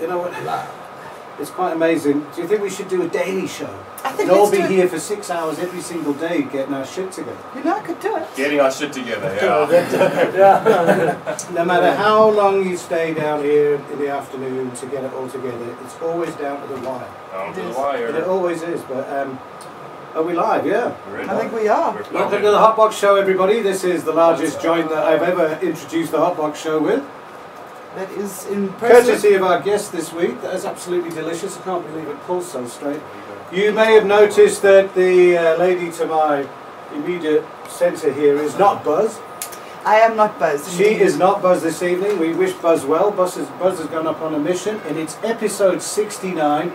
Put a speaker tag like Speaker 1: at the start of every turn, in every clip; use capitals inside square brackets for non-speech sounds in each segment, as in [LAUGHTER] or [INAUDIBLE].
Speaker 1: You know what? It's quite amazing. Do you think we should do a daily show?
Speaker 2: I think
Speaker 1: We'd all
Speaker 2: let's
Speaker 1: be
Speaker 2: do it.
Speaker 1: here for six hours every single day getting our shit together.
Speaker 2: You know, I could do it.
Speaker 3: Getting our shit together, yeah.
Speaker 1: No matter how long you stay down here in the afternoon to get it all together, it's always down to the wire.
Speaker 3: Down to Oh, the
Speaker 2: It is.
Speaker 1: And it
Speaker 3: wire.
Speaker 1: always is. But um, are we live? Yeah.
Speaker 3: We're in.
Speaker 2: I think we are.
Speaker 3: We're
Speaker 1: Welcome
Speaker 3: plugged
Speaker 1: to
Speaker 3: in.
Speaker 1: the Hot Box Show, everybody. This is the largest joint that I've ever introduced the Hot Box Show with.
Speaker 2: That is impressive.
Speaker 1: Courtesy of our guest this week, that is absolutely delicious. I can't believe it pulls so straight. You may have noticed that the uh, lady to my immediate centre here is not Buzz.
Speaker 2: I am not buzzed.
Speaker 1: She is not Buzz this evening. We wish Buzz well. Buzz has, Buzz has gone up on a mission, and it's episode 69.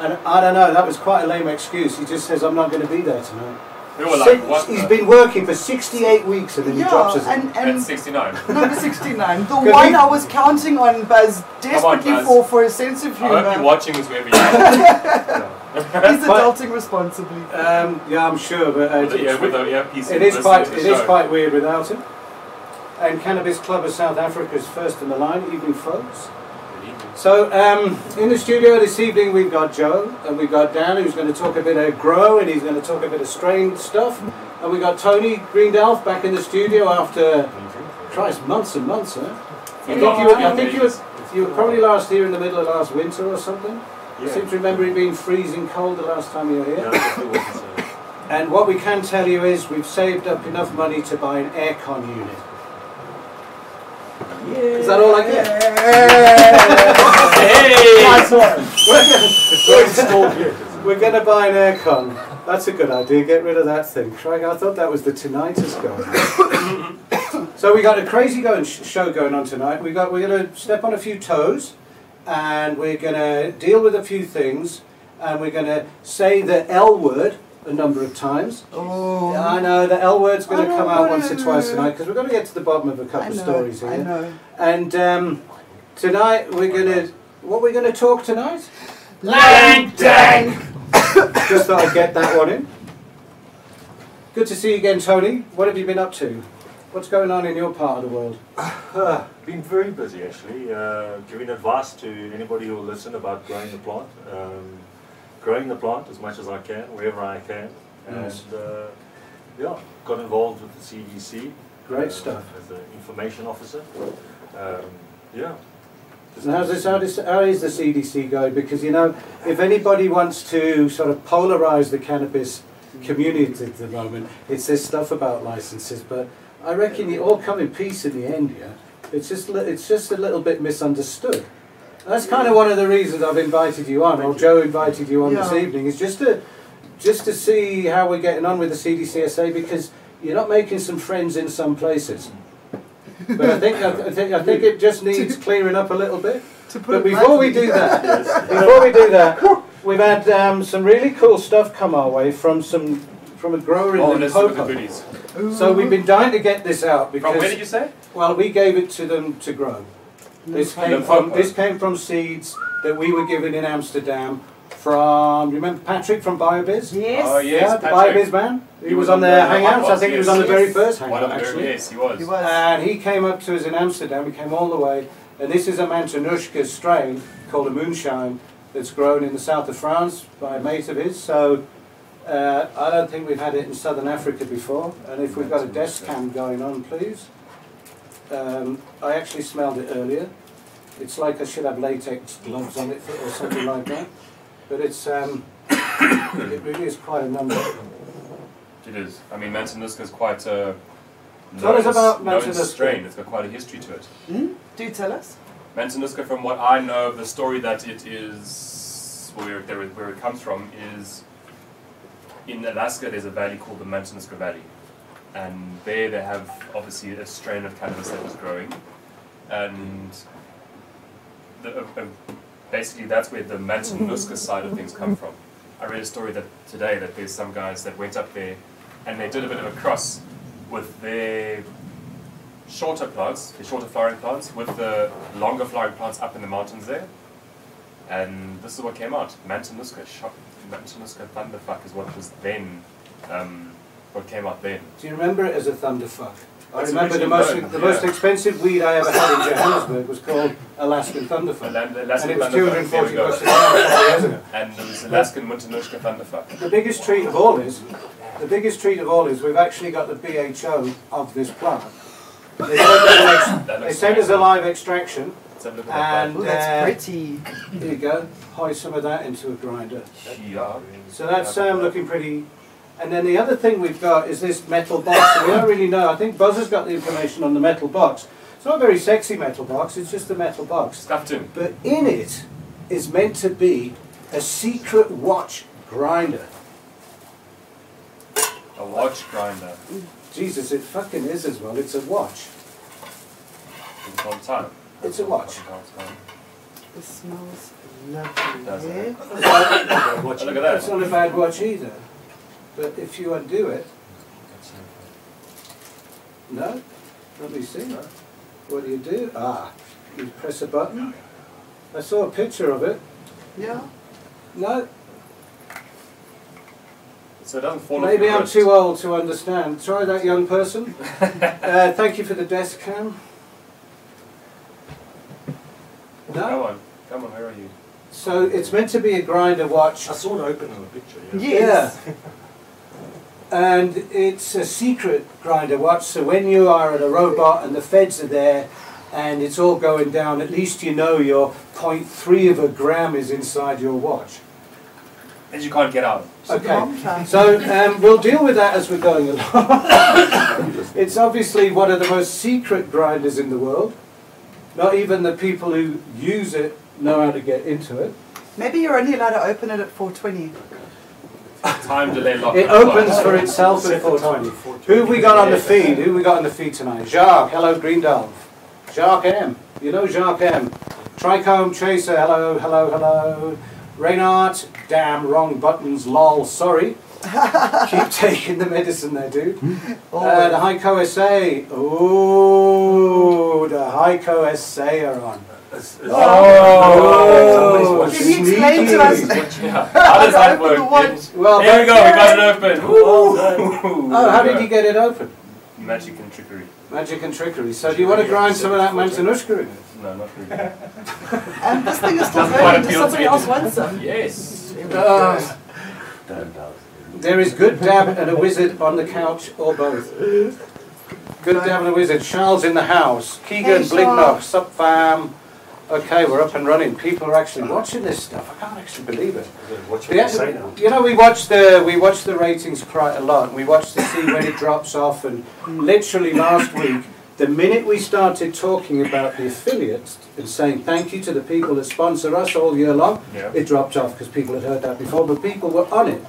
Speaker 1: And I don't know, that was quite a lame excuse. He just says, I'm not going to be there tonight.
Speaker 3: We were like,
Speaker 1: Six-
Speaker 3: what?
Speaker 1: he's
Speaker 3: the-
Speaker 1: been working for 68 weeks, and then
Speaker 2: Yeah,
Speaker 1: he drops us.
Speaker 2: and,
Speaker 3: At
Speaker 2: and
Speaker 3: 69.
Speaker 2: [LAUGHS] number 69. The
Speaker 1: we-
Speaker 2: one I was counting on Buzz desperately
Speaker 3: Buzz.
Speaker 2: for for a sense of
Speaker 3: I hope you're
Speaker 2: humor.
Speaker 3: watching this wherever you are.
Speaker 2: He's
Speaker 1: But-
Speaker 2: adulting responsibly.
Speaker 3: Uh,
Speaker 1: Um, yeah, I'm sure, but uh,
Speaker 3: With the ear-
Speaker 1: it's-
Speaker 3: with the earpiece.
Speaker 1: It
Speaker 3: in,
Speaker 1: is
Speaker 3: listening
Speaker 1: quite
Speaker 3: to the
Speaker 1: it is
Speaker 3: show.
Speaker 1: quite weird without him. And Cannabis Club of South Africa's first in the line, evening folks. So um, in the studio this evening we've got Joe and we've got Dan who's going to talk a bit of grow and he's going to talk a bit of strain stuff. And we got Tony Greendalf back in the studio after Christ months and months, huh? I think, you
Speaker 3: Yeah.
Speaker 1: were, I think you, were, you were probably last here in the middle of last winter or something. I seem to remember it being freezing cold the last time you were here. And what we can tell you is we've saved up enough money to buy an aircon unit. Is that all I get?
Speaker 3: Hey!
Speaker 1: We're going to buy an aircon. That's a good idea. Get rid of that thing. Craig, I thought that was the tinnitus going. on. [COUGHS] so we got a crazy going sh- show going on tonight. We got we're going to step on a few toes, and we're going to deal with a few things, and we're going to say the L word a number of times. Yeah,
Speaker 2: Oh,
Speaker 1: I know the L word's going
Speaker 2: I
Speaker 1: to
Speaker 2: know,
Speaker 1: come
Speaker 2: I
Speaker 1: out once or
Speaker 2: know.
Speaker 1: twice tonight because we're going to get to the bottom of a couple
Speaker 2: I
Speaker 1: of
Speaker 2: know,
Speaker 1: stories here.
Speaker 2: I know.
Speaker 1: And um, tonight we're going to what we're going to talk tonight.
Speaker 3: Lang Dang!
Speaker 1: Just thought I'd get that one in. Good to see you again, Tony. What have you been up to? What's going on in your part of the world?
Speaker 4: Uh, been very busy actually, uh, giving advice to anybody who will listen about growing the plant. Um, growing the plant as much as I can, wherever I can. And
Speaker 1: Nice.
Speaker 4: uh, yeah, got involved with the CDC.
Speaker 1: Great
Speaker 4: uh,
Speaker 1: stuff.
Speaker 4: As an information officer. Um, yeah.
Speaker 1: And how's this, how, does, how is the CDC going? Because you know, if anybody wants to sort of polarise the cannabis community at the moment, it's this stuff about licences. But I reckon you all come in peace in the end. Yeah, it's just li- it's just a little bit misunderstood. That's kind of one of the reasons I've invited you on, or Joe invited you on this
Speaker 2: Yeah.
Speaker 1: evening, is just to just to see how we're getting on with the CDCSA because you're not making some friends in some places. But I think I think I think it just needs clearing up a little bit.
Speaker 2: To put
Speaker 1: But
Speaker 2: it
Speaker 1: before we
Speaker 2: lightly,
Speaker 1: do that,
Speaker 3: [LAUGHS]
Speaker 1: before we do that, we've had um, some really cool stuff come our way from some from a grower in
Speaker 3: Oh, let's look at the
Speaker 1: Limpopo.
Speaker 3: goodies.
Speaker 1: So we've been dying to get this out
Speaker 3: From where did
Speaker 1: because
Speaker 3: you say?
Speaker 1: well, we gave it to them to grow. This came from
Speaker 3: Limpopo.
Speaker 1: this came from seeds that we were given in Amsterdam from you remember Patrick from BioBiz?
Speaker 2: Yes.
Speaker 3: Oh, yeah. Yes,
Speaker 1: yeah, the
Speaker 3: Patrick.
Speaker 1: BioBiz man. He, was, on the hangouts. I think he was on the very first hangout
Speaker 3: One of the
Speaker 1: actually.
Speaker 3: very, yes, he was.
Speaker 2: He was.
Speaker 1: And he came up to us in Amsterdam, he came all the way, and this is a Mantanushka strain called a moonshine that's grown in the south of France by a mate of his. So uh, I don't think we've had it in southern Africa before. And if we've got a desk cam going on, please. Um, I actually smelled it earlier. It's like I should have latex gloves on it for, or something like that. But it's um, [COUGHS] it really is quite a number.
Speaker 3: It is. I mean, Mantanuska is quite a
Speaker 1: Tell us
Speaker 3: known-
Speaker 1: about
Speaker 3: known
Speaker 1: Mantanuska.
Speaker 3: strain. It's got quite a history to it.
Speaker 2: Do tell us.
Speaker 3: Mantanuska, from what I know of the story that it is, where, there, is- where it comes from, is in Alaska there's a valley called the Mantanuska Valley. And there they have obviously a strain of cannabis that was growing. And the, uh, uh, basically that's where the Mantanuska side of things come from. I read a story that today that there's some guys that went up there and they did a bit of a cross with their shorter plants, the shorter flowering plants, with the longer flowering plants up in the mountains there. And this is what came out, Mantanuska. Shock. Matanuska Thunderfuck is what was then, um, what came out then.
Speaker 1: Do you remember it as a thunderfuck? I
Speaker 3: That's
Speaker 1: remember the
Speaker 3: originally
Speaker 1: most
Speaker 3: known,
Speaker 1: the most
Speaker 3: yeah.
Speaker 1: expensive weed I ever had in Johannesburg was called Alaskan thunderfuck,
Speaker 3: Alan-
Speaker 1: and
Speaker 3: Alaskan
Speaker 1: it was
Speaker 3: Thunderfuck,
Speaker 1: two hundred
Speaker 3: there we
Speaker 1: and forty
Speaker 3: go.
Speaker 1: bucks a pound years ago.
Speaker 3: And it was Alaskan Matanuska Thunderfuck.
Speaker 1: The biggest treat of all is the biggest treat of all is we've actually got the BHO of this plant. They sent us an
Speaker 3: That
Speaker 1: ex- they
Speaker 3: looks
Speaker 1: sent us a
Speaker 3: amazing.
Speaker 1: live extraction.
Speaker 3: Let's have a look at
Speaker 1: And
Speaker 2: Oh, that's
Speaker 1: uh,
Speaker 2: pretty.
Speaker 1: There you go. Hoist some of that into a grinder.
Speaker 3: that. Yeah.
Speaker 1: So that's um, looking pretty. And then the other thing we've got is this metal box. we don't really know. I think Buzz has got the information on the metal box. It's not a very sexy metal box. It's just a metal box.
Speaker 3: Stuffed in.
Speaker 1: But in it is meant to be a secret watch grinder.
Speaker 3: A watch grinder.
Speaker 1: Jesus, it fucking is as well. It's a watch.
Speaker 3: It's on time.
Speaker 1: It's a watch.
Speaker 2: It smells
Speaker 3: Doesn't
Speaker 2: lovely.
Speaker 3: it?
Speaker 2: eh?
Speaker 3: Watch, look at
Speaker 1: That's
Speaker 3: that.
Speaker 1: not a bad watch either. But if you undo it, No? Let me see. What do you do? Ah, you press a button. I saw a picture of it.
Speaker 2: Yeah.
Speaker 1: No,
Speaker 3: So it doesn't fall off
Speaker 1: maybe
Speaker 3: your
Speaker 1: I'm
Speaker 3: wrist.
Speaker 1: too old to understand. Try that, young person. uh, thank you for the desk cam.
Speaker 3: Come
Speaker 1: No?
Speaker 3: on, come on, where are you?
Speaker 1: So it's meant to be a grinder watch.
Speaker 4: I saw it open in the picture. Yeah.
Speaker 2: Yes.
Speaker 1: And it's a secret grinder watch, so when you are at a robot and the feds are there and it's all going down, at least you know your 0.3 of a gram is inside your watch.
Speaker 3: And you can't get out.
Speaker 1: Okay. So um, we'll deal with that as we're going along. [LAUGHS] it's obviously one of the most secret grinders in the world. Not even the people who use it know how to get into it.
Speaker 2: Maybe you're only allowed to open it at 420.
Speaker 3: Time delay lock.
Speaker 1: It opens for itself at 420. Who have we got on the feed? Who have we got on the feed tonight? Jacques, hello Greendolf. Jacques M. You know Jacques M. Trichome Chaser, hello, hello, hello. Reinhardt, damn, wrong buttons, lol, sorry. Keep taking the medicine there, dude.
Speaker 2: Oh.
Speaker 1: Uh, the Heiko SA. Ooh, the Heiko SA are on.
Speaker 4: It's- it's-
Speaker 1: Oh,
Speaker 4: somebody's
Speaker 2: Can you explain to us?
Speaker 1: sneaky.
Speaker 3: [LAUGHS] Yeah. How does that
Speaker 2: Open the
Speaker 3: work?
Speaker 2: watch.
Speaker 1: Well,
Speaker 3: there
Speaker 1: very-
Speaker 3: we go, we got it open. Woo!
Speaker 1: Oh, how did you get it open?
Speaker 3: Magic and trickery.
Speaker 1: Magic and trickery. So do you want to grind some of that Mantanushka in?
Speaker 3: No, not really.
Speaker 2: And um, this thing is still
Speaker 3: Doesn't
Speaker 2: burning because
Speaker 3: quite appeal to
Speaker 2: somebody
Speaker 3: me.
Speaker 2: else wants them.
Speaker 3: yes.
Speaker 1: Ah. There is good dab and a wizard on the couch, or both. Good dab and a wizard. Charles in the house. Keegan,
Speaker 2: Hey,
Speaker 1: Blidnock, Sup Fam. Okay, we're up and running. People are actually watching this stuff. I can't actually believe it.
Speaker 4: Watch what you say
Speaker 1: Yeah,
Speaker 4: now.
Speaker 1: you know, we watch the we watch the ratings quite a lot. We watch to see when
Speaker 4: [LAUGHS]
Speaker 1: it drops off, and literally last week, the minute we started talking about the affiliates and saying thank you to the people that sponsor us all year long,
Speaker 3: Yeah.
Speaker 1: it dropped off because people had heard that before, but people were on it.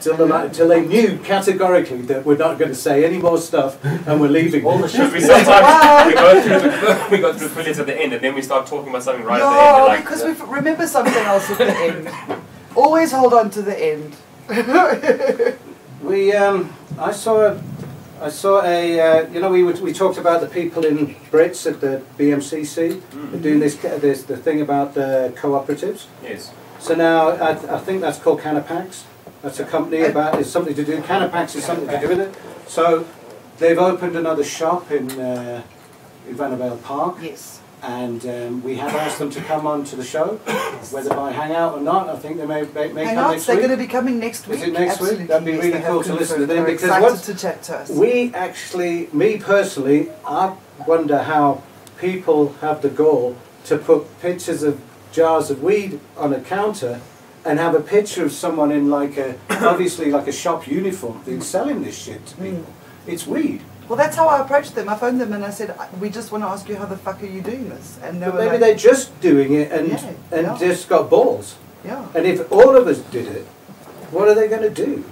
Speaker 1: Till, the, li- till they knew categorically that we're not going to say any more stuff and we're leaving.
Speaker 4: All the shit
Speaker 3: We sometimes we go through the we go through the affiliates at the end and then we start talking about something right at the end.
Speaker 2: no,
Speaker 3: You're like,
Speaker 2: because we f- remember something else
Speaker 1: [LAUGHS]
Speaker 2: at the end. Always hold on to the end.
Speaker 1: We, um, I saw, a, I saw a, uh, you know, we were, we talked about the people in Brits at the BMCC they're doing this, ca- this the thing about the cooperatives.
Speaker 3: Yes.
Speaker 1: So now I, I think that's called Canapax. That's a company about it's something to do. Canapax is something to do with it. So they've opened another shop in uh, in Vanabale Park
Speaker 2: Yes.
Speaker 1: and um, we have asked them to come on to the show, whether by hangout or not. I think they may, may, may come
Speaker 2: Hangouts,
Speaker 1: next
Speaker 2: they're
Speaker 1: week.
Speaker 2: going to be coming next week.
Speaker 1: Is it next week?
Speaker 2: Absolutely.
Speaker 1: That'd be
Speaker 2: yes,
Speaker 1: really
Speaker 2: they have
Speaker 1: cool to listen to them
Speaker 2: confirmed. We're
Speaker 1: because
Speaker 2: excited
Speaker 1: what-
Speaker 2: to chat to us.
Speaker 1: We actually, me personally, I wonder how people have the gall to put pictures of jars of weed on a counter and have a picture of someone in like a, [COUGHS] obviously like a shop uniform that's selling this shit
Speaker 2: Hmm.
Speaker 1: to people. It's weed.
Speaker 2: Well, that's how I approached them. I phoned them and I said, "I- "We just want to ask you how the fuck are you doing this?" And they
Speaker 1: But
Speaker 2: were
Speaker 1: maybe
Speaker 2: like,
Speaker 1: they're just doing it and,
Speaker 2: Yeah,
Speaker 1: and
Speaker 2: yeah.
Speaker 1: just got balls.
Speaker 2: "Yeah."
Speaker 1: And if all of us did it, what are they going to do?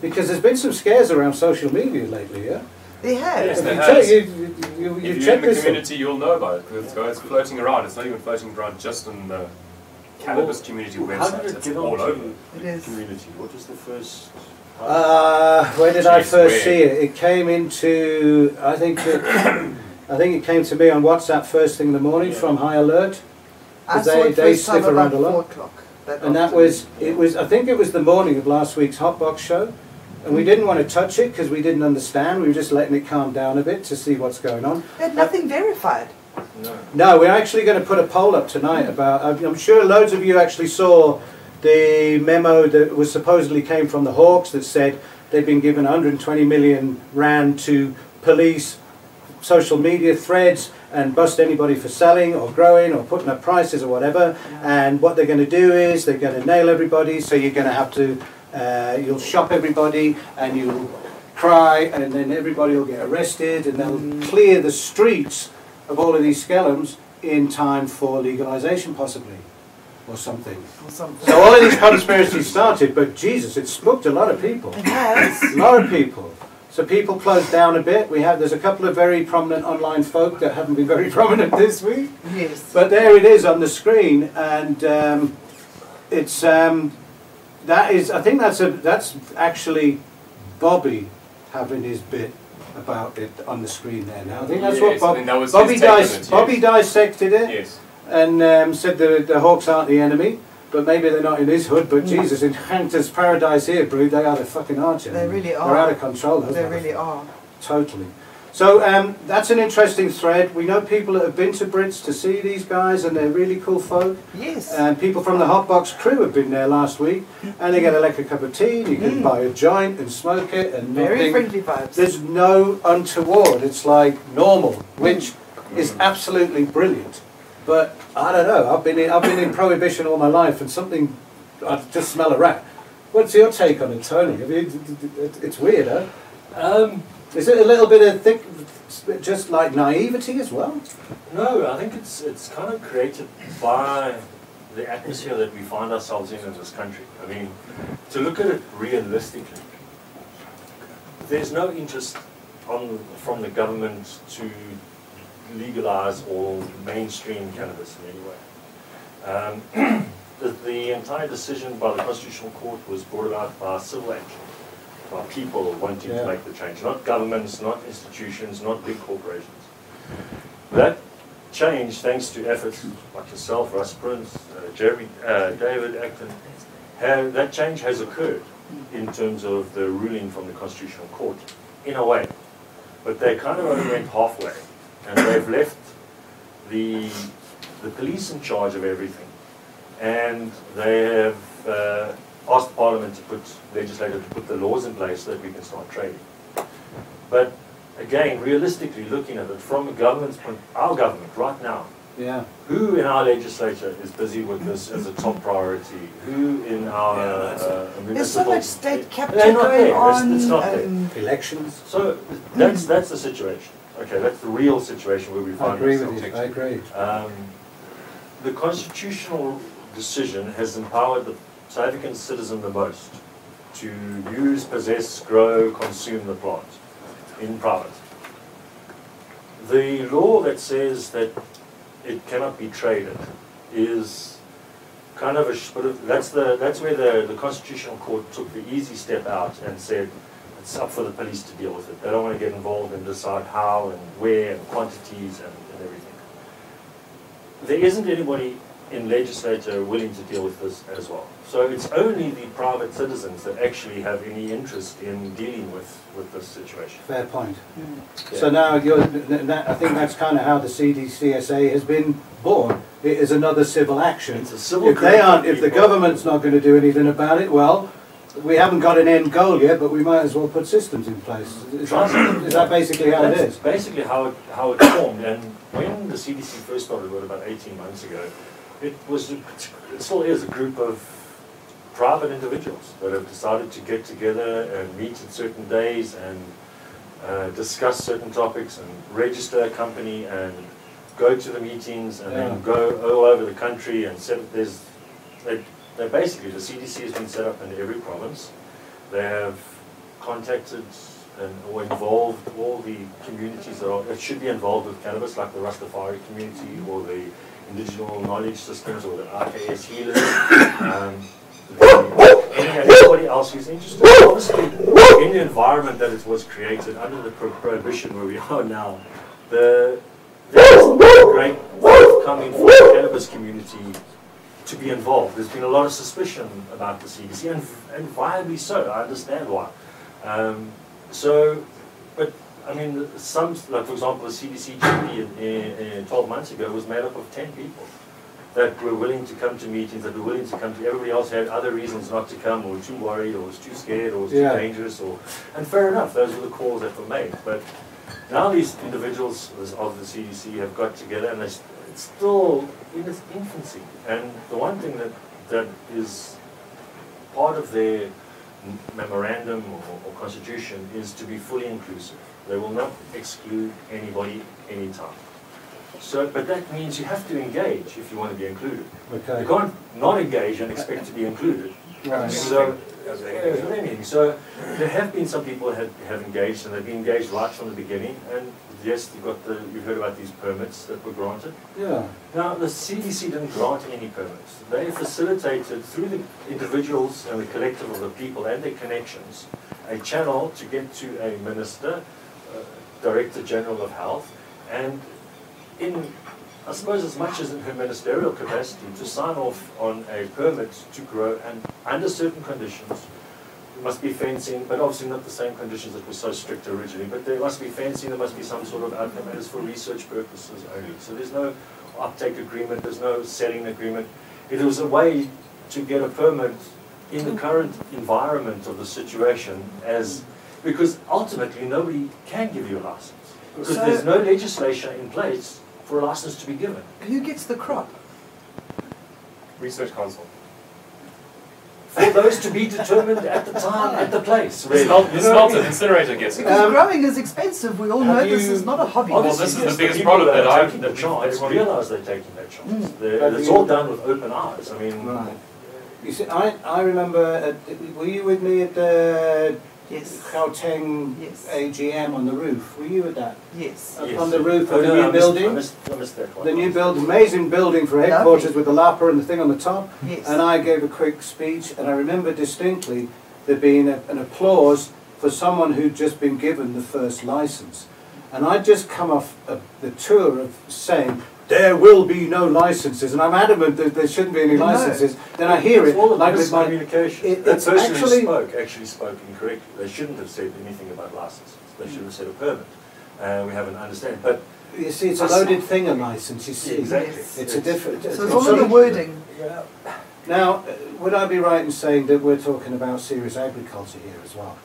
Speaker 1: Because there's been some scares around social media lately, yeah?
Speaker 2: They have.
Speaker 3: Yes,
Speaker 1: Have
Speaker 3: there
Speaker 1: you,
Speaker 3: has.
Speaker 1: check- you, you, you,
Speaker 3: If
Speaker 1: you
Speaker 3: you're
Speaker 1: check
Speaker 3: in the
Speaker 1: this out?
Speaker 3: community, you'll know about it because it's, it's floating around. It's not even floating around just on the cannabis community
Speaker 4: How did
Speaker 3: website.
Speaker 4: it
Speaker 3: It's
Speaker 4: get
Speaker 3: all over.
Speaker 4: on
Speaker 2: It
Speaker 4: to
Speaker 2: is.
Speaker 4: community? What was the first?
Speaker 1: Uh, when did I
Speaker 3: Jeez,
Speaker 1: first see
Speaker 3: where?
Speaker 1: it? It came into, I think, it, [COUGHS] I think it came to me on WhatsApp first thing in the morning
Speaker 4: Yeah.
Speaker 1: from High Alert.
Speaker 2: I
Speaker 1: Because
Speaker 2: saw
Speaker 1: they-
Speaker 2: it
Speaker 1: they
Speaker 2: first time
Speaker 1: sniff around
Speaker 2: about
Speaker 1: a lot.
Speaker 2: four o'clock. that
Speaker 1: and that
Speaker 2: afternoon.
Speaker 1: was it was I think it was the morning of last week's hot box show, and we didn't want to touch it because we didn't understand. We were just letting it calm down a bit to see what's going on.
Speaker 2: They had nothing verified.
Speaker 4: No.
Speaker 1: No, we're actually going to put a poll up tonight about. I'm I'm sure loads of you actually saw the memo that was supposedly came from the Hawks that said they've been given 120 million rand to police social media threads and bust anybody for selling or growing or putting up prices or whatever. And what they're going to do is they're going to nail everybody. So you're going to have to uh, you'll shop everybody and you'll cry and then everybody will get arrested and they'll clear the streets of all of these scalums in time for legalization possibly or something.
Speaker 2: Or something.
Speaker 1: So all of these conspiracies started, but Jesus, it spooked a lot of people.
Speaker 2: It has.
Speaker 1: A lot of people. So people closed down a bit. We have there's a couple of very prominent online folk that haven't been very [LAUGHS] prominent this week.
Speaker 2: yes.
Speaker 1: But there it is on the screen, and um, it's um, that is. I think that's a that's actually Bobby having his bit about it on the screen there now. I think that's
Speaker 3: Yes, I
Speaker 1: what Bob,
Speaker 3: think that was
Speaker 1: Bobby
Speaker 3: his take on
Speaker 1: dis-
Speaker 3: it, yes.
Speaker 1: Bobby dissected it
Speaker 3: Yes.
Speaker 1: and um, said the the Hawks aren't the enemy. But maybe they're not in his hood,
Speaker 2: Mm.
Speaker 1: but Jesus, in Hunter's paradise here, Brew, they are the fucking arch
Speaker 2: They
Speaker 1: enemy.
Speaker 2: really
Speaker 1: They're
Speaker 2: are.
Speaker 1: out of control, those
Speaker 2: They
Speaker 1: motherfuckers.
Speaker 2: really are.
Speaker 1: Totally. So um, that's an interesting thread. We know people that have been to Brits to see these guys, and they're really cool folk.
Speaker 2: Yes.
Speaker 1: And people from the Hotbox crew have been there last week, and they get a lekker cup of tea. and You can buy a joint and smoke it, and
Speaker 2: Mm. Very
Speaker 1: nothing-
Speaker 2: friendly vibes.
Speaker 1: There's no untoward. It's like normal, which is absolutely brilliant. But I don't know. I've been in, I've been in prohibition all my life, and something I just smell a rat. What's your take on it, Tony? I mean, it- it's weird, huh?
Speaker 5: Um,
Speaker 1: Is it a little bit of thick, just like naivety as well?
Speaker 4: No, I think it's it's kind of created by the atmosphere that we find ourselves in in this country. I mean, to look at it realistically, there's no interest on from the government to legalize or mainstream cannabis in any way. Um, [CLEARS THROAT] the, the entire decision by the Constitutional Court was brought about by civil action, by people wanting
Speaker 1: Yeah.
Speaker 4: to make the change, not governments, not institutions, not big corporations. That change, thanks to efforts like yourself, Russ Prince, uh, Jerry, uh, David Acton, have, that change has occurred in terms of the ruling from the Constitutional Court, in a way. But they kind of only went halfway, and they've left the, the police in charge of everything. And they have uh, asked Parliament to put, legislator to put the laws in place so that we can start trading. But again, realistically looking at it from a government's point, our government right now,
Speaker 1: Yeah.
Speaker 4: who in our legislature is busy with this as a top priority? Who in our uh, municipal?
Speaker 2: There's so much state capture
Speaker 4: They're not
Speaker 2: going
Speaker 4: there. It's-
Speaker 2: on.
Speaker 4: it's not there.
Speaker 2: um,
Speaker 1: Elections.
Speaker 4: So that's that's the situation. Okay, that's the real situation where we
Speaker 1: I
Speaker 4: find
Speaker 1: agree
Speaker 4: ourselves.
Speaker 1: with you. I agree.
Speaker 4: Um, the constitutional decision has empowered the South African citizen the most to use, possess, grow, consume the plant in private. The law that says that it cannot be traded is kind of a sh- but it- that's the that's where the, the constitutional court took the easy step out and said it's up for the police to deal with it. They don't want to get involved and decide how and where and quantities and, and everything. There isn't anybody in legislature willing to deal with this as well. So it's only the private citizens that actually have any interest in dealing with, with this situation.
Speaker 1: Fair point.
Speaker 2: mm.
Speaker 1: So now you're, th- that, I think that's kind of how the CDCSA has been born. It is another civil action.
Speaker 4: It's a civil
Speaker 1: If they aren't,
Speaker 4: group of
Speaker 1: if the
Speaker 4: people.
Speaker 1: government's not going to do anything about it, well, we haven't got an end goal yet, but we might as well put systems in place. Is that- is that basically how it
Speaker 4: That's
Speaker 1: is?
Speaker 4: basically how it, how it formed. And when the CDC first started, what, about 18 months ago, it was, a- it still is a group of private individuals that have decided to get together and meet at certain days and uh, discuss certain topics and register a company and go to the meetings and
Speaker 1: Yeah.
Speaker 4: then go all over the country and set up, there's, they, they basically, the CDC has been set up in every province. They have contacted and or involved all the communities that, are, that should be involved with cannabis, like the Rastafari community or the Indigenous knowledge systems or the RKS healers. Um, the- any- anybody else who's interested, obviously, in the environment that it was created under the pro- prohibition where we [LAUGHS] are now, the there is a great coming from the cannabis community to be involved. There's been a lot of suspicion about the CDC, and, and widely so. I understand why. Um, so, but I mean, some, like for example, the CDC GP in, uh, uh, 12 months ago was made up of 10 people that were willing to come to meetings, that were willing to come to. Everybody else had other reasons not to come, or too worried, or was too scared, or was
Speaker 1: Yeah.
Speaker 4: too dangerous, or. And fair enough, those were the calls that were made. But now these individuals of the CDC have got together, and it's it's still in its infancy. And the one thing that that is part of their memorandum or, or constitution is to be fully inclusive. They will not exclude anybody anytime. So, but that means you have to engage if you want to be included. You
Speaker 1: Okay.
Speaker 4: can't not engage and expect to be included.
Speaker 1: Right.
Speaker 4: So, uh, meaning, so there have been some people have, have engaged and they've been engaged right from the beginning. And yes, you've got the, you've heard about these permits that were granted.
Speaker 1: Yeah.
Speaker 4: Now, the CDC didn't grant any permits. They facilitated through the individuals and the collective of the people and their connections a channel to get to a minister, uh, director general of health, and in I suppose as much as in her ministerial capacity to sign off on a permit to grow and under certain conditions. There must be fencing, but obviously not the same conditions that were so strict originally. But there must be fencing, there must be some sort of outcome, and it's for research purposes only. So there's no uptake agreement, there's no selling agreement. It was a way to get a permit in the current environment of the situation as, because ultimately nobody can give you a license. Because
Speaker 2: So-
Speaker 4: there's no legislation in place for a license to be given.
Speaker 2: Who gets the crop?
Speaker 3: Research Council.
Speaker 4: For those to be determined at the time, at the place,
Speaker 3: The
Speaker 4: really.
Speaker 3: smel-
Speaker 4: You
Speaker 3: the
Speaker 4: know what I
Speaker 3: smelter,
Speaker 4: mean?
Speaker 3: the incinerator gets it.
Speaker 2: Because
Speaker 1: Um,
Speaker 2: growing is expensive. We all
Speaker 4: have
Speaker 2: know this
Speaker 4: you-
Speaker 2: is not a hobby.
Speaker 3: Well,
Speaker 4: Obviously,
Speaker 3: this is
Speaker 4: yes,
Speaker 3: the biggest
Speaker 4: people
Speaker 3: problem that
Speaker 4: are
Speaker 3: I've-
Speaker 4: taking
Speaker 3: that
Speaker 4: the
Speaker 3: we-
Speaker 4: chance.
Speaker 3: everyone-
Speaker 4: Realise they're taking that chance.
Speaker 2: Mm.
Speaker 4: They're-
Speaker 1: Hmm. But
Speaker 4: It's
Speaker 1: you-
Speaker 4: all done with open eyes. I mean,
Speaker 1: Right. You see, I, I remember, at, were you with me at the
Speaker 2: Yes.
Speaker 1: Gauteng
Speaker 2: Yes.
Speaker 1: AGM on the roof? Were you at that?
Speaker 2: Yes.
Speaker 1: Up
Speaker 4: yes.
Speaker 1: On the roof
Speaker 4: Oh,
Speaker 1: of the
Speaker 4: no, I
Speaker 1: new
Speaker 4: missed- I
Speaker 1: building?
Speaker 4: missed, I missed that one.
Speaker 1: The new build, amazing building for headquarters with the LARPA and the thing on the top.
Speaker 2: Yes.
Speaker 1: And I gave a quick speech, and I remember distinctly there being a, an applause for someone who'd just been given the first license. And I'd just come off a, the tour of saying, there will be no licenses, and I'm adamant that there shouldn't be any
Speaker 2: No.
Speaker 1: licenses. Then I hear it,
Speaker 4: It's all
Speaker 1: like
Speaker 4: about
Speaker 1: with my
Speaker 4: miscommunication.
Speaker 1: it-
Speaker 4: that
Speaker 1: it's
Speaker 4: person
Speaker 1: actually-
Speaker 4: who spoke actually spoke incorrectly. They shouldn't have said anything about licenses. They should have said a permit. Uh, we haven't understand, but
Speaker 1: You see, Hmm. it's a loaded thing, a license, you see.
Speaker 4: exactly.
Speaker 2: Yes.
Speaker 1: It's a different.
Speaker 2: So it's all in the wording.
Speaker 4: Yeah.
Speaker 1: Now, uh, would I be right in saying that we're talking about serious agriculture here as well?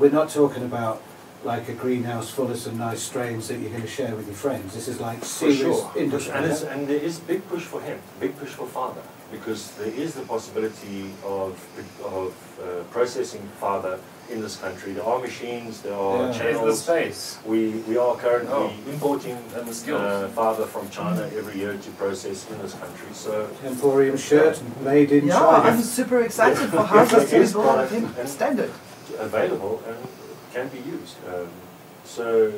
Speaker 1: We're not talking about like a greenhouse full of some nice strains that you're going to share with your friends. This is like
Speaker 4: For
Speaker 1: serious
Speaker 4: sure.
Speaker 1: industry.
Speaker 4: And, it's, and there is big push for him, big push for father, because there is the possibility of, of uh, processing father in this country. There are machines, there are
Speaker 1: Yeah.
Speaker 3: There's the
Speaker 4: channels.
Speaker 3: space.
Speaker 4: We, we are currently
Speaker 3: Oh.
Speaker 4: importing
Speaker 3: And the skills.
Speaker 4: uh, father from China every year to process in this country. So
Speaker 1: Emporium shirt made in
Speaker 2: Yeah, I'm
Speaker 1: China.
Speaker 2: super excited for
Speaker 4: Yeah.
Speaker 2: harvest to
Speaker 4: Yeah.
Speaker 2: be brought up in
Speaker 4: Yeah.
Speaker 2: standard.
Speaker 4: available and can be used. Um, so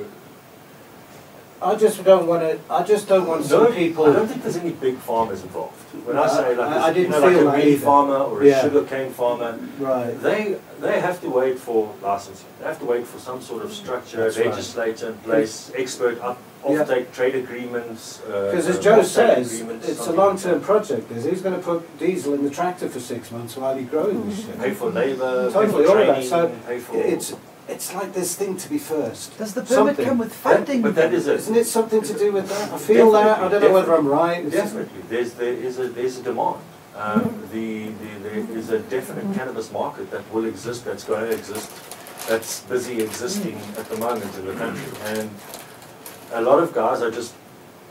Speaker 1: I just don't want to. I just don't want
Speaker 4: No,
Speaker 1: some people.
Speaker 4: I don't think there's any big farmers involved. When I say like,
Speaker 1: I-
Speaker 4: this,
Speaker 1: I didn't
Speaker 4: you know,
Speaker 1: feel
Speaker 4: like
Speaker 1: that
Speaker 4: a meat
Speaker 1: either.
Speaker 4: farmer or a
Speaker 1: Yeah.
Speaker 4: sugar cane farmer,
Speaker 1: right.
Speaker 4: They they have to wait for licensing. They have to wait for some sort of structure,
Speaker 1: That's right.
Speaker 4: legislator in place, expert up,
Speaker 1: Yeah.
Speaker 4: offtake trade agreements. uh,
Speaker 1: Because as Joe says, it's a long-term project. Is he's going to put diesel in the tractor for six months while he's growing this
Speaker 4: Mm-hmm. Pay
Speaker 1: shit?
Speaker 4: for labour,
Speaker 1: Totally,
Speaker 4: pay for
Speaker 1: all of
Speaker 4: training,
Speaker 1: that. So
Speaker 4: pay for.
Speaker 1: It's it's like this thing to be first.
Speaker 2: Does the permit
Speaker 1: Something.
Speaker 2: come with
Speaker 4: That-
Speaker 2: funding?
Speaker 4: but that is it.
Speaker 1: Isn't it something to do with that? I feel that. I don't know whether I'm right. It's just-
Speaker 4: Definitely, there's there is a there's a demand. Um, the, the there is a definite cannabis market that will exist, that's going to exist, that's busy existing at the moment in the country, and a lot of guys are just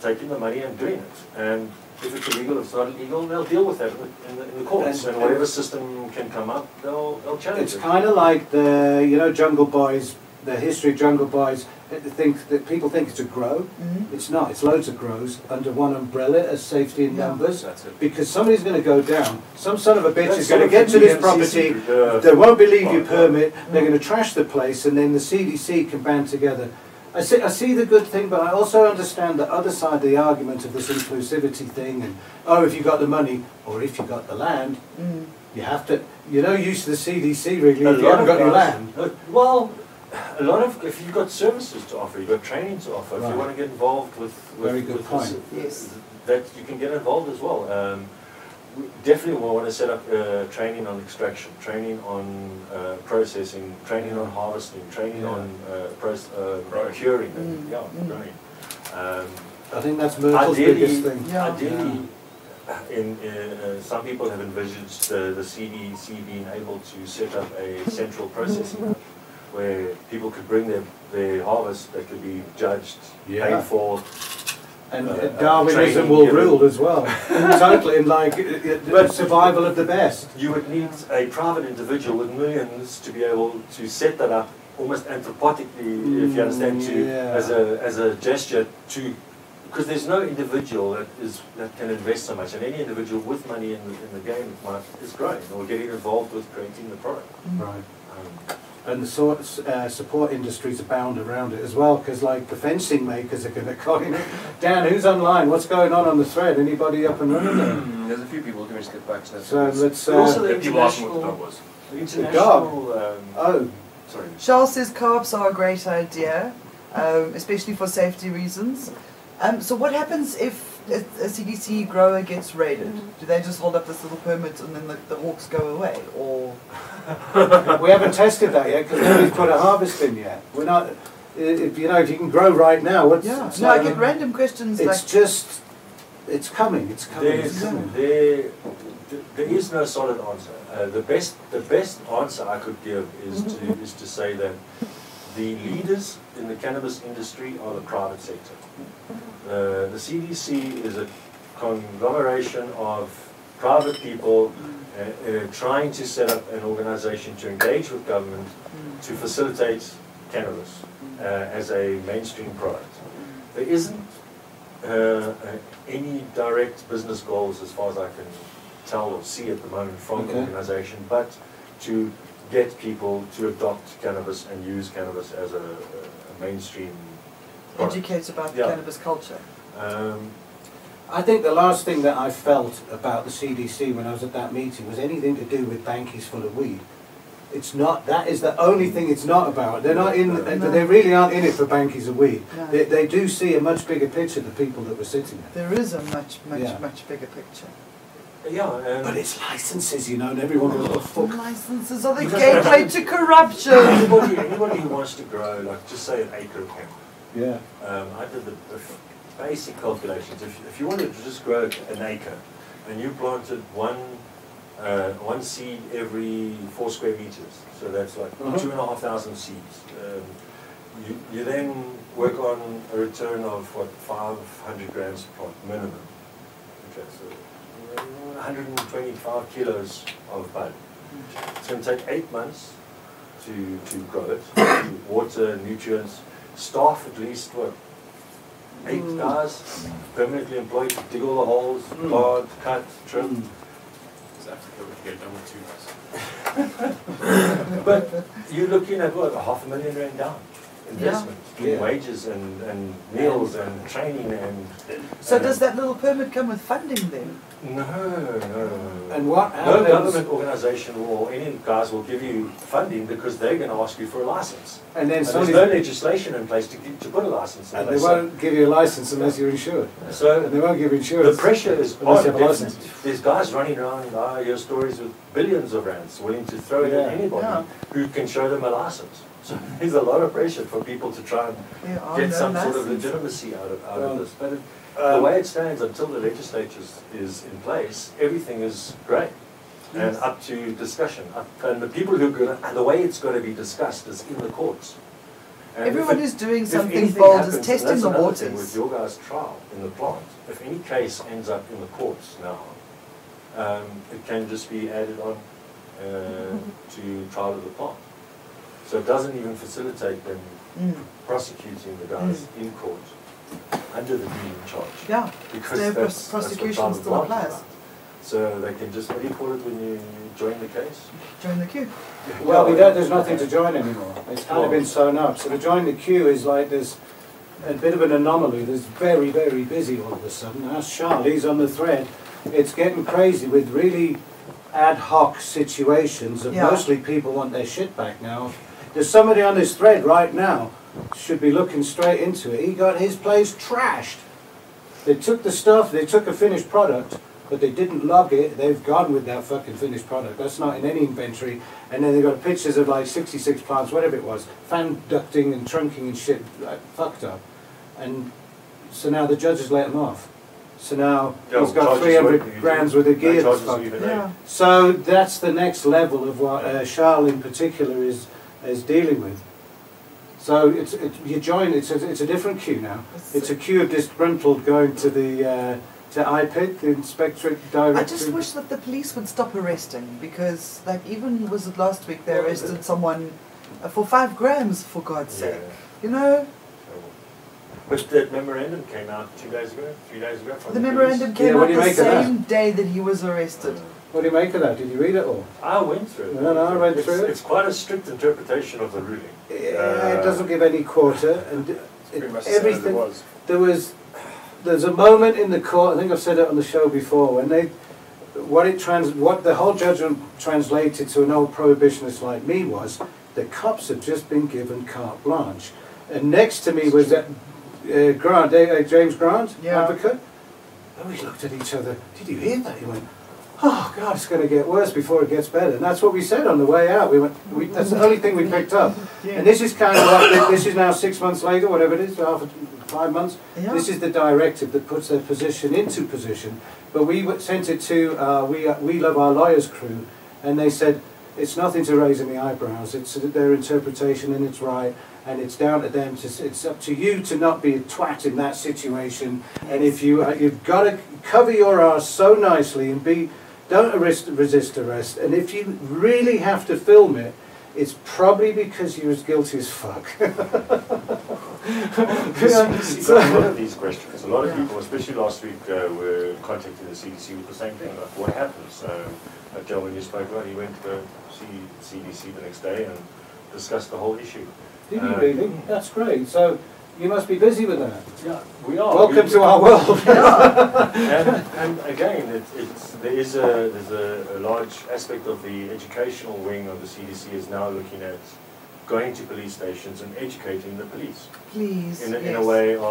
Speaker 4: taking the money and doing it. And if it's illegal, it's not illegal, they'll deal with that in the, in the courts,
Speaker 1: And-
Speaker 4: and whatever system can come up, they'll they'll challenge
Speaker 1: It's
Speaker 4: it.
Speaker 1: kind of like the you know Jungle Boys, the history of Jungle Boys. They Think that people think it's a grow.
Speaker 2: Mhm.
Speaker 1: It's not. It's loads of grows under one umbrella as safety in
Speaker 2: Yeah.
Speaker 1: numbers.
Speaker 3: That's it.
Speaker 1: Because somebody's going to go down. Some son of a bitch
Speaker 4: That's
Speaker 1: is going to
Speaker 4: sort of
Speaker 1: get to this
Speaker 4: the MCC,
Speaker 1: property.
Speaker 4: uh,
Speaker 1: They won't believe your
Speaker 4: Right.
Speaker 1: permit. They're going to trash the place, and then the CDC can band together. I see, I see the good thing, but I also understand the other side of the argument of this inclusivity thing. And oh, if you got the money, or if you got the land,
Speaker 2: Mm.
Speaker 1: you have to. You're no use to the CDC really
Speaker 4: A
Speaker 1: if you
Speaker 4: lot
Speaker 1: haven't
Speaker 4: of
Speaker 1: got your
Speaker 4: guys-
Speaker 1: land.
Speaker 4: uh, Well, a lot of, if you've got services to offer, you've got training to offer, if
Speaker 1: Right.
Speaker 4: you want to get involved with. with-
Speaker 1: Very good
Speaker 4: with this,
Speaker 1: point.
Speaker 2: Yes.
Speaker 4: That you can get involved as well. Um, we definitely will want to set up uh, training on extraction, training on uh, processing, training on harvesting, training
Speaker 1: Yeah.
Speaker 4: on uh, pros- uh,
Speaker 3: Growing.
Speaker 4: curing, and,
Speaker 2: Mm,
Speaker 4: yeah,
Speaker 2: mm.
Speaker 4: growing. Um,
Speaker 1: I think that's Myrtle's biggest
Speaker 4: ideally,
Speaker 1: thing.
Speaker 2: Yeah.
Speaker 4: ideally, in, uh, uh, some people have envisaged uh, the CDC being able to set up a central processing hub where people could bring their, their harvest that could be judged,
Speaker 1: Yeah.
Speaker 4: paid for.
Speaker 1: And
Speaker 4: Uh,
Speaker 1: uh,
Speaker 4: uh,
Speaker 1: Darwinism
Speaker 4: training,
Speaker 1: will
Speaker 4: yeah.
Speaker 1: rule as well.
Speaker 4: [LAUGHS]
Speaker 1: totally, and like uh, uh,
Speaker 4: But-
Speaker 1: survival of the best.
Speaker 4: You would need a private individual with millions to be able to set that up almost anthropodically, if you understand, to
Speaker 1: Mm, Yeah.
Speaker 4: as a as a gesture to because there's no individual that is that can invest so much, and any individual with money in the, in the game might, is growing or getting involved with creating the product.
Speaker 1: Right.
Speaker 4: Um,
Speaker 1: And the sort uh, support industries abound around it as well, because like the fencing makers are going to [LAUGHS] call in, Dan, who's online? What's going on on the thread? Anybody up and running there?
Speaker 2: Hmm.
Speaker 5: mm, There's a few people who can just get back to that.
Speaker 1: So let's.
Speaker 4: But also
Speaker 1: Uh,
Speaker 4: the
Speaker 3: Yeah, people asking what the dog
Speaker 4: international-
Speaker 3: was.
Speaker 4: the
Speaker 1: dog.
Speaker 4: international, um,
Speaker 1: oh,
Speaker 4: sorry,
Speaker 2: Charles says co-ops are a great idea, um, especially for safety reasons. Um, so what happens if a, a CDC grower gets raided? Do they just hold up this little permit and then the, the hawks go away, or
Speaker 1: we haven't tested that yet because nobody's put a harvest in yet. We're not. i- If you know, if you can grow right now, what's
Speaker 2: yeah?
Speaker 1: it's
Speaker 2: No,
Speaker 1: like-
Speaker 2: I get random questions
Speaker 1: It's
Speaker 2: like
Speaker 1: just. It's coming. It's coming. It's
Speaker 4: There's,
Speaker 1: coming.
Speaker 4: there, there is no solid answer. Uh, the best, the best answer I could give is to is to say that the leaders in the cannabis industry are the private sector. Uh, the CDC is a conglomeration of private people uh, uh, trying to set up an organization to engage with government
Speaker 2: mm,
Speaker 4: to facilitate cannabis uh, as a mainstream product.
Speaker 2: mm,
Speaker 4: There isn't uh, uh, any direct business goals, as far as I can tell or see at the moment, from the
Speaker 1: Okay.
Speaker 4: organization, but to get people to adopt cannabis and use cannabis as a, a mainstream product.
Speaker 2: educate about the
Speaker 4: Yeah.
Speaker 2: cannabis culture.
Speaker 4: Um,
Speaker 1: I think the last thing that I felt about the CDC when I was at that meeting was anything to do with bankies full of weed. It's not, that is the only thing it's not about. They're not in, they,
Speaker 2: No.
Speaker 1: they really aren't in it for bankies of weed.
Speaker 2: No.
Speaker 1: They, they do see a much bigger picture, the people that were sitting there.
Speaker 2: There is a much, much,
Speaker 1: Yeah.
Speaker 2: much bigger picture.
Speaker 4: yeah, and
Speaker 1: But it's licenses, you know, and everyone goes, oh, fuck.
Speaker 2: Licenses are the gateway to corruption.
Speaker 4: [COUGHS] anybody, anybody who wants to grow, like just say an acre of cannabis.
Speaker 1: Yeah.
Speaker 4: Um, I did the, the basic calculations. If, if you wanted to just grow an acre, and you planted one uh, one seed every four square meters, so that's like
Speaker 1: Mhm.
Speaker 4: two and a half thousand seeds. Um, you, you then work on a return of what five hundred grams per plant minimum. Okay, so uh, one hundred and twenty-five kilos of bud. It's going to take eight months to, to grow it, to water, nutrients, staff at least, what, eight guys permanently employed to dig all the holes,
Speaker 1: Mm.
Speaker 4: guard, cut, trim.
Speaker 1: Mm.
Speaker 3: It's Africa we could get done with two guys.
Speaker 4: But you're looking at what, a half a million rand down investment
Speaker 1: Yeah.
Speaker 4: in wages and, and meals and training and.
Speaker 2: So
Speaker 4: and-
Speaker 2: does that little permit come with funding then?
Speaker 4: No, no, no.
Speaker 1: And what
Speaker 4: No
Speaker 1: happens,
Speaker 4: government organisation or any guys will give you funding because they're going to ask you for a license.
Speaker 1: and then
Speaker 4: And there's no
Speaker 1: suddenly,
Speaker 4: legislation in place to, gi- to put a license in
Speaker 1: and they
Speaker 4: place.
Speaker 1: won't give you a license unless you're insured. And
Speaker 4: So
Speaker 1: they won't give you
Speaker 4: the
Speaker 1: insurance.
Speaker 4: pressure is
Speaker 1: Unless
Speaker 4: on.
Speaker 1: you have a license.
Speaker 4: There's- There's guys running around, I hear stories with billions of rands willing to throw it
Speaker 1: Yeah.
Speaker 4: at
Speaker 2: Yeah.
Speaker 4: anybody who can show them a license. So [LAUGHS] there's a lot of pressure for people to try and
Speaker 2: There are
Speaker 4: get
Speaker 2: Oh, no
Speaker 4: some sort of
Speaker 2: licenses.
Speaker 4: legitimacy out of, out
Speaker 1: Well, um,
Speaker 4: of this. But it- the way it stands, until the legislature is in place, everything is great and
Speaker 2: Yes.
Speaker 4: up to discussion. Up- And the people who, go- and the way it's going to be discussed is in the courts. And if
Speaker 2: Everyone
Speaker 4: it-
Speaker 2: who's doing
Speaker 4: if
Speaker 2: something
Speaker 4: anything
Speaker 2: bold
Speaker 4: happens,
Speaker 2: is
Speaker 4: and
Speaker 2: testing
Speaker 4: that's
Speaker 2: the
Speaker 4: another thing With
Speaker 2: waters.
Speaker 4: your guys' trial in the plant, if any case ends up in the courts now, um, it can just be added on uh, to trial of the plant. So it doesn't even facilitate them
Speaker 2: Mm.
Speaker 4: prosecuting the guys
Speaker 2: Hmm.
Speaker 4: in court under the being charge.
Speaker 2: Yeah,
Speaker 4: Because
Speaker 2: Their
Speaker 4: that's,
Speaker 2: pros-
Speaker 4: that's what
Speaker 2: prosecution
Speaker 4: trial of the
Speaker 2: still
Speaker 4: plant
Speaker 2: applies.
Speaker 4: is about. So they can just, what do you call it when you join the case?
Speaker 2: join the queue.
Speaker 1: Well, we don't, there's nothing to join anymore. It's kind of
Speaker 4: Well-
Speaker 1: been sewn up. So to join the queue is like there's a bit of an anomaly. There's very, very busy all of a sudden. Ask Charlie's on the thread. It's getting crazy with really ad hoc situations of
Speaker 2: Yeah.
Speaker 1: mostly people want their shit back now. There's somebody on this thread right now should be looking straight into it. He got his place trashed. They took the stuff, they took a finished product, but they didn't log it. They've gone with their fucking finished product. That's not in any inventory. And then they've got pictures of like 66 plants, whatever it was, fan ducting and trunking and shit, like fucked up. And so now the judges let him off. So now
Speaker 4: Yeah,
Speaker 1: he's got
Speaker 4: charges
Speaker 1: 300
Speaker 4: weren't-
Speaker 1: grams worth of
Speaker 4: no
Speaker 1: gear. that's
Speaker 4: charges
Speaker 1: fucked.
Speaker 4: even
Speaker 2: Yeah.
Speaker 1: So that's the next level of what uh, Charles in particular is is dealing with. So it's it, you join it's a, it's a different queue now.
Speaker 2: That's
Speaker 1: It's a
Speaker 2: sick.
Speaker 1: queue of disgruntled going to the uh, to IPID, the Inspectorate Director.
Speaker 2: I just wish that the police would stop arresting because, like, even was it last week they arrested someone uh, for five grams, for God's
Speaker 4: Yeah.
Speaker 2: sake. You know,
Speaker 4: terrible. But that Oh. memorandum came out two days ago, three days ago. from
Speaker 2: the
Speaker 4: police.
Speaker 2: memorandum came
Speaker 1: what
Speaker 2: out
Speaker 1: do you
Speaker 2: the
Speaker 1: make of that?
Speaker 2: same day that he was arrested.
Speaker 1: What do you make of that? Did you read it all?
Speaker 4: I went through it.
Speaker 1: No, no, I read
Speaker 4: It's-
Speaker 1: through it.
Speaker 4: It's quite a strict interpretation of the ruling. Uh,
Speaker 1: it doesn't give any quarter, and it-
Speaker 5: Uh, pretty much the same as it
Speaker 1: everything.
Speaker 5: was.
Speaker 1: there was there's a moment in the court. I think I've said it on the show before when they what it trans what the whole judgment translated to an old prohibitionist like me was the cops had just been given carte blanche, and next to me was that uh, Grant uh, James Grant
Speaker 2: Yeah.
Speaker 1: advocate. And we looked at each other. Did you hear that? He went. Oh God, it's going to get worse before it gets better. And that's what we said on the way out. We went. We, that's the only thing we picked up. And this is kind of like this is now six months later, whatever it is, half a, five months.
Speaker 2: Yeah.
Speaker 1: This is the directive that puts their position into position. But we w- sent it to uh, we we love our lawyers crew, and they said it's nothing to raise any eyebrows. It's their interpretation and it's right, and it's down to them. To, s- it's up to you to not be a twat in that situation. And if you uh, you've got to cover your ass so nicely and be don't arrest, resist arrest. And if you really have to film it. It's probably because you're as guilty as fuck.
Speaker 4: CDC got a lot of these questions. A lot of
Speaker 2: Yeah.
Speaker 4: people, especially last week, uh, were contacting the CDC with the same thing, like what happened. So a gentleman you spoke about, he went to go see CDC the next day and discussed the whole issue.
Speaker 1: Did you
Speaker 4: Uh,
Speaker 1: really? That's great. So you must be busy with that.
Speaker 4: Yeah, we are.
Speaker 1: Welcome
Speaker 4: We-
Speaker 1: to our world.
Speaker 4: and, and again, it, it's, there is a there's a, a large aspect of the educational wing of the CDC is now looking at going to police stations and educating the police
Speaker 2: Please.
Speaker 4: in a, in a
Speaker 2: yes.
Speaker 4: way of,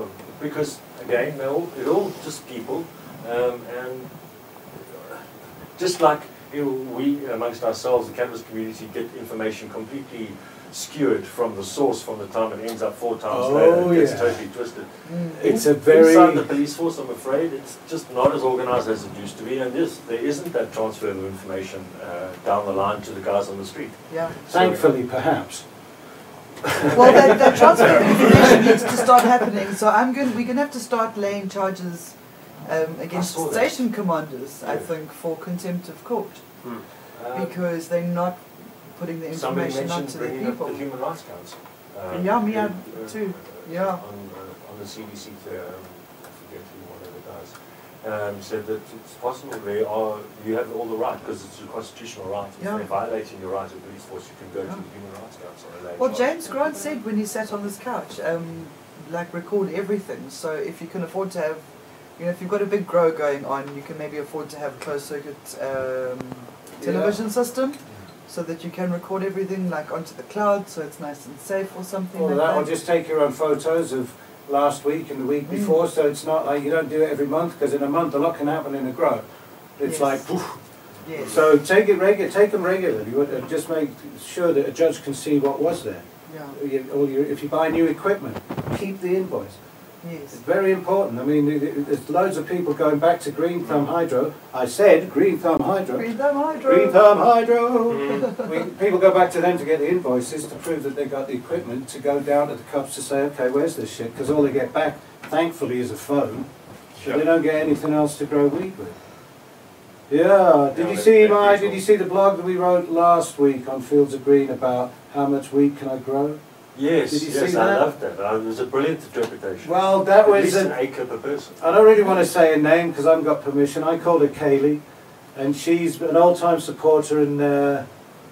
Speaker 4: of because again they're all, they're all just people um, and just like you know, we amongst ourselves the cannabis community get information completely skewed from the source from the time it ends up four times
Speaker 1: Oh,
Speaker 4: later it gets
Speaker 1: yeah.
Speaker 4: totally twisted
Speaker 2: Mm.
Speaker 1: It's
Speaker 4: in-
Speaker 1: a very-
Speaker 4: inside the police force. I'm afraid it's just not as organised as it used to be, and yes, there isn't that transfer of information uh, down the line to the guys on the street.
Speaker 2: Yeah.
Speaker 1: Thankfully, perhaps.
Speaker 2: Well, that, that transfer of information needs to start happening. So I'm going. We're going to have to start laying charges um, against
Speaker 4: saw that.
Speaker 2: station commanders. I
Speaker 4: Yeah.
Speaker 2: think for contempt of court
Speaker 4: Um,
Speaker 2: because they're not putting the
Speaker 4: somebody
Speaker 2: information out
Speaker 4: mentioned
Speaker 2: to the
Speaker 4: bringing up
Speaker 2: people.
Speaker 4: the Human Rights Council. uh,
Speaker 2: Yeah, me, I-
Speaker 4: who, uh,
Speaker 2: too. Yeah.
Speaker 4: On, uh, on the CDC, to, um, I forget who one of the guys um, said that it's possible they are. You have all the right because it's a constitutional right. If
Speaker 2: Yeah.
Speaker 4: they're violating your right as a police force, you can go to
Speaker 2: Yeah.
Speaker 4: the Human Rights Council. and they
Speaker 2: Well,
Speaker 4: charge
Speaker 2: James
Speaker 4: you.
Speaker 2: Grant said when he sat on this couch, um, like record everything. So if you can afford to have, you know, if you've got a big grow going on, you can maybe afford to have closed circuit um, television system, so that you can record everything like onto the cloud, so it's nice and safe or something
Speaker 1: Or
Speaker 2: like
Speaker 1: that, or
Speaker 2: that.
Speaker 1: just take your own photos of last week and the week
Speaker 2: Mm.
Speaker 1: before, so it's not like you don't do it every month, because in a month, a lot can happen in a grow. It's
Speaker 2: Yes.
Speaker 1: like, poof,
Speaker 2: Yes.
Speaker 1: so take it regu- take them regularly, and just make sure that a judge can see what was there.
Speaker 2: yeah.
Speaker 1: You- All your, if you buy new equipment, keep the invoice. It's
Speaker 2: Yes.
Speaker 1: very important. I mean, it- it- there's loads of people going back to green thumb hydro. I said green thumb hydro.
Speaker 2: Breathe them hydro.
Speaker 1: Green Thumb
Speaker 4: Mm-hmm.
Speaker 1: Hydro. we, people go back to them to get the invoices to prove that they got the equipment to go down to the cops to say, okay, where's this shit? Because all they get back, thankfully, is a phone. But they don't get anything else to grow weed with. Yeah. Did
Speaker 4: Yeah,
Speaker 1: you
Speaker 4: they-
Speaker 1: see
Speaker 4: they're
Speaker 1: my? Did
Speaker 4: people.
Speaker 1: you see the blog that we wrote last week on Fields of Green about how much weed can I grow?
Speaker 4: Yes,
Speaker 1: Did you
Speaker 4: yes,
Speaker 1: see
Speaker 4: I
Speaker 1: that?
Speaker 4: loved that. Uh, it was a brilliant interpretation.
Speaker 1: Well, that
Speaker 4: At
Speaker 1: was
Speaker 4: least
Speaker 1: a,
Speaker 4: an acre per person.
Speaker 1: I don't really want to say a name because I haven't got permission. I called her Kaylee, and she's an old-time supporter, and uh,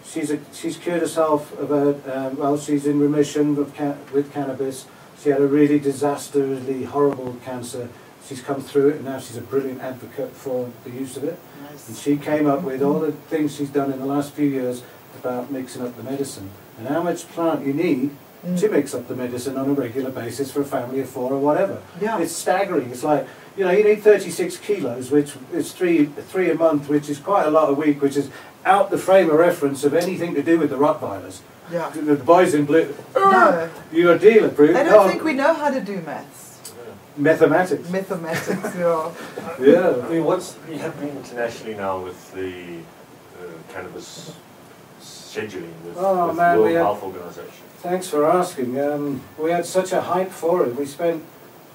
Speaker 1: she's a, she's cured herself of a um, well, she's in remission with, ca- with cannabis. She had a really disastrously horrible cancer. She's come through it, and now she's a brilliant advocate for the use of it. And
Speaker 2: Nice.
Speaker 1: she came up with all the things she's done in the last few years about mixing up the medicine and how much plant you need
Speaker 2: Mm.
Speaker 1: to mix up the medicine on a regular basis for a family of four or whatever.
Speaker 2: Yeah.
Speaker 1: It's staggering. It's like you know, you need 36 kilos, which is three, three a month, which is quite a lot a week, which is out the frame of reference of anything to do with the Rottweilers.
Speaker 2: Yeah.
Speaker 1: The boys in blue,
Speaker 2: No,
Speaker 1: you're a dealer, Prue.
Speaker 2: I
Speaker 1: Oh,
Speaker 2: don't think we know how to do maths.
Speaker 1: Mathematics.
Speaker 2: Mathematics, [LAUGHS] yeah.
Speaker 4: I
Speaker 1: Yeah.
Speaker 4: mean, what's happening internationally now with the uh, cannabis scheduling with,
Speaker 1: Oh,
Speaker 4: with
Speaker 1: man,
Speaker 4: World
Speaker 1: we have-
Speaker 4: Health Organization?
Speaker 1: Thanks for asking. Um, we had such a hype for it. We spent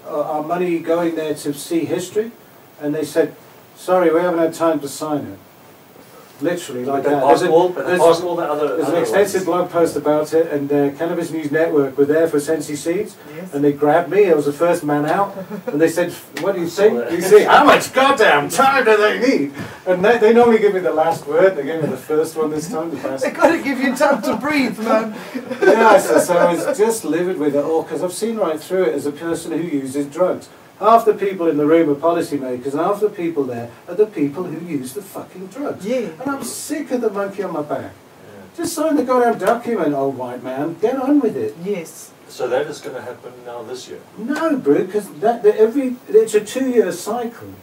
Speaker 1: uh, our money going there to see history, and they said, sorry, we haven't had time to sign it. Literally, like
Speaker 4: They
Speaker 1: that.
Speaker 4: passed
Speaker 1: There's a-
Speaker 4: all, but they
Speaker 1: there's-
Speaker 4: passed all the other.
Speaker 1: There's an
Speaker 4: other
Speaker 1: extensive blog
Speaker 4: ones.
Speaker 1: post about it, and uh, Cannabis News Network were there for Sensi Seeds,
Speaker 2: Yes.
Speaker 1: and they grabbed me. I was the first man
Speaker 2: [LAUGHS]
Speaker 1: out, and they said, "What do you think? Do you see how much goddamn time do they need?" And they, they normally give me the last word. They gave me the first one this time. The best.
Speaker 2: [LAUGHS] They gotta give you time to breathe, man.
Speaker 1: yeah, so, so I was just livid with it all because I've seen right through it as a person who uses drugs. Half the people in the room are policymakers, and half the people there are the people who use the fucking drugs.
Speaker 2: Yeah.
Speaker 1: And I'm sick of the monkey on my back.
Speaker 4: Yeah.
Speaker 1: Just sign the goddamn document, old white man. Get on with it.
Speaker 2: Yes.
Speaker 4: So that is going to happen now this year.
Speaker 1: No, Brew, because that, that every it's a two-year cycle.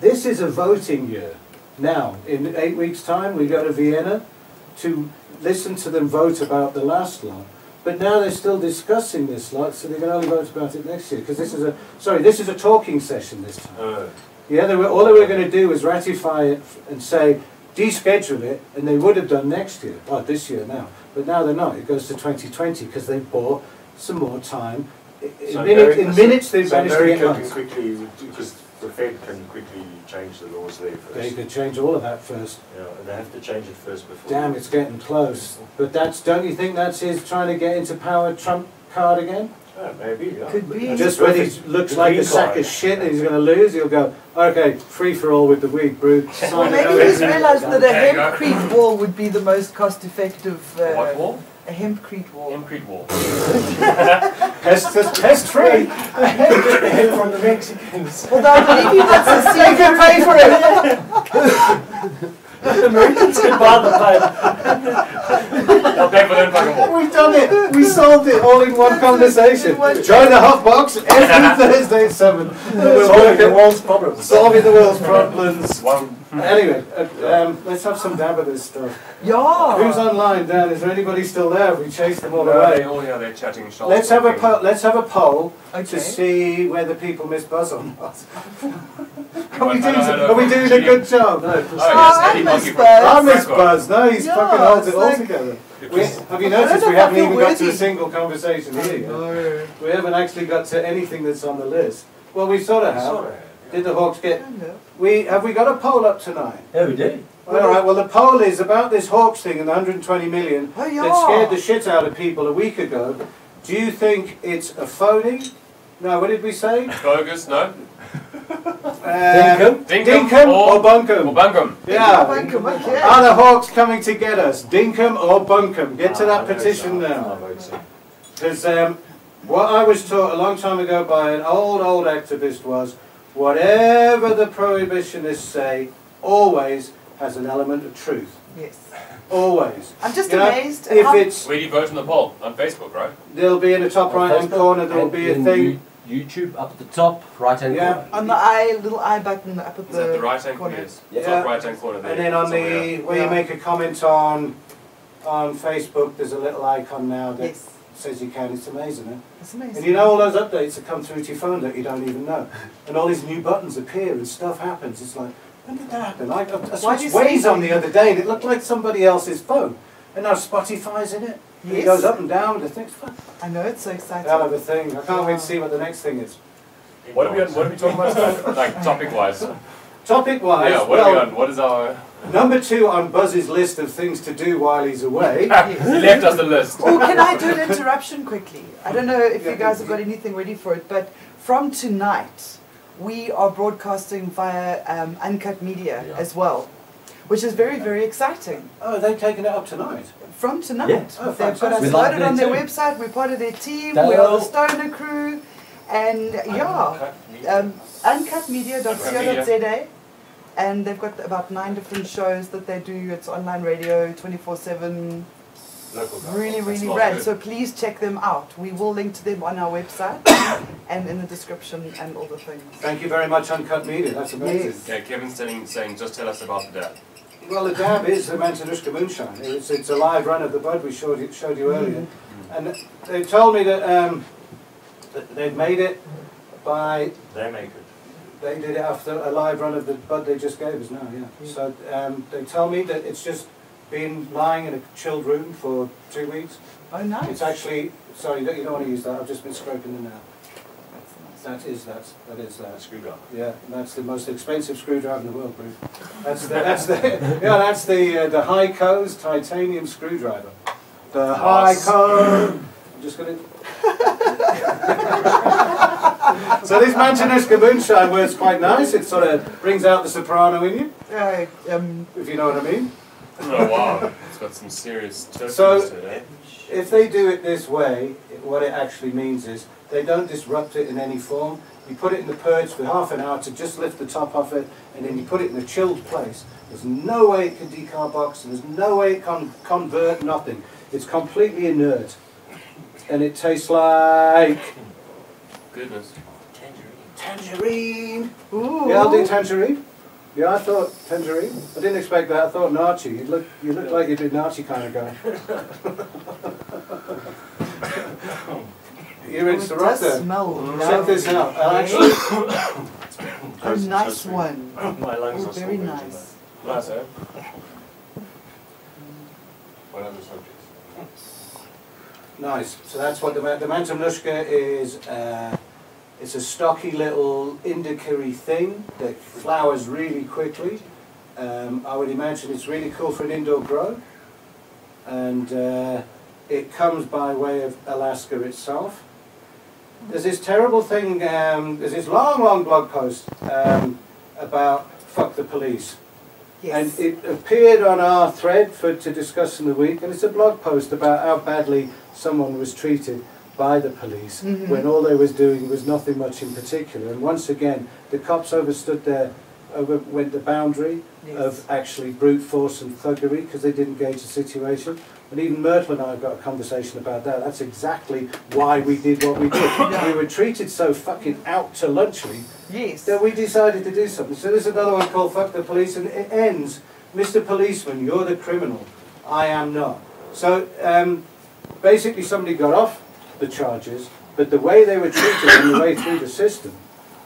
Speaker 1: This is a voting year. Now, in eight weeks' time, we go to Vienna to listen to them vote about the last lot. But now they're still discussing this lot, so they can only vote about it next year. Because this is a sorry, this is a talking session this time.
Speaker 4: Uh,
Speaker 1: Yeah, they were, all they were going to do was ratify it and say deschedule it, and they would have done next year, well, this year now. But now they're not. It goes to 2020 because they bought some more time. I- In,
Speaker 4: so
Speaker 1: minutes,
Speaker 4: America-
Speaker 1: in minutes, they've
Speaker 4: so
Speaker 1: managed to get
Speaker 4: America can
Speaker 1: months.
Speaker 4: quickly, because the Fed can quickly change the laws there first.
Speaker 1: They could change all of that first.
Speaker 4: Yeah, and they have to change it first before.
Speaker 1: Damn, it's getting close. But that's don't you think that's his trying to get into power Trump card again?
Speaker 4: Yeah, maybe. Yeah.
Speaker 2: Could be.
Speaker 1: Just when he
Speaker 4: perfect.
Speaker 1: looks
Speaker 4: The
Speaker 1: like
Speaker 4: green
Speaker 1: a sack
Speaker 4: card.
Speaker 1: of shit and he's going to lose, he'll go, okay, free for all with the weed, Brew. Sign
Speaker 2: Well,
Speaker 1: it
Speaker 2: maybe
Speaker 1: over."
Speaker 2: he's realised that a
Speaker 3: There you
Speaker 2: hempcrete wall would be the most cost-effective.
Speaker 3: A What
Speaker 2: Uh,
Speaker 3: wall?
Speaker 2: a hempcrete wall.
Speaker 3: Concrete
Speaker 4: [LAUGHS]
Speaker 3: wall.
Speaker 1: Pest, pest free.
Speaker 4: from the
Speaker 1: [LAUGHS]
Speaker 4: Mexicans.
Speaker 2: Although I believe [LAUGHS] you, that's a secret pay for it.
Speaker 4: Americans can buy the pipe.
Speaker 3: They'll pay for their own fucking wall.
Speaker 1: We've done it. We solved it all in one conversation. Join the hot box every Thursday at seven. We'll
Speaker 4: Solving
Speaker 1: work
Speaker 4: the
Speaker 1: at
Speaker 4: world's problems.
Speaker 1: solving the world's problems.
Speaker 3: [LAUGHS] One
Speaker 1: Anyway, uh, um, let's have some dab at this stuff.
Speaker 2: Yeah.
Speaker 1: Who's online, Dan? Is there anybody still there? We chased them all
Speaker 3: No,
Speaker 1: away.
Speaker 3: they all here, they're chatting shop.
Speaker 1: Let's have a po- let's have a poll
Speaker 2: Okay.
Speaker 1: to see whether people miss buzz [LAUGHS] or not. Are
Speaker 3: Hello,
Speaker 1: we doing,
Speaker 3: hello,
Speaker 1: are we doing a good job?
Speaker 4: No,
Speaker 3: Oh,
Speaker 4: for-
Speaker 3: yes,
Speaker 2: I
Speaker 3: Eddie
Speaker 2: miss
Speaker 3: Monkey from-
Speaker 2: Buzz.
Speaker 1: I miss
Speaker 3: Franco.
Speaker 1: Buzz. No, he's
Speaker 2: Yeah,
Speaker 1: fucking holds it
Speaker 2: it's
Speaker 1: all
Speaker 2: like-
Speaker 1: together. We,
Speaker 3: Because-
Speaker 1: have you
Speaker 2: I don't
Speaker 1: noticed
Speaker 2: know
Speaker 1: we
Speaker 2: if I
Speaker 1: haven't
Speaker 2: feel
Speaker 1: even got to a
Speaker 2: worthy.
Speaker 1: single conversation here? yet?
Speaker 2: No.
Speaker 1: We haven't actually got to anything that's on the list. Well, we sort of have.
Speaker 4: Sorry.
Speaker 1: Did the Hawks
Speaker 2: I
Speaker 1: get?
Speaker 2: don't know.
Speaker 1: We have we got a poll up tonight?
Speaker 5: Yeah, we did.
Speaker 1: All right. Well, the poll is about this Hawks thing and the 120 million
Speaker 2: Oh, yeah.
Speaker 1: that scared the shit out of people a week ago. Do you think it's a phony? No, what did we say?
Speaker 3: Bogus, no?
Speaker 1: Um,
Speaker 5: Dinkum?
Speaker 1: Dinkum,
Speaker 3: Dinkum
Speaker 1: or
Speaker 3: or-
Speaker 1: Bunkum?
Speaker 3: Or Bungum?
Speaker 2: Yeah,
Speaker 1: yeah.
Speaker 2: Wanker, okay.
Speaker 1: Are the Hawks coming to get us? Dinkum or Bunkum? Get to
Speaker 4: Ah,
Speaker 1: that
Speaker 4: I vote
Speaker 1: petition
Speaker 4: so.
Speaker 1: now.
Speaker 4: I vote so.
Speaker 1: Because um, what I was taught a long time ago by an old, old activist was whatever the prohibitionists say always has an element of truth.
Speaker 2: Yes.
Speaker 1: Always.
Speaker 2: I'm just
Speaker 1: You know,
Speaker 2: amazed at
Speaker 1: If
Speaker 2: how-
Speaker 1: it's,
Speaker 3: Where do you vote on the poll? On Facebook, right?
Speaker 1: there'll be in the top right hand corner, there'll be a
Speaker 5: And
Speaker 1: thing.
Speaker 5: you- YouTube up at the top, right hand
Speaker 1: Yeah.
Speaker 5: corner.
Speaker 2: On the eye, little eye button up at
Speaker 3: Is that
Speaker 2: the,
Speaker 3: the right hand corner?
Speaker 2: corner.
Speaker 3: Yes.
Speaker 5: Yeah.
Speaker 3: Top right hand corner there.
Speaker 1: And then on
Speaker 3: somewhere, yeah.
Speaker 1: the, where you
Speaker 2: Yeah.
Speaker 1: make a comment on, on Facebook, there's a little icon now that
Speaker 2: Yes.
Speaker 1: says you can. It's amazing, eh?
Speaker 2: It's amazing.
Speaker 1: And you know all those updates that come through to your phone that you don't even know, and all these new buttons appear and stuff happens. It's like, when did that happen? I, I, I
Speaker 2: Why do
Speaker 1: switched
Speaker 2: you say
Speaker 1: Waze on the other day, and it looked like somebody else's phone, and now Spotify's in it. And It
Speaker 2: Yes.
Speaker 1: goes up and down. The things. fuck,
Speaker 2: I know it's so exciting.
Speaker 1: Hell of a thing. I can't wait to see what the next thing is.
Speaker 3: uh, What are we on, what are we talking about
Speaker 1: [LAUGHS]
Speaker 3: tonight? Like topic wise?
Speaker 1: Topic wise,
Speaker 3: Yeah, what are we
Speaker 1: well,
Speaker 3: on? What is our. [LAUGHS]
Speaker 1: number two on Buzz's list of things to do while he's
Speaker 3: [LAUGHS]
Speaker 1: away.
Speaker 3: He left us the list.
Speaker 2: Oh, can I do an interruption quickly? I don't know if
Speaker 1: Yeah,
Speaker 2: you guys have got anything ready for it, but from tonight, we are broadcasting via um, Uncut Media
Speaker 5: Yeah.
Speaker 2: as well, which is very, very exciting.
Speaker 1: oh, they've taken it up tonight.
Speaker 2: From tonight,
Speaker 5: Yeah.
Speaker 1: Oh,
Speaker 2: they've got us
Speaker 5: fantastic.
Speaker 2: loaded on their
Speaker 5: We'd like
Speaker 2: website, we're part of their team, we are the
Speaker 5: Hello.
Speaker 2: Stoner crew, and yeah, um, uncutmedia.co.za. And they've got about nine different shows that they do. It's online radio, 24 7,
Speaker 4: Local government.
Speaker 2: really, really
Speaker 3: not
Speaker 2: rad.
Speaker 3: good.
Speaker 2: So please check them out. We will link to them on our website. [COUGHS] and in the description and all the things.
Speaker 1: Thank you very much, Uncut Media. That's amazing.
Speaker 2: Yes.
Speaker 3: Yeah, Kevin's telling, saying, just tell us about the dab.
Speaker 1: Well, the dab is the Mantanushka moonshine. It's, it's a live run of the bud we showed you, showed you earlier. And they told me that, um, that they'd made it by,
Speaker 4: They make it.
Speaker 1: they did it after a live run of the bud they just gave us now, yeah. So um, they tell me that it's just been lying in a chilled room for two weeks.
Speaker 2: Oh, nice.
Speaker 1: It's actually, sorry, you don't, you don't want to use that. I've just been scraping the nail.
Speaker 2: That's nice.
Speaker 1: That is that. That is that.
Speaker 4: That's good. guy.
Speaker 1: Yeah, that's the most expensive screwdriver in the world, Bruce. That's the, that's the, [LAUGHS] yeah, that's the, uh, the Heiko's titanium screwdriver. The
Speaker 3: Nice.
Speaker 1: Heiko. I'm just gonna. [LAUGHS] so this Mantanushka moonshine works quite nice. It sort of brings out the soprano in you,
Speaker 2: Yeah, um,
Speaker 1: if you know what I mean.
Speaker 3: Oh wow, it's got some serious turkeys
Speaker 1: So-
Speaker 3: to it, eh?
Speaker 1: If they do it this way, it- what it actually means is they don't disrupt it in any form. You put it in the purge for half an hour to just lift the top off it, and then you put it in a chilled place. There's no way it can decarbox, and there's no way it can convert nothing. It's completely inert. And it tastes like
Speaker 3: Goodness.
Speaker 1: tangerine.
Speaker 2: ooh.
Speaker 1: Yeah, I'll do tangerine. Yeah, I thought tangerine. I didn't expect that. I thought Nachi. You look, you look like you'd be a Nachi kind of guy. You're in
Speaker 2: Oh, it does
Speaker 1: Sorocco.
Speaker 2: smell
Speaker 1: Check this
Speaker 2: lovely.
Speaker 1: out. I actually,
Speaker 2: A
Speaker 4: Just-
Speaker 2: nice
Speaker 4: just-
Speaker 2: one.
Speaker 4: My lungs
Speaker 2: Oh,
Speaker 4: are still
Speaker 2: very
Speaker 4: burning,
Speaker 2: nice.
Speaker 4: though. Nice, eh? What other subjects?
Speaker 1: nice. So that's what the, ma- the Mantamnushka is. Uh, it's a stocky little indicary thing that flowers really quickly. Um, I would imagine it's really cool for an indoor grow. And uh, it comes by way of Alaska itself. There's this terrible thing, um, there's this long, long blog post um, about fuck the police.
Speaker 2: Yes.
Speaker 1: And it appeared on our thread for to discuss in the week, and it's a blog post about how badly someone was treated by the police
Speaker 2: Mhm.
Speaker 1: when all they was doing was nothing much in particular. And once again, the cops overstood their over went the boundary
Speaker 2: Yes.
Speaker 1: of actually brute force and thuggery because they didn't gauge the situation. And even Myrtle and I have got a conversation about that. That's exactly why we did what we
Speaker 2: [COUGHS]
Speaker 1: did. we were treated so fucking out to lunchery
Speaker 2: yes.
Speaker 1: that we decided to do something. So there's another one called Fuck the Police, and it ends, Mr. Policeman, you're the criminal. I am not. So um, basically, somebody got off the charges, but the way they were treated on the way through the system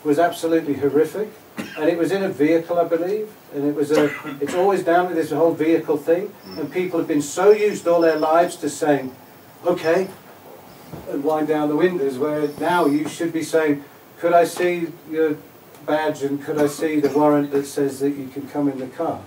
Speaker 1: was absolutely horrific. And it was in a vehicle, I believe, and it was a. It's always down to this whole vehicle thing, and people have been so used all their lives to saying, "Okay, and wind down the windows, where now you should be saying, could I see your badge and could I see the warrant that says that you can come in the car?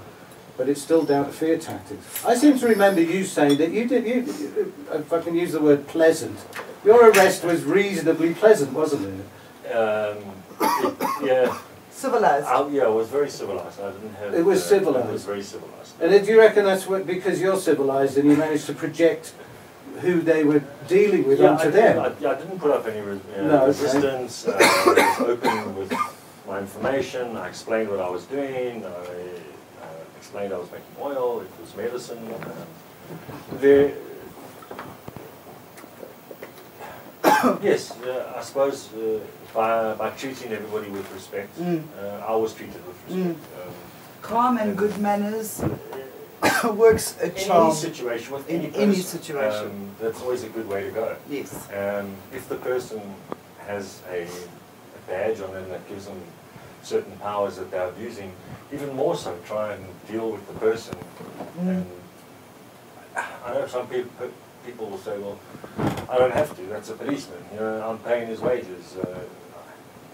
Speaker 1: But it's still down to fear tactics. I seem to remember you saying that you did, you, if I can use the word pleasant, your arrest was reasonably pleasant, wasn't
Speaker 4: Um, it- yeah,
Speaker 2: Civilized.
Speaker 4: I, yeah, I was very civilized. I didn't have.
Speaker 1: It was
Speaker 4: uh,
Speaker 1: civilized.
Speaker 4: It was very civilized.
Speaker 1: it? And do you reckon that's what, because you're civilized and you managed to project who they were dealing with
Speaker 4: yeah, I
Speaker 1: onto
Speaker 4: didn't,
Speaker 1: them?
Speaker 4: I, yeah, I didn't put up any re- uh,
Speaker 1: No, okay.
Speaker 4: resistance. Uh, I was open with my information. I explained what I was doing. I uh, explained I was making oil. It was medicine. Uh, there. yes, uh, I suppose uh, by by treating everybody with respect,
Speaker 2: Mm.
Speaker 4: uh, I was treated with respect. Um,
Speaker 2: Calm and good manners [COUGHS] works a
Speaker 4: in
Speaker 2: charm.
Speaker 4: any situation with
Speaker 2: In
Speaker 4: any
Speaker 2: any
Speaker 4: person,
Speaker 2: situation.
Speaker 4: um, that's always a good way to go.
Speaker 2: Yes.
Speaker 4: Um, if the person has a, a badge on them that gives them certain powers that they're abusing, even more so, try and deal with the person. And I know some people people will say, "Well, I don't have to. That's a policeman. You know, I'm paying his wages." Uh,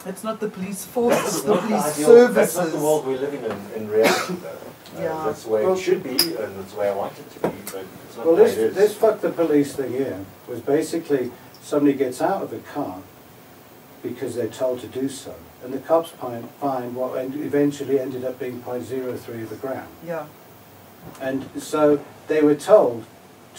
Speaker 2: It's not the police force, it's the
Speaker 4: not the
Speaker 2: police
Speaker 4: ideal- That's not the world
Speaker 2: services.
Speaker 4: we're living in, in reality, though. Uh,
Speaker 2: Yeah.
Speaker 4: That's the way
Speaker 1: Well-
Speaker 4: it should be, and that's the way I want it to be, but it's not
Speaker 1: Well,
Speaker 4: the way it
Speaker 1: this,
Speaker 4: is.
Speaker 1: this fuck the police thing here was basically somebody gets out of a car because they're told to do so, and the cops find, find what end, eventually ended up being 0.03 of a gram.
Speaker 2: Yeah.
Speaker 1: And so they were told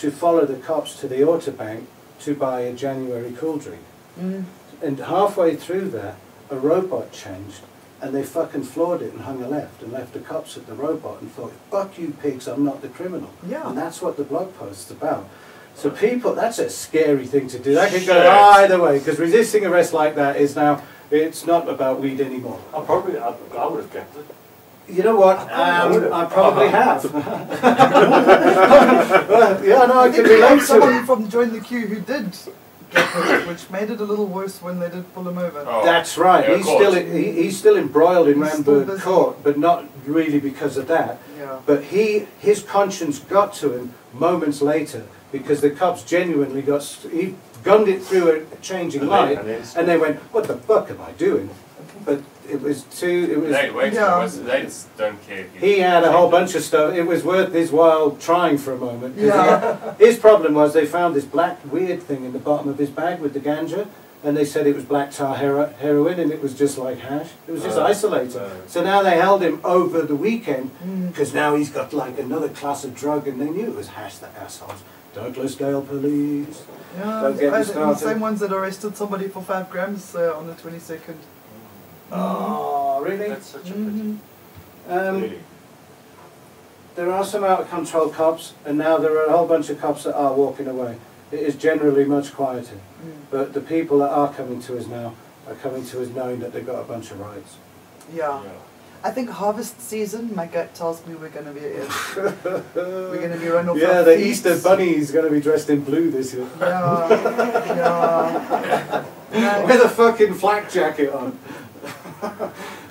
Speaker 1: to follow the cops to the autobank to buy a January cool drink.
Speaker 2: Mm.
Speaker 1: And halfway through that, a robot changed, and they fucking floored it and hung a left and left the cops at the robot and thought, fuck you pigs, I'm not the criminal.
Speaker 2: Yeah.
Speaker 1: And that's what the blog post's about. So people, that's a scary thing to do. That can go
Speaker 4: Shit.
Speaker 1: either way because resisting arrest like that is now it's not about weed anymore.
Speaker 4: I probably, I, I would have kept it.
Speaker 1: You know what?
Speaker 4: I
Speaker 1: Um,
Speaker 4: probably
Speaker 1: I
Speaker 4: would've.
Speaker 1: probably have. [LAUGHS] Well, yeah, no, I
Speaker 2: I
Speaker 1: can
Speaker 2: think we had
Speaker 1: relate to it.
Speaker 2: someone from Join the Queue who did get hurt, which made it a little worse when they did pull him over.
Speaker 3: Oh.
Speaker 1: That's right.
Speaker 3: Yeah, of
Speaker 1: he's
Speaker 3: course.
Speaker 1: still he, he's still embroiled in
Speaker 2: He's still
Speaker 1: Ramburg
Speaker 2: busy.
Speaker 1: Court, but not really because of that.
Speaker 2: Yeah.
Speaker 1: But he, his conscience got to him moments later because the cops genuinely got, s- he gunned it through a changing
Speaker 4: And then-
Speaker 1: light
Speaker 4: and then-
Speaker 1: and they went, what the fuck am I doing? But it was too, it was,
Speaker 3: They wait.
Speaker 2: Yeah.
Speaker 3: what's- They just don't care. if you-
Speaker 1: he had a whole bunch of stuff, it was worth his while trying for a moment. 'cause he-
Speaker 2: Yeah.
Speaker 1: His problem was they found this black weird thing in the bottom of his bag with the ganja and they said it was black tar hero- heroin and it was just like hash. It was just
Speaker 4: Oh.
Speaker 1: isolated.
Speaker 4: Oh.
Speaker 1: So now they held him over the weekend
Speaker 2: Mm.
Speaker 1: because now he's got like another class of drug, and they knew it was hash, the assholes. Douglas Dale Police.
Speaker 4: Mm.
Speaker 2: Yeah,
Speaker 1: Don't get me
Speaker 2: I- the
Speaker 1: started.
Speaker 2: same ones that arrested somebody for five grams uh, on the 22nd.
Speaker 1: Oh, really?
Speaker 4: That's such a pity.
Speaker 2: Mhm.
Speaker 1: Um,
Speaker 4: Really.
Speaker 1: there are some out of control cops, and now there are a whole bunch of cops that are walking away. It is generally much quieter,
Speaker 2: Mm.
Speaker 1: but the people that are coming to us now are coming to us knowing that they've got a bunch of rights.
Speaker 2: Yeah.
Speaker 4: Yeah.
Speaker 2: I think harvest season, my gut tells me we're going to be uh, We're going to be run off
Speaker 1: Uh, yeah,
Speaker 2: our
Speaker 1: the
Speaker 2: feet.
Speaker 1: Easter Bunny is going to be dressed in blue this year.
Speaker 2: Yeah, yeah. No,
Speaker 1: with a fucking flak jacket on. [LAUGHS]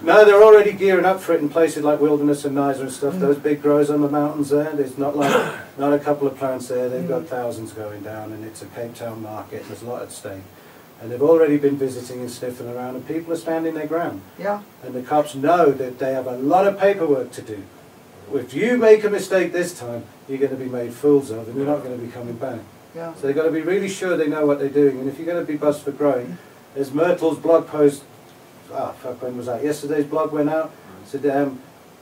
Speaker 1: no, they're already gearing up for it in places like Wilderness and Niza and stuff. Those big grows on the mountains there. There's not like not a couple of plants there. They've got thousands going down, and it's a Cape Town market. There's a lot at stake, and they've already been visiting and sniffing around, and people are standing their ground.
Speaker 2: yeah.
Speaker 1: And the cops know that they have a lot of paperwork to do. If you make a mistake this time, you're going to be made fools of, and you're not going to be coming back.
Speaker 2: Yeah.
Speaker 1: [LAUGHS] So they've got to be really sure they know what they're doing. And if you're going to be bust for growing, there's Myrtle's blog post. Ah, fuck, when was that? Yesterday's blog went out. Said um,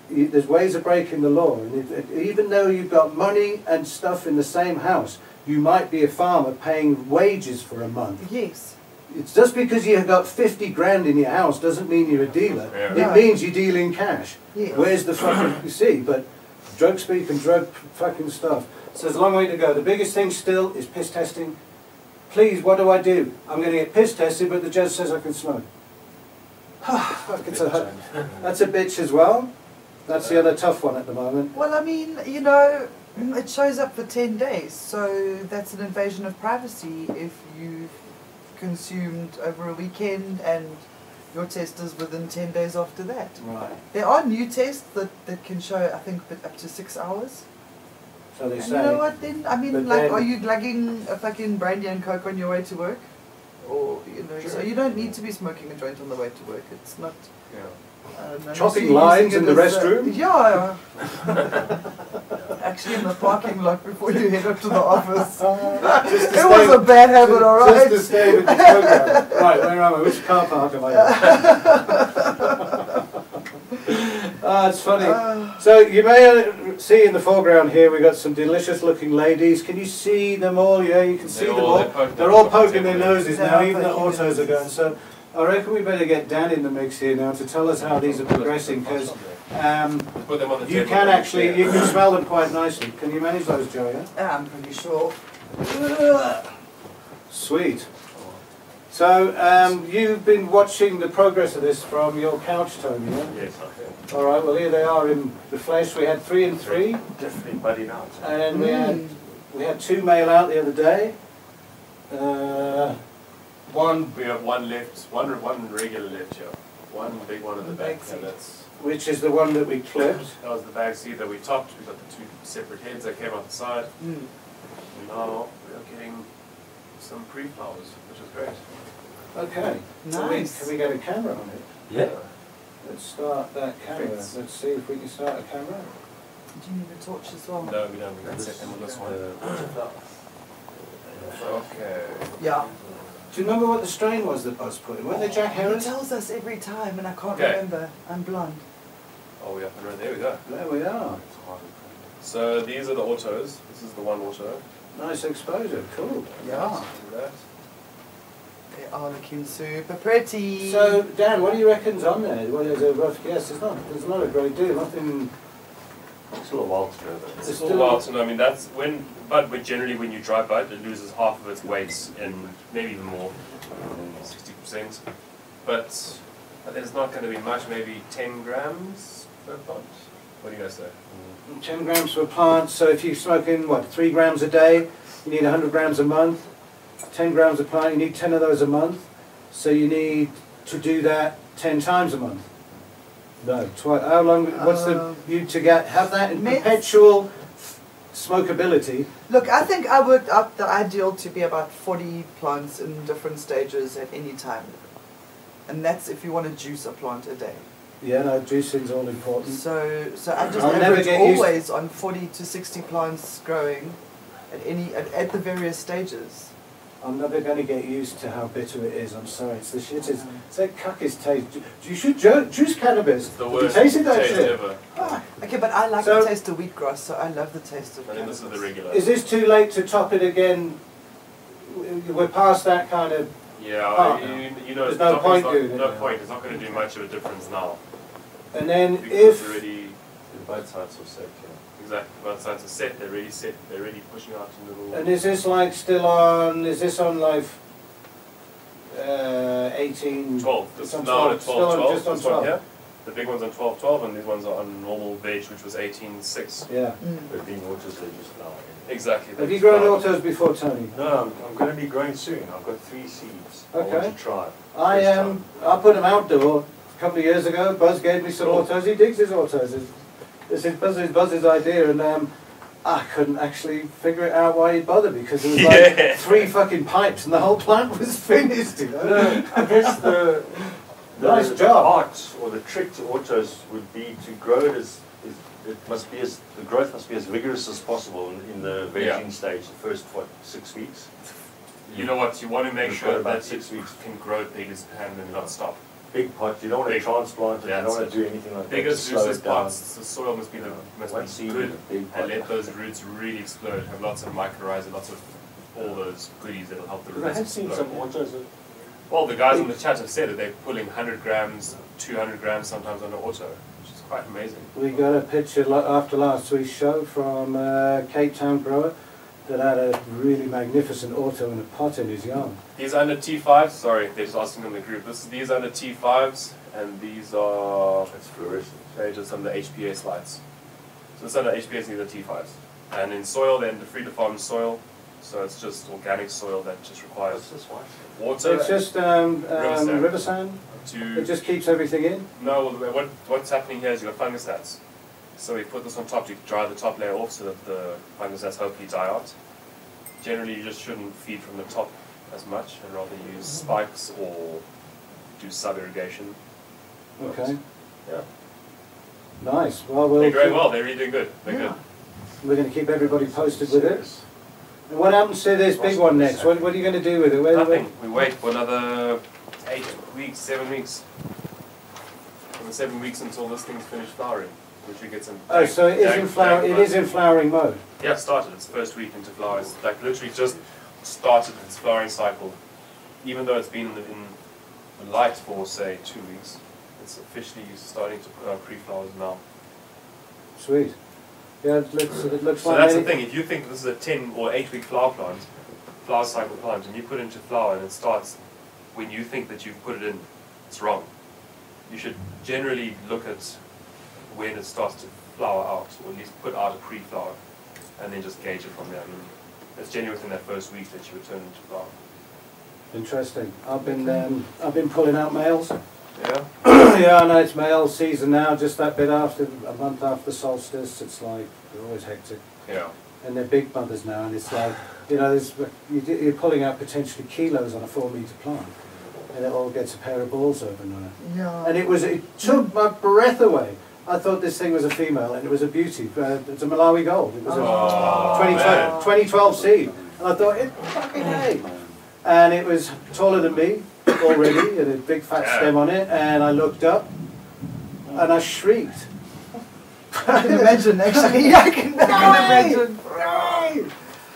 Speaker 1: you, there's ways of breaking the law. And if, even though you've got money and stuff in the same house, you might be a farmer paying wages for a month.
Speaker 2: Yes.
Speaker 1: It's just because you've got 50 grand in your house doesn't mean you're a dealer.
Speaker 3: Yeah.
Speaker 1: It
Speaker 2: Yeah.
Speaker 1: means you're dealing cash.
Speaker 2: Yeah.
Speaker 1: Where's the fucking you see? But drug speak and drug fucking stuff. So there's a long way to go. The biggest thing still is piss testing. Please, what do I do? I'm going to get piss tested, but the judge says I can smoke. [SIGHS] Fuck, it's a hu- that's a bitch as well. That's the other tough one at the moment.
Speaker 2: Well, I mean, you know, it shows up for 10 days, so that's an invasion of privacy if you've consumed over a weekend and your test is within 10 days after that.
Speaker 1: Right.
Speaker 2: There are new tests that, that can show, I think, but up to six hours.
Speaker 1: So they
Speaker 2: And
Speaker 1: say.
Speaker 2: you know what then? I mean,
Speaker 1: But
Speaker 2: like,
Speaker 1: then-
Speaker 2: are you glugging a fucking brandy and coke on your way to work? Or, you know, so
Speaker 4: Sure.
Speaker 2: you don't need to be smoking a joint on the way to work. It's not.
Speaker 3: Yeah.
Speaker 2: I don't know,
Speaker 1: Chopping
Speaker 2: using
Speaker 1: lines
Speaker 2: it
Speaker 1: in the
Speaker 2: as a-
Speaker 1: restroom?
Speaker 2: yeah. [LAUGHS] Actually, in the parking lot before you head up to the office.
Speaker 1: [LAUGHS] Just to
Speaker 2: it was
Speaker 1: stay-
Speaker 2: a bad habit,
Speaker 1: Just- Just
Speaker 2: alright?
Speaker 1: to stay with the
Speaker 2: [LAUGHS]
Speaker 1: program. right, where am I? Which car park am I in?
Speaker 2: [LAUGHS]
Speaker 1: Ah, it's funny. So you may uh, see in the foreground here we've got some delicious looking ladies. Can you see them all? Yeah, you can see
Speaker 3: They're
Speaker 1: them
Speaker 3: all-
Speaker 1: all.
Speaker 3: they're poking
Speaker 1: They're
Speaker 3: their
Speaker 1: all
Speaker 3: noses
Speaker 1: poking their
Speaker 3: everywhere.
Speaker 1: noses
Speaker 2: They
Speaker 1: now,
Speaker 2: are
Speaker 1: even the
Speaker 2: poking their
Speaker 1: autos are going.
Speaker 2: noses.
Speaker 1: So I reckon we better get Dan in the mix here now to tell us how these are progressing because um,
Speaker 3: Put them on the
Speaker 1: you
Speaker 3: table
Speaker 1: can
Speaker 3: and
Speaker 1: actually,
Speaker 3: share.
Speaker 1: you can smell them quite nicely. Can you manage those, Joe? yeah?
Speaker 2: I'm pretty sure. [SIGHS] Hmm.
Speaker 1: Sweet. So um, you've been watching the progress of this from your couch, Tony. Yeah?
Speaker 4: Yes, I
Speaker 1: All right. Well, here they are in the flesh. We had three and three,
Speaker 4: have. Definitely buddy out.
Speaker 1: and we had
Speaker 2: Mm.
Speaker 1: we had two mail out the other day. Uh, one
Speaker 3: We have one left, one one regular left here, one big one in the
Speaker 2: Big
Speaker 3: back, and
Speaker 2: seat.
Speaker 3: that's
Speaker 1: which is the one that we clipped.
Speaker 3: that was the back seat that we topped. We got the two separate heads that came out the side.
Speaker 2: Mm.
Speaker 3: And now we're getting some pre-flowers, which is great.
Speaker 1: Okay. Can we,
Speaker 2: Nice.
Speaker 1: can we get a camera on it?
Speaker 5: Yeah.
Speaker 1: Let's start that camera.
Speaker 3: Thanks.
Speaker 1: Let's see if we can start a camera.
Speaker 2: Do you need a torch as well?
Speaker 3: No, we don't. We can set them on this one.
Speaker 1: uh,
Speaker 3: Okay.
Speaker 2: Yeah.
Speaker 1: Do you remember what the strain was that Buzz put in? Weren't they Jack
Speaker 2: He
Speaker 1: Harris?
Speaker 2: tells us every time, and I can't
Speaker 3: Okay.
Speaker 2: remember. I'm blonde.
Speaker 3: Oh, we up and running. There we go.
Speaker 1: There we are.
Speaker 3: So these are the autos. This is the one auto.
Speaker 1: Nice exposure. Cool.
Speaker 2: Yeah.
Speaker 3: Do that.
Speaker 2: They are looking super pretty.
Speaker 1: So, Dan, what do you reckon's on there? Well, there's a rough guess. It's not. There's not a great deal. Nothing
Speaker 4: Still a while to go though.
Speaker 3: It's still a while to know. I mean, that's when, but but generally when you dry bud, it loses half of its weight and maybe even more, sixty percent. But there's not going to be much. Maybe ten grams per plant. What do you guys say?
Speaker 1: 10 grams per plant, so if you smoke in, what, 3 grams a day, you need 100 grams a month. 10 grams a plant, you need 10 of those a month. So you need to do that 10 times a month. No, twice. How long, what's
Speaker 2: Uh,
Speaker 1: the,
Speaker 4: Um,
Speaker 1: you to get, have that in
Speaker 2: mid-
Speaker 1: perpetual f- smokability?
Speaker 2: Look, I think I worked up the ideal to be about 40 plants in different stages at any time. And that's if you want to juice a plant a day.
Speaker 1: Yeah, no, juicing's all important.
Speaker 2: So, so I just
Speaker 1: I'll never
Speaker 2: average
Speaker 1: get used-
Speaker 2: always on 40 to 60 plants growing at any at, at the various stages.
Speaker 1: I'm never going to get used to how bitter it is. I'm sorry, it's the shit. It's, it's that cuckish taste. Ju- You should ju- juice cannabis.
Speaker 3: It's the
Speaker 1: Have
Speaker 3: worst
Speaker 1: you tasted that
Speaker 3: taste
Speaker 1: shit?
Speaker 3: ever.
Speaker 2: Ah, okay, but I like
Speaker 1: So-
Speaker 2: the taste of wheatgrass, so I love the taste of
Speaker 3: I think this is the
Speaker 2: cannabis.
Speaker 3: regular.
Speaker 1: Is this too late to top it again? W- We're past that kind of.
Speaker 3: yeah,
Speaker 1: Oh.
Speaker 3: you, you know,
Speaker 1: There's
Speaker 3: it's
Speaker 1: no
Speaker 3: not,
Speaker 1: point
Speaker 3: it's not,
Speaker 1: doing it
Speaker 3: no
Speaker 1: now.
Speaker 3: point. It's not going to do much of a difference now
Speaker 1: And then
Speaker 3: because it's
Speaker 1: if
Speaker 3: already
Speaker 4: Both sides of safety.
Speaker 3: exactly both sides are set. They're already set. They're already pushing out into the
Speaker 1: and is this like still on? Is this on like uh, eighteen?
Speaker 3: 12.
Speaker 1: It's
Speaker 3: This,
Speaker 1: on
Speaker 3: no,
Speaker 1: 12,
Speaker 3: it's
Speaker 1: still on-
Speaker 3: 12, 12.
Speaker 1: just on
Speaker 3: this one
Speaker 1: 12.
Speaker 3: here. The big one's on 12, 12, and these ones are on normal veg, which was 18.6.
Speaker 1: Yeah.
Speaker 2: Mm.
Speaker 4: There've been waters that just now.
Speaker 3: Exactly.
Speaker 1: Have you
Speaker 3: that's
Speaker 1: grown
Speaker 3: about-
Speaker 1: autos before, Tony?
Speaker 4: No, I'm, I'm going to be growing soon. I've got three seeds. I
Speaker 1: Okay.
Speaker 4: want to try.
Speaker 1: I
Speaker 4: First
Speaker 1: um, I put them outdoor a couple of years ago. Buzz gave me some
Speaker 4: Cool.
Speaker 1: autos. He digs his autos. It's- This is Buzz's Buzz's idea, and um, I couldn't actually figure it out why he bothered because there was like
Speaker 3: Yeah.
Speaker 1: three fucking pipes, and the whole plant was [LAUGHS] finished. You know?
Speaker 4: No, I guess the, the
Speaker 1: Nice job.
Speaker 4: art or the trick to autos would be to grow it as it, it must be as the growth must be as vigorous as possible in, in the vegging
Speaker 3: Yeah.
Speaker 4: stage, the first what six weeks.
Speaker 3: You know what? You want to make
Speaker 4: We've
Speaker 3: sure
Speaker 4: got about
Speaker 3: that
Speaker 4: six
Speaker 3: it
Speaker 4: weeks.
Speaker 3: can grow big as it can and not stop.
Speaker 4: Big pot. You don't want to
Speaker 3: Big.
Speaker 4: transplant it. You don't
Speaker 3: That's
Speaker 4: want
Speaker 3: it.
Speaker 4: to do anything like that.
Speaker 3: Biggest
Speaker 4: to slow
Speaker 3: juices
Speaker 4: it down.
Speaker 3: parts, the soil must be the,
Speaker 4: One
Speaker 3: must be
Speaker 4: seed
Speaker 3: good,
Speaker 4: in a big pot.
Speaker 3: and let those roots really explode. Have lots of mycorrhizae, lots of all those goodies that'll help the
Speaker 4: Because I
Speaker 3: roots
Speaker 4: have seen
Speaker 3: explode.
Speaker 4: some autos. That,
Speaker 3: Well, the guys on the chat have said that they're pulling 100 grams, 200 grams sometimes on the auto, which is quite amazing.
Speaker 1: We got a picture la- after last week's show from uh, Cape Town grower that had a really magnificent auto in a pot in his yard.
Speaker 3: These are under T5s, sorry, they're just asking in the group. This, these are the T5s, and these are
Speaker 4: that's fluorescent.
Speaker 3: they're just under HPA slides. So it's under HPA, these are T5s. And in soil, they're in the free to farm soil, so it's just organic soil that just
Speaker 4: What's
Speaker 3: requires
Speaker 4: this one?
Speaker 3: water
Speaker 1: So it's just um, um,
Speaker 3: Riverside.
Speaker 1: river sand. It
Speaker 3: to.
Speaker 1: just keeps everything in.
Speaker 3: No, well, the- what, what's happening here is you've got fungicides. So we put this on top to dry the top layer off so that the fungicides hopefully die out. Generally, you just shouldn't feed from the top as much and rather use
Speaker 1: Mm-hmm.
Speaker 3: spikes or do sub irrigation.
Speaker 1: Okay,
Speaker 3: Yeah.
Speaker 1: nice. Well, we'll
Speaker 3: They're growing
Speaker 1: keep-
Speaker 3: well, they're really doing good. They're good.
Speaker 1: we're going to keep everybody posted with it.
Speaker 4: Serious.
Speaker 1: And what happens to this big one next? What, what are you going to do with it? Where,
Speaker 3: Nothing. We wait for another eight weeks, seven weeks. Another seven weeks until this thing's finished flowering, which we get some.
Speaker 1: Oh, so it is
Speaker 3: dang-
Speaker 1: in flower.
Speaker 3: dang
Speaker 1: It is in flowering mode.
Speaker 3: Yeah, it started its first week into flowers. Like literally just started its flowering cycle. Even though it's been in the, in the light for say two weeks, it's officially starting to put out pre-flowers now.
Speaker 1: Sweet. Yeah, it looks. It looks
Speaker 3: So
Speaker 1: like.
Speaker 3: that's the
Speaker 1: any-
Speaker 3: thing. If you think this is a ten or eight week flower plant, flower cycle plant, and you put it into flower and it starts when you think that you've put it in, it's wrong. You should generally look at when it starts to flower out, or at least put out a pre-flower, and then just gauge it from there. I mean, it's generally within that first week that you return it to flower.
Speaker 1: Interesting. I've been. Um, I've been pulling out males. [CLEARS THROAT]
Speaker 3: Yeah.
Speaker 1: yeah, I know it's male season now. Just that bit after a month after solstice, it's like they're always hectic.
Speaker 3: Yeah.
Speaker 1: and they're big mothers now, and it's like, you know, there's, you do- you're pulling out potentially kilos on a four metre plant, and it all gets a pair of balls overnight.
Speaker 2: Yeah.
Speaker 1: And it was, it took my breath away. I thought this thing was a female, and it was a beauty. Uh, it's a Malawi gold. It was a
Speaker 3: Oh,
Speaker 1: 2012,
Speaker 3: man.
Speaker 1: 2012 seed, and I thought, it fucking hey. And it was taller than me already, and a big fat
Speaker 3: Yeah.
Speaker 1: stem on it, and I looked up, and I shrieked.
Speaker 2: I can imagine actually. [LAUGHS] I can, I can
Speaker 1: No way!
Speaker 2: imagine.
Speaker 1: Hooray!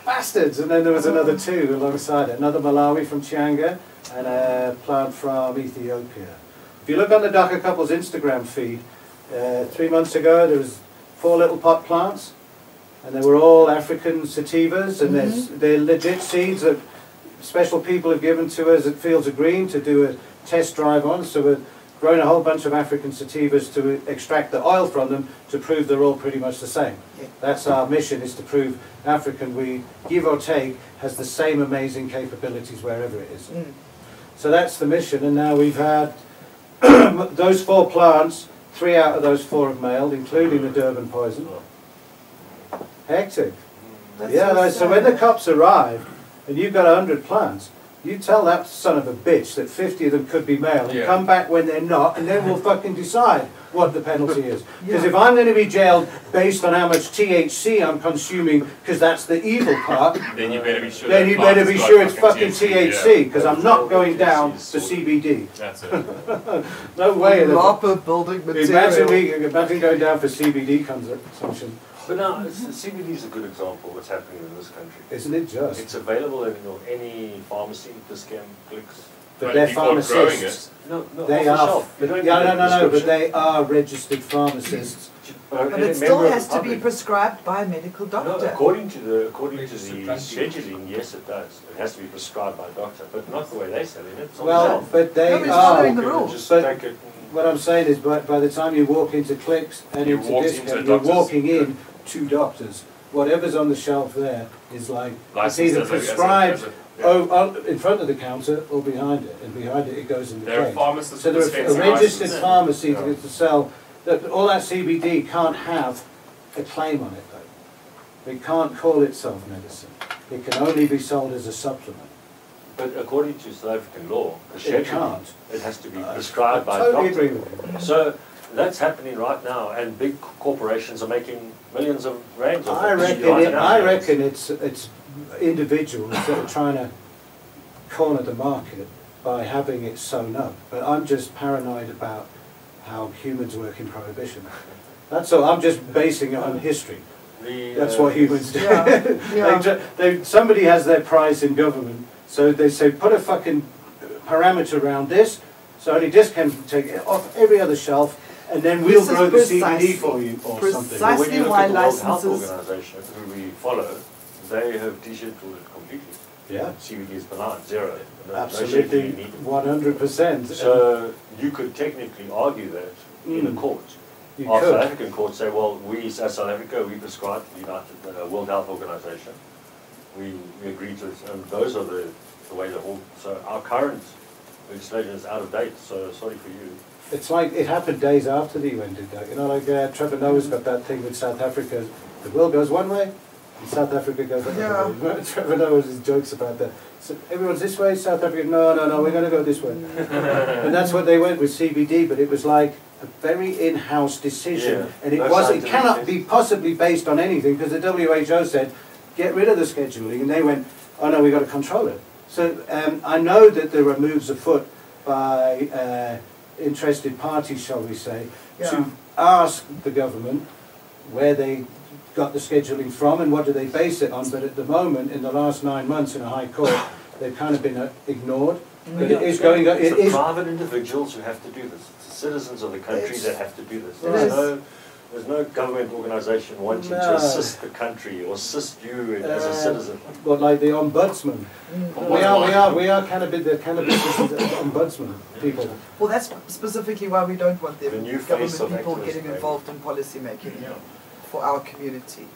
Speaker 1: Bastards! And then there was another two alongside it. Another Malawi from Chianga and a plant from Ethiopia. If you look on the Dhaka couple's Instagram feed, uh, three months ago there was four little pot plants, and they were all African sativas, and there's they're legit seeds that special people have given to us at Fields of Green to do a test drive on. So we're growing a whole bunch of African sativas to extract the oil from them to prove they're all pretty much the same.
Speaker 2: Yeah.
Speaker 1: That's our mission: is to prove African weed, give or take, has the same amazing capabilities wherever it is.
Speaker 2: Mm.
Speaker 1: So that's the mission, and now we've had [CLEARS THROAT] those four plants, three out of those four have mailed, including the Durban poison. Hectic.
Speaker 2: That's
Speaker 1: yeah,
Speaker 2: so
Speaker 1: no, so when the
Speaker 2: sad.
Speaker 1: cops arrive and you've got 100 plants, you tell that son of a bitch that 50 of them could be male and
Speaker 3: Yeah.
Speaker 1: come back when they're not, and then we'll fucking decide what the penalty
Speaker 2: [LAUGHS]
Speaker 1: is. Because
Speaker 2: Yeah.
Speaker 1: if I'm going to be jailed based on how much THC I'm consuming, because that's the evil part,
Speaker 3: Then you better be sure.
Speaker 1: then
Speaker 3: that
Speaker 1: you
Speaker 3: plant
Speaker 1: better
Speaker 3: has
Speaker 1: be
Speaker 3: got
Speaker 1: sure it's fucking THC,
Speaker 3: yeah.
Speaker 1: because I'm not going down to
Speaker 4: Sorted.
Speaker 1: CBD.
Speaker 3: That's it.
Speaker 1: No way. that-
Speaker 2: Lapa building
Speaker 1: Imagine,
Speaker 2: material.
Speaker 1: we, imagine going down for CBD consumption.
Speaker 4: But now, it's- CBD is a good example of what's happening in this country.
Speaker 1: Isn't it just?
Speaker 4: It's available in you know, any pharmacy, discount clicks.
Speaker 1: But
Speaker 3: But
Speaker 1: they're
Speaker 3: people are growing
Speaker 1: pharmacists.
Speaker 4: No, no,
Speaker 1: They
Speaker 4: off the
Speaker 1: are.
Speaker 4: shelf. You
Speaker 1: Yeah, no,
Speaker 4: don't need
Speaker 1: no,
Speaker 4: a
Speaker 1: no, but
Speaker 4: prescription.
Speaker 1: they are registered pharmacists.
Speaker 2: But it still has to be prescribed by a medical
Speaker 4: No,
Speaker 2: doctor.
Speaker 4: according to the, according to
Speaker 3: Registered
Speaker 4: the
Speaker 3: drug dealers.
Speaker 4: scheduling, yes, it does. It has to be prescribed by a doctor, but not the way they're selling it. It's on the
Speaker 1: Well,
Speaker 4: shelf.
Speaker 1: but
Speaker 2: No, but
Speaker 1: they
Speaker 2: it's following
Speaker 1: are.
Speaker 2: the
Speaker 4: People
Speaker 2: rules.
Speaker 4: just
Speaker 1: But-
Speaker 4: take it and-
Speaker 1: What I'm saying is, by, by the time you walk into Clicks and
Speaker 3: You
Speaker 1: into
Speaker 3: walked into
Speaker 1: Discount,
Speaker 3: a
Speaker 1: you're
Speaker 3: doctor's.
Speaker 1: walking in to doctors. Whatever's on the shelf there is like, it's
Speaker 3: Licensed
Speaker 1: either
Speaker 3: as a- as a- as
Speaker 1: prescribed
Speaker 3: a- yeah.
Speaker 1: o- o- in front of the counter or behind it, and behind it, it goes in the
Speaker 3: They're a
Speaker 1: crate.
Speaker 3: pharmacist.
Speaker 1: So there are
Speaker 3: dispensing
Speaker 1: registered
Speaker 3: license.
Speaker 1: pharmacies
Speaker 4: Yeah.
Speaker 1: that to sell, that, all that CBD can't have a claim on it though. It can't call itself medicine. It can only be sold as a supplement.
Speaker 4: But according to South African law, the
Speaker 1: It
Speaker 4: scheduling,
Speaker 1: can't.
Speaker 4: it has to be
Speaker 1: I-
Speaker 4: prescribed by
Speaker 1: I
Speaker 4: a
Speaker 1: totally
Speaker 4: doctor.
Speaker 1: agree with you.
Speaker 4: So that's happening right now, and big c- corporations are making millions of rands off it.
Speaker 1: I reckon,
Speaker 4: Right
Speaker 1: it-
Speaker 4: now.
Speaker 1: I reckon it's, it's individuals that are trying to corner the market by having it sewn up. But I'm just paranoid about how humans work in prohibition. That's all, I'm just basing it on history.
Speaker 4: The,
Speaker 1: That's
Speaker 4: uh,
Speaker 1: what humans do. [LAUGHS]
Speaker 2: Yeah, yeah.
Speaker 1: They, ju- they, somebody has their prize in government, so they say put a fucking parameter around this, so only this can take it off every other shelf, and then we'll
Speaker 2: This is
Speaker 1: grow the
Speaker 2: precisely-
Speaker 1: CBD for you or
Speaker 4: But
Speaker 1: something.
Speaker 2: precise-
Speaker 4: when you
Speaker 2: Precisely
Speaker 4: look
Speaker 2: why
Speaker 4: at the World Health
Speaker 2: licenses-
Speaker 4: Organization, who we follow, they have digital it completely.
Speaker 1: Yeah.
Speaker 4: CBD is benign, zero. No- no
Speaker 1: Absolutely,
Speaker 4: scheduling needed.
Speaker 1: one hundred percent.
Speaker 4: So you could technically argue that in a
Speaker 1: Mm.
Speaker 4: court.
Speaker 1: You
Speaker 4: Our South
Speaker 1: could.
Speaker 4: African courts say, well, we as South Africa, we prescribe the United uh, World Health Organization. We, we agree to this, and those are the, the way the whole. So our current legislation is out of date. So sorry for you.
Speaker 1: It's like, it happened days after the UN did that, you know, like uh, Trevor Noah's got that thing with South Africa, the world goes one way, and South Africa goes the
Speaker 2: Yeah.
Speaker 1: other way. [LAUGHS] Trevor Noah's jokes about that. So everyone's this way, South Africa, no, no, no, we're gonna go this way. And that's what they went with CBD, but it was like a very in-house decision.
Speaker 4: Yeah.
Speaker 1: And it
Speaker 4: No
Speaker 1: was, it
Speaker 4: scientific
Speaker 1: cannot
Speaker 4: basis.
Speaker 1: be possibly based on anything, because the WHO said, get rid of the scheduling, and they went, oh no, we gotta control it. So, um, I know that there are moves afoot by, uh, interested parties, shall we say,
Speaker 2: Yeah.
Speaker 1: to ask the government where they got the scheduling from and what do they base it on, but at the moment, in the last nine months in a high court, they've kind of been uh, ignored, but it is going, it
Speaker 4: It's the
Speaker 1: is
Speaker 4: private individuals who have to do this. It's the citizens of the country
Speaker 2: It's-
Speaker 4: that have to do this.
Speaker 2: It
Speaker 4: There's
Speaker 2: is.
Speaker 4: no, there's no government organisation wanting
Speaker 1: No.
Speaker 4: to assist the country or assist you in- as
Speaker 1: Uh,
Speaker 4: a citizen.
Speaker 1: But like the ombudsman.
Speaker 2: Mm.
Speaker 3: But
Speaker 1: We
Speaker 3: what-
Speaker 1: are, we are, we are cannabis, the cannabis is the ombudsman people.
Speaker 2: Well, that's specifically why we don't want them
Speaker 4: The new
Speaker 2: government
Speaker 4: face of
Speaker 2: people
Speaker 4: activism,
Speaker 2: getting
Speaker 4: maybe.
Speaker 2: involved in policy making for our community.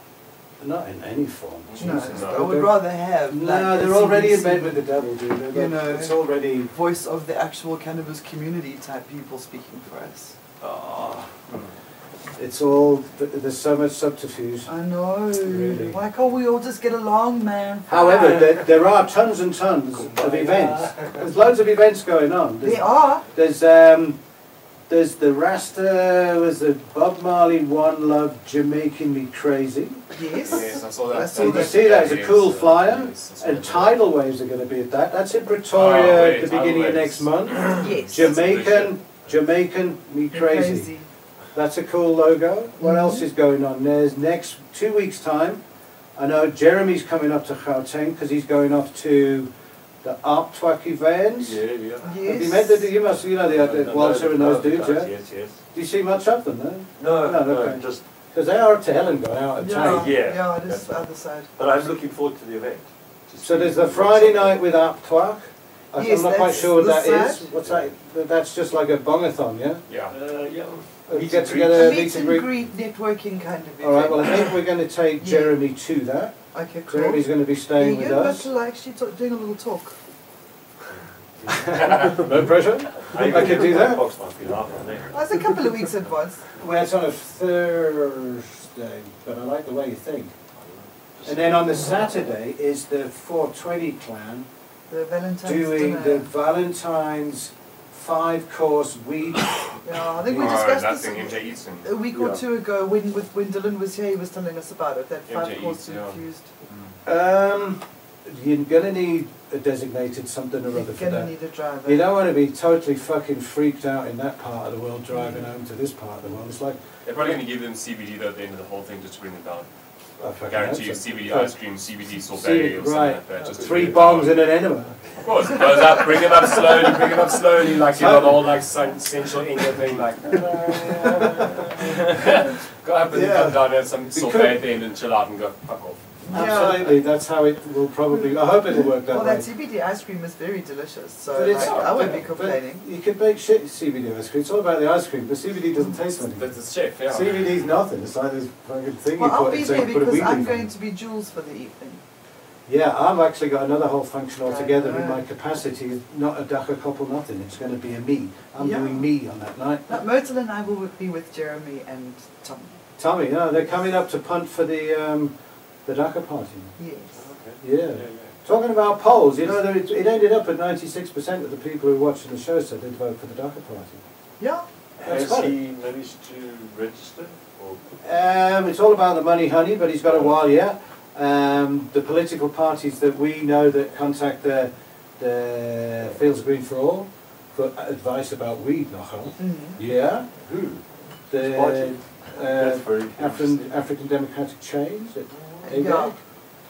Speaker 1: Not in any form.
Speaker 2: No,
Speaker 1: Jesus.
Speaker 3: No.
Speaker 2: I would rather have like
Speaker 1: No,
Speaker 2: a
Speaker 1: they're already in
Speaker 2: CBC
Speaker 1: bed with the devil, dude. They're
Speaker 2: You
Speaker 1: like-
Speaker 2: know.
Speaker 1: It's already,
Speaker 2: voice of the actual cannabis community type people speaking for us.
Speaker 1: it's all, th- there's so much subterfuge.
Speaker 2: I know.
Speaker 1: Really?
Speaker 2: Why can't we all just get along, man?
Speaker 1: However, there, there are tons and tons of events. There's loads of events going on. There's-
Speaker 2: they are.
Speaker 1: There's um, there's the Rasta, was the Bob Marley One Love Jamaican Me Crazy,
Speaker 2: Yes.
Speaker 3: Yes, I saw that.
Speaker 2: I saw
Speaker 1: You
Speaker 2: that.
Speaker 1: see that as a
Speaker 3: Yes,
Speaker 1: cool
Speaker 3: uh,
Speaker 1: flyer,
Speaker 3: yes, I saw
Speaker 1: and
Speaker 3: that.
Speaker 1: tidal waves are going to be at that. That's in
Speaker 3: Oh,
Speaker 1: Pretoria
Speaker 3: wait,
Speaker 1: at the
Speaker 3: tidal
Speaker 1: beginning of
Speaker 3: waves.
Speaker 1: next month.
Speaker 2: Yes.
Speaker 1: Jamaican, Jamaican Me Crazy. That's a cool logo. What else is going on? There's next two weeks time. I know Jeremy's coming up to Gauteng because he's going off to the Artwak events.
Speaker 4: Yeah, yeah.
Speaker 1: Have you met the,
Speaker 2: Yes.
Speaker 1: you must, you know, the, the Walter and those dudes, yeah?
Speaker 4: Yes, yes.
Speaker 1: Do you see much of them, though?
Speaker 4: No,
Speaker 1: No,
Speaker 4: no,
Speaker 1: okay.
Speaker 4: just
Speaker 1: Because they are up to hell and gone out of town.
Speaker 2: yeah,
Speaker 4: yeah.
Speaker 2: yeah, it is the other side.
Speaker 4: But I'm looking forward to the event. to
Speaker 1: So
Speaker 4: see
Speaker 1: there's the
Speaker 4: what's
Speaker 1: Friday
Speaker 4: up there.
Speaker 1: night with Art Clark. I-
Speaker 2: Yes,
Speaker 1: I'm not quite
Speaker 2: that's
Speaker 1: sure what that
Speaker 2: this
Speaker 1: is.
Speaker 2: Saturday.
Speaker 1: What's that? Th- That's just like a bongathon, yeah?
Speaker 3: Yeah.
Speaker 4: Uh, yeah.
Speaker 1: Uh, Get
Speaker 4: Meet and greet.
Speaker 1: together,
Speaker 2: a meet and
Speaker 1: greet.
Speaker 2: greet networking kind of event.
Speaker 1: All right, well, I think we're going to take
Speaker 2: Yeah.
Speaker 1: Jeremy to that.
Speaker 2: okay, cool.
Speaker 1: Jeremy's going to be
Speaker 2: yeah,
Speaker 1: staying
Speaker 2: you're
Speaker 1: with
Speaker 2: about
Speaker 1: us.
Speaker 2: to like actually talk, doing a little talk.
Speaker 1: [LAUGHS] No pressure? I
Speaker 4: even
Speaker 1: could do
Speaker 4: my
Speaker 1: that.
Speaker 4: box might be up on there.
Speaker 2: Well, it's a couple
Speaker 1: [LAUGHS]
Speaker 2: of weeks advance.
Speaker 1: Well, it's on a Thursday, but I like the way you think.
Speaker 4: Just-
Speaker 1: And then on the Saturday is the 420 clan
Speaker 2: The Valentine's
Speaker 1: doing the
Speaker 2: dinner.
Speaker 1: Valentine's five course
Speaker 2: [COUGHS]
Speaker 1: week.
Speaker 2: yeah, I think we
Speaker 3: Oh,
Speaker 2: discussed
Speaker 3: that
Speaker 2: this
Speaker 3: thing MJ Eaton.
Speaker 2: a week
Speaker 4: Yeah.
Speaker 2: or two ago when with, when Dylan was here. He was telling us about it. That
Speaker 3: Yeah,
Speaker 2: five course
Speaker 3: yeah.
Speaker 2: infused.
Speaker 1: Um, you're going to need a designated something or
Speaker 2: You're
Speaker 1: other for
Speaker 2: gonna
Speaker 1: that.
Speaker 2: need a driver.
Speaker 1: You don't want to be totally fucking freaked out in that part of the world driving home to this part of the world. It's like,
Speaker 3: They're probably going to give them CBD though at the end of the whole thing just to bring them down.
Speaker 1: I
Speaker 3: I
Speaker 1: oh, fucking hope
Speaker 3: guarantee you
Speaker 1: so.
Speaker 3: CBD
Speaker 1: Oh.
Speaker 3: ice cream, CBD sorbet, or something
Speaker 1: right.
Speaker 3: like that. Just to
Speaker 1: Three
Speaker 3: bring them down.
Speaker 1: bombs and an enema.
Speaker 3: Of course, it goes up, bring it up slowly, bring it up slowly, like you know, the whole like sen- sensual India thing, like. [LAUGHS] go up and
Speaker 1: Yeah.
Speaker 3: come down, have some sorbet
Speaker 1: could-
Speaker 3: at the end and chill out and go fuck off.
Speaker 2: Yeah.
Speaker 1: Absolutely, that's how it will probably. I hope it'll work that
Speaker 2: Well,
Speaker 1: way.
Speaker 2: that CBD ice cream is very delicious, so
Speaker 1: But it's-
Speaker 2: like, I won't be
Speaker 1: but
Speaker 2: complaining.
Speaker 1: You can make shit CBD ice cream. It's all about the ice cream, but CBD doesn't taste anything.
Speaker 3: That's the chef, yeah.
Speaker 1: CBD's nothing. It's like this fucking thing
Speaker 2: Well,
Speaker 1: you put
Speaker 2: I'll be
Speaker 1: into
Speaker 2: there
Speaker 1: put a
Speaker 2: because
Speaker 1: weed
Speaker 2: I'm
Speaker 1: leaf on.
Speaker 2: going to be Jules for the evening.
Speaker 1: Yeah, I've actually got another whole function altogether in my
Speaker 2: Right.
Speaker 1: capacity. Not a ducker couple, nothing. It's going to be a me. I'm
Speaker 2: Yeah. Oh.
Speaker 1: doing me on that night.
Speaker 2: No, Myrtle and I will be with Jeremy and Tom.
Speaker 1: Tommy, no, they're coming up to punt for the um, the ducker party.
Speaker 2: Yes.
Speaker 1: Yeah.
Speaker 4: Yeah, yeah.
Speaker 1: Talking about polls, you know, there- it, it ended up at 96% of the people who watched the show said they'd vote for the ducker party.
Speaker 2: Yeah.
Speaker 1: That's
Speaker 4: Has
Speaker 1: funny.
Speaker 4: he managed to register? Or
Speaker 1: Um, it's all about the money, honey, but he's got a while yet. Um, the political parties that we know that contact the, the Fields Green for All for advice about weed, Nahal.
Speaker 2: Mhm.
Speaker 1: Yeah.
Speaker 4: who?
Speaker 1: The
Speaker 4: Party.
Speaker 1: uh,
Speaker 4: That's very
Speaker 1: African,
Speaker 4: interesting.
Speaker 1: African Democratic Change, at ADAC,
Speaker 2: Yeah.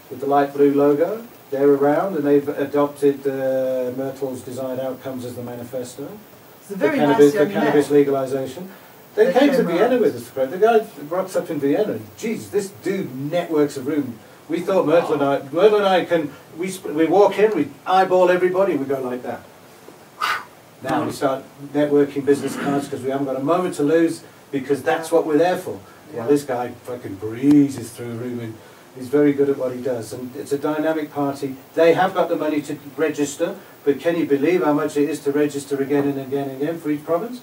Speaker 1: with the light blue logo. They're around and they've adopted uh, Myrtle's desired outcomes as the manifesto.
Speaker 2: It's a very
Speaker 1: the cannabis,
Speaker 2: nice young
Speaker 1: the cannabis
Speaker 2: man.
Speaker 1: legalization. They,
Speaker 2: They
Speaker 1: came, to
Speaker 2: came
Speaker 1: Vienna
Speaker 2: around.
Speaker 1: with us, Fred. The guy rocks up in Vienna. and Jeez, this dude networks a room. We thought Myrtle and I, Myrtle and I can, we, sp- we walk in, we eyeball everybody, we go like that. Now we start networking business cards because we haven't got a moment to lose because that's what we're there for. Well,
Speaker 2: Yeah.
Speaker 1: this guy fucking breezes through a room and he's very good at what he does. And it's a dynamic party. They have got the money to register, but can you believe how much it is to register again and again and again for each province?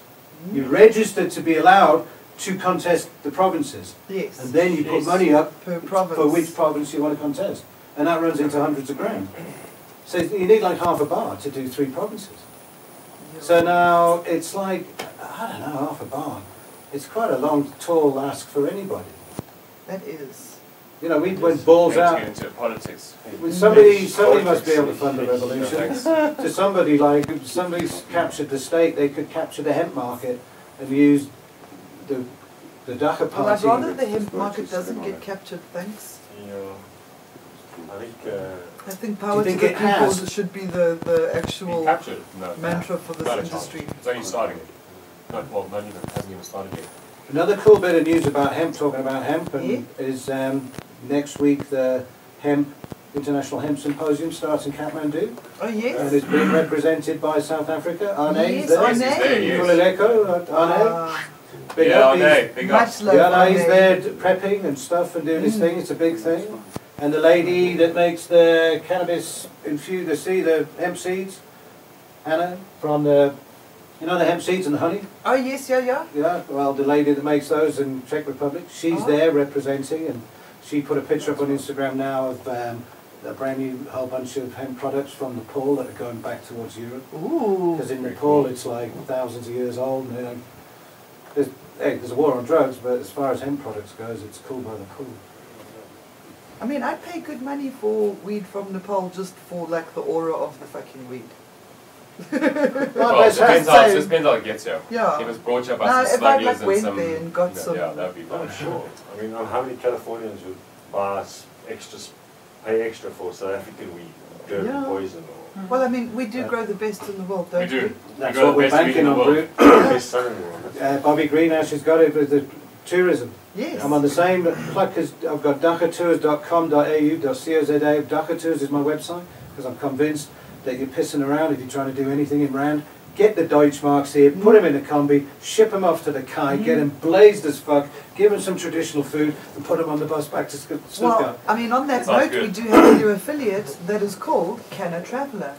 Speaker 1: You register to be allowed to contest the provinces.
Speaker 2: Yes.
Speaker 1: And then you put money up
Speaker 2: per province.
Speaker 1: for which province you want to contest. And that runs into hundreds of grand. So you need like half a bar to do three provinces.
Speaker 2: Yeah.
Speaker 1: So now it's like, I don't know, half a bar. It's quite a long, tall ask for anybody.
Speaker 2: that is.
Speaker 1: You know, we went balls
Speaker 3: Going to
Speaker 1: out.
Speaker 3: get into politics.
Speaker 1: Well, Somebody,
Speaker 4: Yes.
Speaker 1: somebody must be able to fund a
Speaker 4: Yes.
Speaker 1: revolution.
Speaker 3: Thanks.
Speaker 1: So somebody like, if somebody's captured the state, they could capture the hemp market and use the, the Dhaka
Speaker 2: Well, I'd
Speaker 1: party.
Speaker 2: rather the hemp market doesn't get captured, thanks.
Speaker 4: Yeah. I think uh,
Speaker 2: I think
Speaker 1: you
Speaker 2: power
Speaker 1: think
Speaker 2: to
Speaker 1: it
Speaker 2: the
Speaker 1: has?
Speaker 2: people should be the, the
Speaker 3: Being
Speaker 2: actual
Speaker 3: captured? No.
Speaker 2: mantra for this
Speaker 3: Not a chance.
Speaker 2: industry.
Speaker 3: It's only starting. Not, well, not even, hasn't even started yet.
Speaker 1: Another cool bit of news about hemp, talking about hemp, and
Speaker 2: Yeah.
Speaker 1: is um, next week the hemp International Hemp Symposium starts in Kathmandu,
Speaker 2: Oh
Speaker 1: and
Speaker 2: yes.
Speaker 1: it's being represented by South Africa. Arne,
Speaker 2: Yes,
Speaker 1: is there?
Speaker 2: Arne.
Speaker 3: Yes, there he is.
Speaker 1: Kuleleko, uh, Arne.
Speaker 2: Ah,
Speaker 1: Big
Speaker 3: yeah,
Speaker 1: up,
Speaker 3: I
Speaker 1: he's-
Speaker 3: know, big up.
Speaker 2: much love.
Speaker 1: Yeah, no, he's
Speaker 2: Arne.
Speaker 1: there d- prepping and stuff and doing his thing. It's a big thing. And the lady that makes the cannabis infused, the seed, the hemp seeds, Hannah from the, you know, the hemp seeds and the honey.
Speaker 2: Oh yes, yeah, yeah.
Speaker 1: Yeah. Well, the lady that makes those in Czech Republic, she's
Speaker 2: Oh.
Speaker 1: there representing, and she put a picture up on Instagram now of um, a brand new whole bunch of hemp products from Nepal that are going back towards Europe.
Speaker 2: Ooh.
Speaker 1: Because in Nepal, it's like thousands of years old, and they don't. There's, hey, there's a war on drugs, but as far as hemp products goes, it's cool by the pool.
Speaker 2: I mean, I'd pay good money for weed from Nepal just for like the aura of the fucking weed.
Speaker 1: [LAUGHS] Well,
Speaker 3: Well, it
Speaker 1: let's
Speaker 3: depends
Speaker 1: have
Speaker 3: how, it
Speaker 1: to-
Speaker 3: depends how it gets here.
Speaker 2: Yeah.
Speaker 3: If it's brought here by
Speaker 2: Now,
Speaker 3: some
Speaker 2: if I, like,
Speaker 3: smugglers and
Speaker 2: went
Speaker 3: some.
Speaker 2: there and got some- Oh,
Speaker 3: Yeah, that'd be
Speaker 4: I'm
Speaker 3: fine.
Speaker 4: not sure. I mean, um, how many Californians would buy s- extra, s- pay extra for South African weed, dirt
Speaker 2: Yeah.
Speaker 4: and poison,
Speaker 1: [COUGHS]
Speaker 4: or
Speaker 2: Well, I mean, we do grow the best in the world,
Speaker 3: We
Speaker 2: don't we?
Speaker 3: do.
Speaker 1: That's
Speaker 3: we got
Speaker 1: what
Speaker 3: the
Speaker 1: we're
Speaker 3: best weed
Speaker 1: banking
Speaker 3: in the
Speaker 1: on,
Speaker 3: world.
Speaker 1: Brute.
Speaker 4: his son-in-law?
Speaker 1: Uh, Bobby Greenash has got it with the tourism.
Speaker 2: Yes.
Speaker 1: I'm on the same pluck as I've got dakatours.com.au.coza. Dhaka Tours is my website because I'm convinced that you're pissing around if you're trying to do anything in Rand. Get the Deutschmarks here,
Speaker 2: Mm.
Speaker 1: put them in a combi, ship them off to the Kai, get them blazed as fuck, give them some traditional food, and put them on the bus back to Stutt- Stuttgart.
Speaker 2: Well, I mean, on that
Speaker 3: Sounds
Speaker 2: note, we
Speaker 3: good.
Speaker 2: do have a new affiliate that is called Can a Traveller.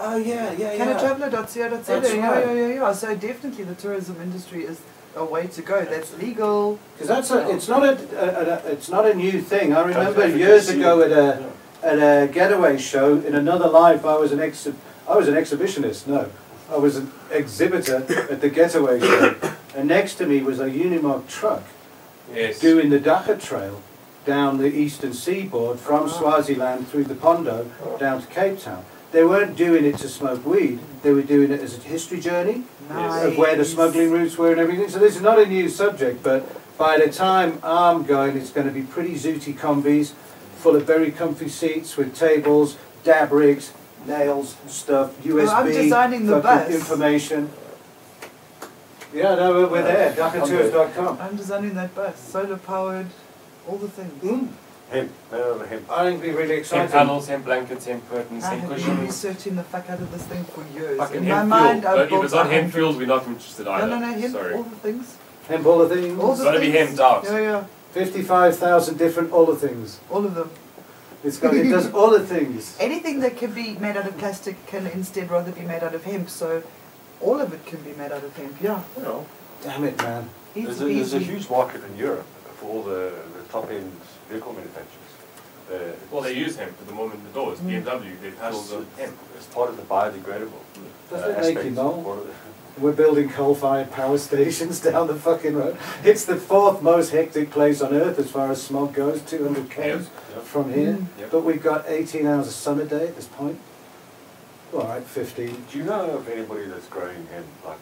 Speaker 1: oh yeah, yeah,
Speaker 2: Can a Traveller.co.za.
Speaker 1: That's
Speaker 2: yeah,
Speaker 1: right.
Speaker 2: yeah, yeah, yeah. So definitely the tourism industry is a way to go. That's legal.
Speaker 1: Because that's a, it's not a, a, a, it's not a new thing. I remember
Speaker 4: Africa,
Speaker 1: years
Speaker 4: see.
Speaker 1: ago at a at a getaway show in another life. I was an ex, I was an exhibitionist. No, I was an exhibitor at the getaway show, and next to me was a Unimog truck
Speaker 3: Yes.
Speaker 1: doing the Dhaka Trail down the eastern seaboard from Swaziland through the Pondo down to Cape Town. They weren't doing it to smoke weed. They were doing it as a history journey
Speaker 2: Nice.
Speaker 1: of where the smuggling routes were and everything. So this is not a new subject, but by the time I'm going, it's going to be pretty zooty combis, full of very comfy seats with tables, dab rigs, nails, stuff, USB,
Speaker 2: Well, Oh, I'm designing the
Speaker 1: fucking
Speaker 2: bus.
Speaker 1: information. Yeah, no, we're, we're there. DhakaTours.com.
Speaker 2: I'm designing that bus, solar powered, all the things.
Speaker 1: Mm.
Speaker 4: Hemp, man of hemp.
Speaker 1: I think it'd be really
Speaker 3: Hemp
Speaker 1: exciting.
Speaker 3: panels, hemp blankets, hemp curtains,
Speaker 2: I
Speaker 3: hemp
Speaker 2: have been
Speaker 3: cushions.
Speaker 2: researching the fuck out of this thing for years.
Speaker 3: Fucking
Speaker 2: In my
Speaker 3: hemp
Speaker 2: mind,
Speaker 3: fuel.
Speaker 2: I've
Speaker 3: But if
Speaker 2: built
Speaker 3: it's not
Speaker 2: a
Speaker 3: hemp
Speaker 2: hundred-
Speaker 3: fuels, we're not interested
Speaker 2: No,
Speaker 3: either.
Speaker 2: no, no, hemp,
Speaker 3: Sorry.
Speaker 2: all the things.
Speaker 1: Hemp all the
Speaker 2: All
Speaker 1: things.
Speaker 2: the
Speaker 3: It's gotta be
Speaker 2: things.
Speaker 3: hemmed out.
Speaker 2: Yeah, yeah,
Speaker 1: 55,000 different all the things.
Speaker 2: all of them.
Speaker 1: It's got, it
Speaker 2: [LAUGHS]
Speaker 1: does all the things.
Speaker 2: Anything that can be made out of plastic can instead rather be made out of hemp, so all of it can be made out of hemp, yeah.
Speaker 4: Well,
Speaker 1: Damn it, man.
Speaker 2: Easy
Speaker 4: there's a, there's a
Speaker 2: peasy.
Speaker 4: huge market in Europe for all the, the top end vehicle manufacturers. Uh, it's-
Speaker 3: Well, they use hemp at the moment. The
Speaker 2: Mm.
Speaker 3: doors, BMW, their panels are hemp.
Speaker 4: It's part of the biodegradable. uh,
Speaker 1: Doesn't it make you
Speaker 4: aspect,
Speaker 1: know?
Speaker 4: part of the-
Speaker 1: We're building coal-fired power stations [LAUGHS] down the fucking road. It's the fourth most hectic place on earth as far as smog goes, 200 k's
Speaker 4: Yep.
Speaker 1: from here.
Speaker 2: Mm.
Speaker 3: Yep.
Speaker 1: But we've got 18 hours of sun a day at this point. All right, 15.
Speaker 4: Do you know of anybody that's growing hemp, like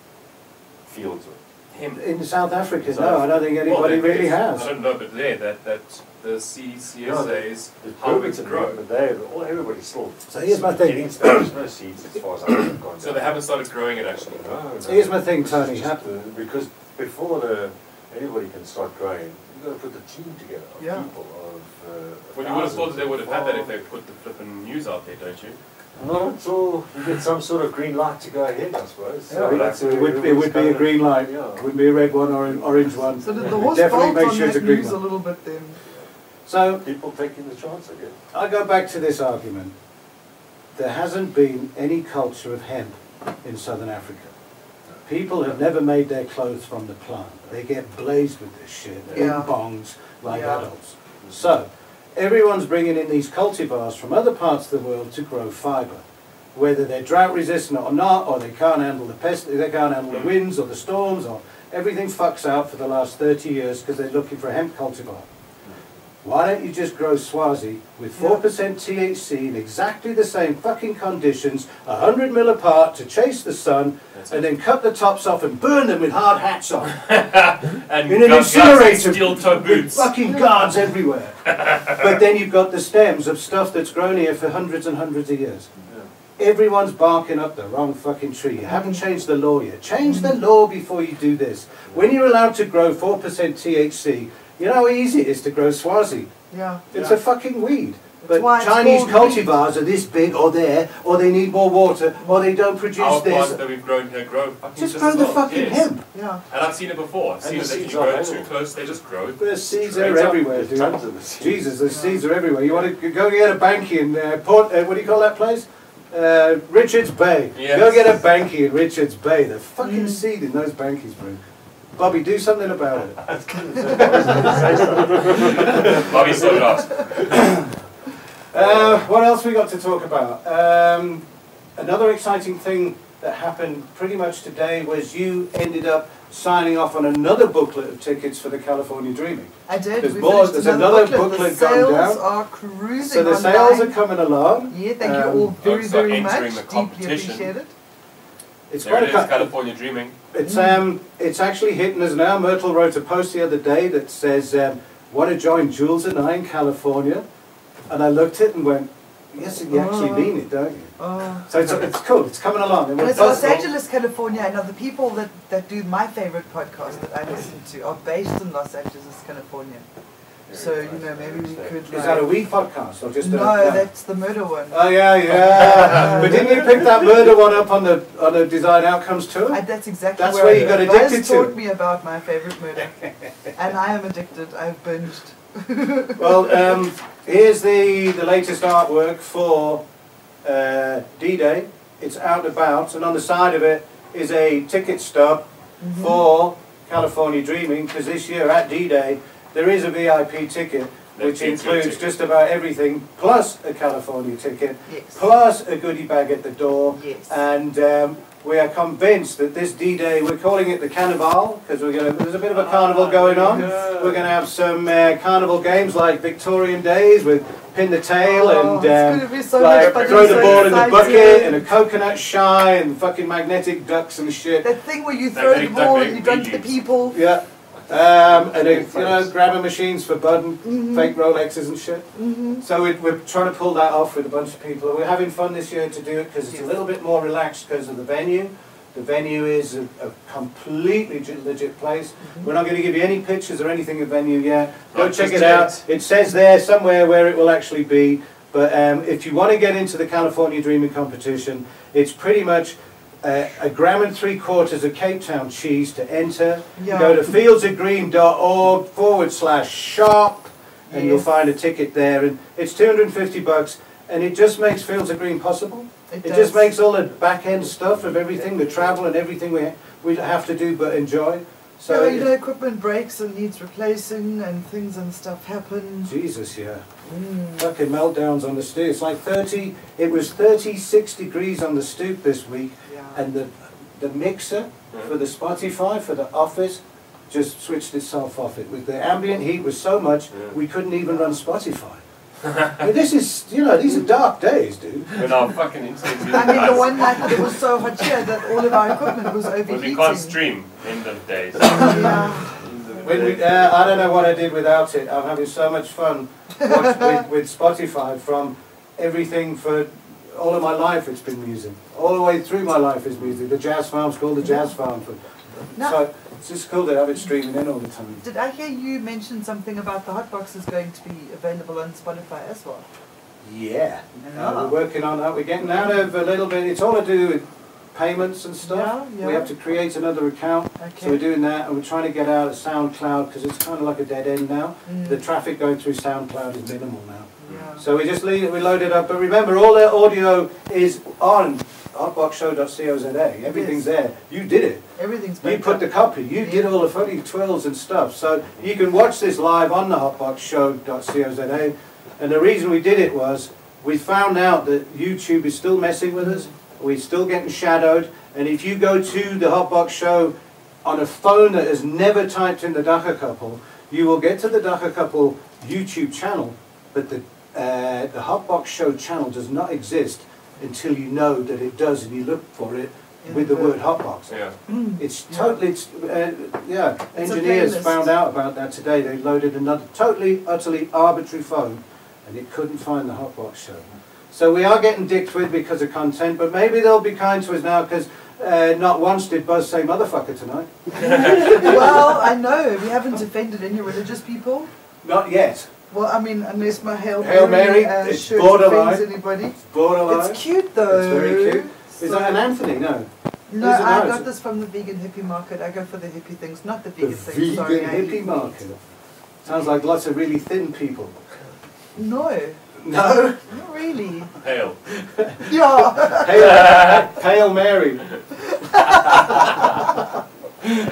Speaker 4: fields of?
Speaker 3: Hemp.
Speaker 1: In South Africa,
Speaker 4: South
Speaker 1: no, I don't think
Speaker 3: Well,
Speaker 1: anybody
Speaker 3: there
Speaker 1: really
Speaker 3: is-
Speaker 1: has.
Speaker 3: I don't know, but there, that, that the CCSA
Speaker 4: No, they-
Speaker 3: is
Speaker 4: There's
Speaker 3: how
Speaker 4: permits
Speaker 3: it's
Speaker 4: in
Speaker 3: grown.
Speaker 4: Europe, But they, all, everybody's still.
Speaker 1: So here's my thing.
Speaker 4: Getting there's no seeds as far as I've gone.
Speaker 3: So they haven't started growing it actually.
Speaker 4: No, no.
Speaker 1: Here's my thing,
Speaker 4: This is
Speaker 1: Tony.
Speaker 4: just the- Because before the, anybody can start growing, you've got to put the team together of
Speaker 2: Yeah.
Speaker 4: people, of. uh,
Speaker 3: Well, you would have thought that they would have had that if
Speaker 4: thousands
Speaker 3: they put the flippin' news out there, don't you?
Speaker 4: of farms. Not at all, you get some sort of green light to go ahead, I suppose. So
Speaker 1: Yeah,
Speaker 4: that's
Speaker 1: it
Speaker 4: where
Speaker 1: would, it would be a
Speaker 4: everybody's
Speaker 1: green light,
Speaker 4: Yeah.
Speaker 1: it wouldn't be a red one or an orange one.
Speaker 2: So did the horse
Speaker 1: Definitely
Speaker 2: bolt
Speaker 1: make
Speaker 2: on
Speaker 1: sure it's
Speaker 2: that
Speaker 1: a green
Speaker 2: news
Speaker 1: one.
Speaker 2: a little bit then?
Speaker 1: So,
Speaker 4: kinda- People taking the chance, I guess.
Speaker 1: I go back to this argument. There hasn't been any culture of hemp in southern Africa. People have never made their clothes from the plant. They get blazed with this shit. They
Speaker 2: Yeah.
Speaker 1: eat bongs like
Speaker 2: Yeah.
Speaker 1: adults. So, everyone's bringing in these cultivars from other parts of the world to grow fiber. Whether they're drought resistant or not, or they can't handle the pest, they can't handle the winds or the storms, or everything fucks out for the last 30 years because they're looking for a hemp cultivar. Why don't you just grow Swazi with 4% THC in exactly the same fucking conditions, 100 mil apart to chase the sun,
Speaker 3: That's
Speaker 1: and
Speaker 3: it.
Speaker 1: then cut the tops off and burn them with hard hats
Speaker 3: [LAUGHS]
Speaker 1: on?
Speaker 3: And
Speaker 1: In an
Speaker 3: guns, guns, and
Speaker 1: incinerator.
Speaker 3: steel toe
Speaker 1: With
Speaker 3: boots.
Speaker 1: fucking guards
Speaker 3: [LAUGHS]
Speaker 1: everywhere. but then you've got the stems of stuff that's grown here for hundreds and hundreds of years. Everyone's barking up the wrong fucking tree. You haven't changed the law yet. Change the law before you do this. When you're allowed to grow 4% THC, you know how easy it is to grow Swazi?
Speaker 2: Yeah.
Speaker 1: It's
Speaker 3: Yeah.
Speaker 1: a fucking weed.
Speaker 2: That's
Speaker 1: But
Speaker 2: why it's
Speaker 1: Chinese
Speaker 2: called weed.
Speaker 1: cultivars are this big or there, or they need more water, or they don't produce
Speaker 3: Our plants
Speaker 1: this.
Speaker 3: that we've grown here grow fucking
Speaker 1: Just
Speaker 3: as
Speaker 1: grow the
Speaker 3: well,
Speaker 1: fucking
Speaker 3: yes.
Speaker 1: hemp.
Speaker 2: Yeah.
Speaker 3: And I've seen it before. I've
Speaker 4: And
Speaker 3: seen
Speaker 4: the
Speaker 3: it that if
Speaker 4: seeds
Speaker 3: you
Speaker 4: are
Speaker 3: grow
Speaker 4: available.
Speaker 3: too close, they just grow.
Speaker 1: [LAUGHS] The seeds
Speaker 3: Straight
Speaker 1: are
Speaker 3: up.
Speaker 1: everywhere,
Speaker 4: There's
Speaker 1: dude.
Speaker 4: tons of the seeds.
Speaker 1: Jesus, the seeds are everywhere. You want to go get a banky in uh, Port, uh, what do you call that place? Uh, Richards Bay.
Speaker 3: Yes.
Speaker 1: Go get a banky in Richards Bay. The fucking seed in those bankies, bro. Bobby, do something about it.
Speaker 3: Bobby so lost.
Speaker 1: Uh, what else we got to talk about? Um, another exciting thing that happened pretty much today was you ended up signing off on another booklet of tickets for the California Dreaming.
Speaker 2: I did.
Speaker 1: There's
Speaker 2: we
Speaker 1: more-
Speaker 2: finished
Speaker 1: there's
Speaker 2: another
Speaker 1: another
Speaker 2: booklet.
Speaker 1: booklet
Speaker 2: The
Speaker 1: going
Speaker 2: sales
Speaker 1: down.
Speaker 2: are cruising
Speaker 1: So the
Speaker 2: online.
Speaker 1: sales are coming along.
Speaker 2: Yeah, thank
Speaker 1: Um,
Speaker 2: you all very,
Speaker 3: Folks are
Speaker 2: very
Speaker 3: entering
Speaker 2: much.
Speaker 3: the
Speaker 2: Deeply
Speaker 3: competition.
Speaker 2: appreciate it.
Speaker 1: It's
Speaker 3: There
Speaker 1: quite
Speaker 3: it
Speaker 1: a
Speaker 3: is,
Speaker 1: cut.
Speaker 3: California dreaming.
Speaker 1: It's um, it's actually hitting us now. Myrtle wrote a post the other day that says, um, "Want to join Jules and I in California?" And I looked at it and went, Yes, you actually mean it, don't you?
Speaker 2: Oh.
Speaker 1: So it's, it's cool. It's coming along. And
Speaker 2: And
Speaker 1: we're
Speaker 2: it's Los
Speaker 1: both-
Speaker 2: Angeles, California. And now the people that, that do my favorite podcast that I listen to are based in Los Angeles, California. So, you know, maybe we could.
Speaker 1: Is that a
Speaker 2: like-
Speaker 1: wee podcast or just a?
Speaker 2: No, that's the murder one.
Speaker 1: Oh yeah, yeah. but didn't you pick that murder one up on the on the design outcomes tour?
Speaker 2: I, [LAUGHS] that's exactly
Speaker 1: That's
Speaker 2: where,
Speaker 1: where
Speaker 2: I-
Speaker 1: you got
Speaker 2: Lois
Speaker 1: addicted to.
Speaker 2: taught me about my favorite
Speaker 1: [LAUGHS]
Speaker 2: murder, and I am addicted. I've binged.
Speaker 1: Well, um, here's the, the latest artwork for uh, D Day. It's out and about, and on the side of it is a ticket stub
Speaker 2: Mm-hmm.
Speaker 1: for California Dreaming because this year at D Day there is a VIP ticket
Speaker 3: The
Speaker 1: which
Speaker 3: VIP
Speaker 1: includes
Speaker 3: ticket.
Speaker 1: just about everything plus a California ticket
Speaker 2: Yes.
Speaker 1: plus a goodie bag at the door.
Speaker 2: Yes.
Speaker 1: And um, we are convinced that this D-Day, we're calling it the Carnival because we're going to. There's a bit of a
Speaker 2: Ah,
Speaker 1: carnival going on. We're going to have some uh, carnival games like Victorian days with pin the tail
Speaker 2: Oh,
Speaker 1: and.
Speaker 2: it's
Speaker 1: um,
Speaker 2: gonna be so
Speaker 1: like
Speaker 2: much fun.
Speaker 1: throw
Speaker 2: I'm
Speaker 1: the
Speaker 2: so
Speaker 1: ball in the
Speaker 2: excited.
Speaker 1: bucket and a coconut shy and fucking magnetic ducks and shit.
Speaker 2: That thing where you
Speaker 3: That
Speaker 2: throw
Speaker 3: big-
Speaker 2: the
Speaker 3: that
Speaker 2: ball
Speaker 3: big
Speaker 2: and you drink the
Speaker 3: big leaves.
Speaker 2: people.
Speaker 1: Yeah. Um, and it, you know, grammar machines for Bud and fake Rolexes and shit. Mm-hmm. So we, we're trying to pull that off with a bunch of people. We're having fun this year to do it because it's a little bit more relaxed because of the venue. The venue is a, a completely ge- legit place. We're not going to give you any pictures or anything of venue yet. Go
Speaker 3: Right,
Speaker 1: check
Speaker 3: just
Speaker 1: it
Speaker 3: yet.
Speaker 1: out. It says there somewhere where it will actually be. But um, if you want to get into the California Dreaming competition, it's pretty much uh, a gram and three quarters of Cape Town cheese to enter.
Speaker 2: Yeah.
Speaker 1: Go to fieldsofgreen.org forward slash shop and you'll
Speaker 2: Yes.
Speaker 1: find a ticket there. And it's 250 bucks and it just makes Fields of Green possible. It, just makes all the back end stuff of everything, the travel and everything we, we have to do but enjoy. So,
Speaker 2: So you know, equipment breaks and needs replacing, and things and stuff happen.
Speaker 1: Jesus, yeah.
Speaker 2: Mm.
Speaker 1: Fucking meltdowns on the stoop. It's like 30, it was 36 degrees on the stoop this week,
Speaker 2: Yeah.
Speaker 1: and the, the mixer for the Spotify, for the office, just switched itself off. It was, the ambient heat was so much, we couldn't even run Spotify. But this is, you know, these are dark days, dude.
Speaker 3: With our fucking internet.
Speaker 2: I mean, the one night that it was so hot here that all of our equipment was
Speaker 3: Well,
Speaker 2: overheating.
Speaker 3: we can't stream end of days.
Speaker 2: yeah.
Speaker 1: When we, uh, I don't know what I did without it. I'm having so much fun watch, [LAUGHS] with, with Spotify from everything for all of my life. It's been music. All the way through my life is music. The jazz farm's called the jazz farm. For,
Speaker 2: Now-
Speaker 1: So it's just cool to have it streaming in all the time.
Speaker 2: Did I hear you mention something about the hot box is going to be available on Spotify as well?
Speaker 1: Yeah. Uh,
Speaker 2: Yeah.
Speaker 1: we're working on that. We're getting out of a little bit. It's all to do with payments and stuff.
Speaker 2: Yeah, yeah.
Speaker 1: We have to create another account. So
Speaker 2: Okay.
Speaker 1: we're doing that, and we're trying to get out of SoundCloud because it's kind of like a dead end now.
Speaker 2: Mm.
Speaker 1: The traffic going through SoundCloud is minimal now.
Speaker 2: yeah.
Speaker 1: So we just leave it, we load it up, but remember all their audio is on hotboxshow.coza. Everything's there. You did it.
Speaker 2: Everything's
Speaker 1: You
Speaker 2: backed
Speaker 1: put
Speaker 2: up.
Speaker 1: the copy. You did all the funny twirls and stuff. So you can watch this live on the hotboxshow.coza. And the reason we did it was we found out that YouTube is still messing with us. We're still getting shadowed. And if you go to the Hotbox Show on a phone that has never typed in the Dacha couple, you will get to the Dacha couple YouTube channel, but the uh, the Hotbox Show channel does not exist until you know that it does and you look for it with the word Hotbox.
Speaker 3: yeah.
Speaker 1: It's totally, it's, uh, yeah,
Speaker 2: It's a
Speaker 1: engineers
Speaker 2: playlist.
Speaker 1: found out about that today. They loaded another totally, utterly arbitrary phone and it couldn't find the Hotbox show. So we are getting dicked with because of content, but maybe they'll be kind to us now because uh, not once did Buzz say motherfucker tonight.
Speaker 2: well, I know we haven't offended any religious people.
Speaker 1: Not yet.
Speaker 2: Well, I mean, unless my hail
Speaker 1: Hail
Speaker 2: mary,
Speaker 1: Mary,
Speaker 2: uh,
Speaker 1: it's
Speaker 2: shirt
Speaker 1: borderline.
Speaker 2: offends anybody.
Speaker 1: Borderline.
Speaker 2: It's cute though.
Speaker 1: It's very cute. Is that an
Speaker 2: So-
Speaker 1: Anthony? No.
Speaker 2: No,
Speaker 1: Is it
Speaker 2: I
Speaker 1: nice?
Speaker 2: got this from the vegan hippie market. I go for the hippie things, not the
Speaker 1: The
Speaker 2: vegan things.
Speaker 1: vegan
Speaker 2: sorry, I eat
Speaker 1: hippie
Speaker 2: meat.
Speaker 1: market. Sounds like lots of really thin people.
Speaker 2: No,
Speaker 1: No. [LAUGHS]
Speaker 2: not really.
Speaker 3: Pale.
Speaker 2: Yeah.
Speaker 1: Hail, Hail Mary.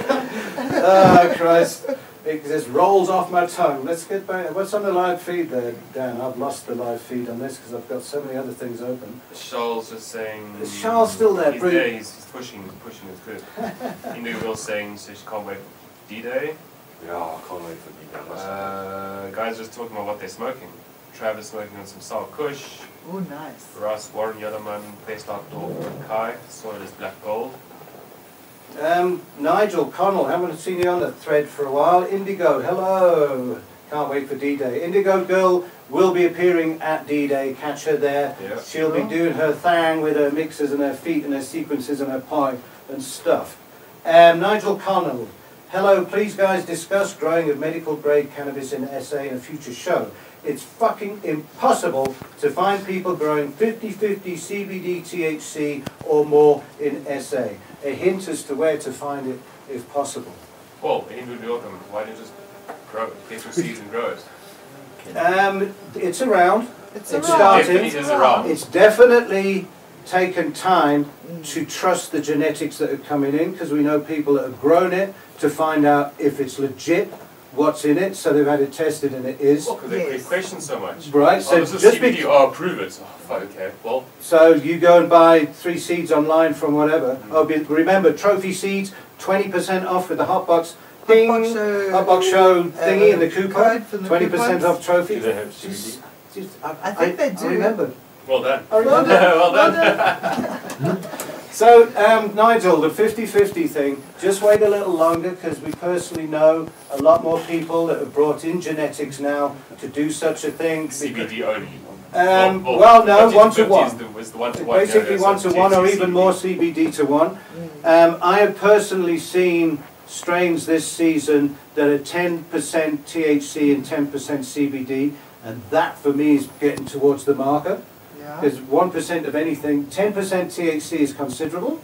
Speaker 1: oh, Christ. It just rolls off my tongue. Let's get back. What's on the live feed there, Dan? I've lost the live feed on this because I've got so many other things open.
Speaker 3: Charles just saying.
Speaker 1: Is Charles still there,
Speaker 3: He's
Speaker 1: Bruce?
Speaker 3: there. He's, he's pushing. He's pushing. It's good. [LAUGHS] Indigo Bill saying so she can't wait for D-Day.
Speaker 4: Yeah, I can't wait for you guys.
Speaker 3: Uh, guys just talking about what they're smoking. Travis smoking on some sour kush.
Speaker 2: oh, nice.
Speaker 3: Russ Warren Yellowman placed outdoor Kai. Soil is black gold.
Speaker 1: Um, Nigel Connell, haven't seen you on the thread for a while. Indigo, hello. Can't wait for D Day. Indigo Girl will be appearing at D-Day. Catch her there.
Speaker 3: Yeah.
Speaker 1: She'll be doing her thang with her mixes and her feet and her sequences and her pipe and stuff. Um, Nigel Connell. Hello, please guys discuss growing of medical grade cannabis in SA in a future show. It's fucking impossible to find people growing 50 50 CBD, THC or more in SA. A hint as to where to find it if possible.
Speaker 3: Well, and would be welcome. Why don't you just grow it? Get your seeds and grow it.
Speaker 1: Um, it's around,
Speaker 2: It's
Speaker 1: It's
Speaker 2: around.
Speaker 1: starting.
Speaker 3: Definitely is around.
Speaker 1: It's definitely taken time to trust the genetics that are coming in because we know people that have grown it to find out if it's legit, what's in it. So they've had it tested and it is.
Speaker 3: Well, 'cause they, they
Speaker 2: Yes.
Speaker 3: question so much.
Speaker 1: Right,
Speaker 3: oh,
Speaker 1: so
Speaker 3: this is
Speaker 1: just
Speaker 3: CBD.
Speaker 1: be-
Speaker 3: Oh, prove it. Oh, fuck, okay. Well,
Speaker 1: So you go and buy three seeds online from whatever. Oh, be, remember trophy seeds, twenty percent off with the hot box. Ding,
Speaker 2: Hot box show. uh,
Speaker 1: hot box show thingy in the coupon.
Speaker 2: code for the
Speaker 1: Twenty percent off
Speaker 4: Do
Speaker 1: trophy.
Speaker 4: they have CBD?
Speaker 1: Just- just- I,
Speaker 2: I think they do.
Speaker 1: I remember.
Speaker 3: well done.
Speaker 1: I remember.
Speaker 3: [LAUGHS] well done.
Speaker 1: So, um, Nigel, the 50 50 thing, just wait a little longer because we personally know a lot more people that have brought in genetics now to do such a thing.
Speaker 3: CBD only.
Speaker 1: Um, well, no,
Speaker 3: 50
Speaker 1: one to
Speaker 3: 50
Speaker 1: one.
Speaker 3: Is the, is the one to one.
Speaker 1: Basically,
Speaker 3: yeah,
Speaker 1: one
Speaker 3: so
Speaker 1: to one, or
Speaker 3: THC,
Speaker 1: even more
Speaker 3: CBD.
Speaker 1: CBD to one. Um, I have personally seen strains this season that are 10% THC and 10% CBD, and that for me is getting towards the marker.
Speaker 2: Yeah.
Speaker 1: Because 1% of anything, 10% THC is considerable,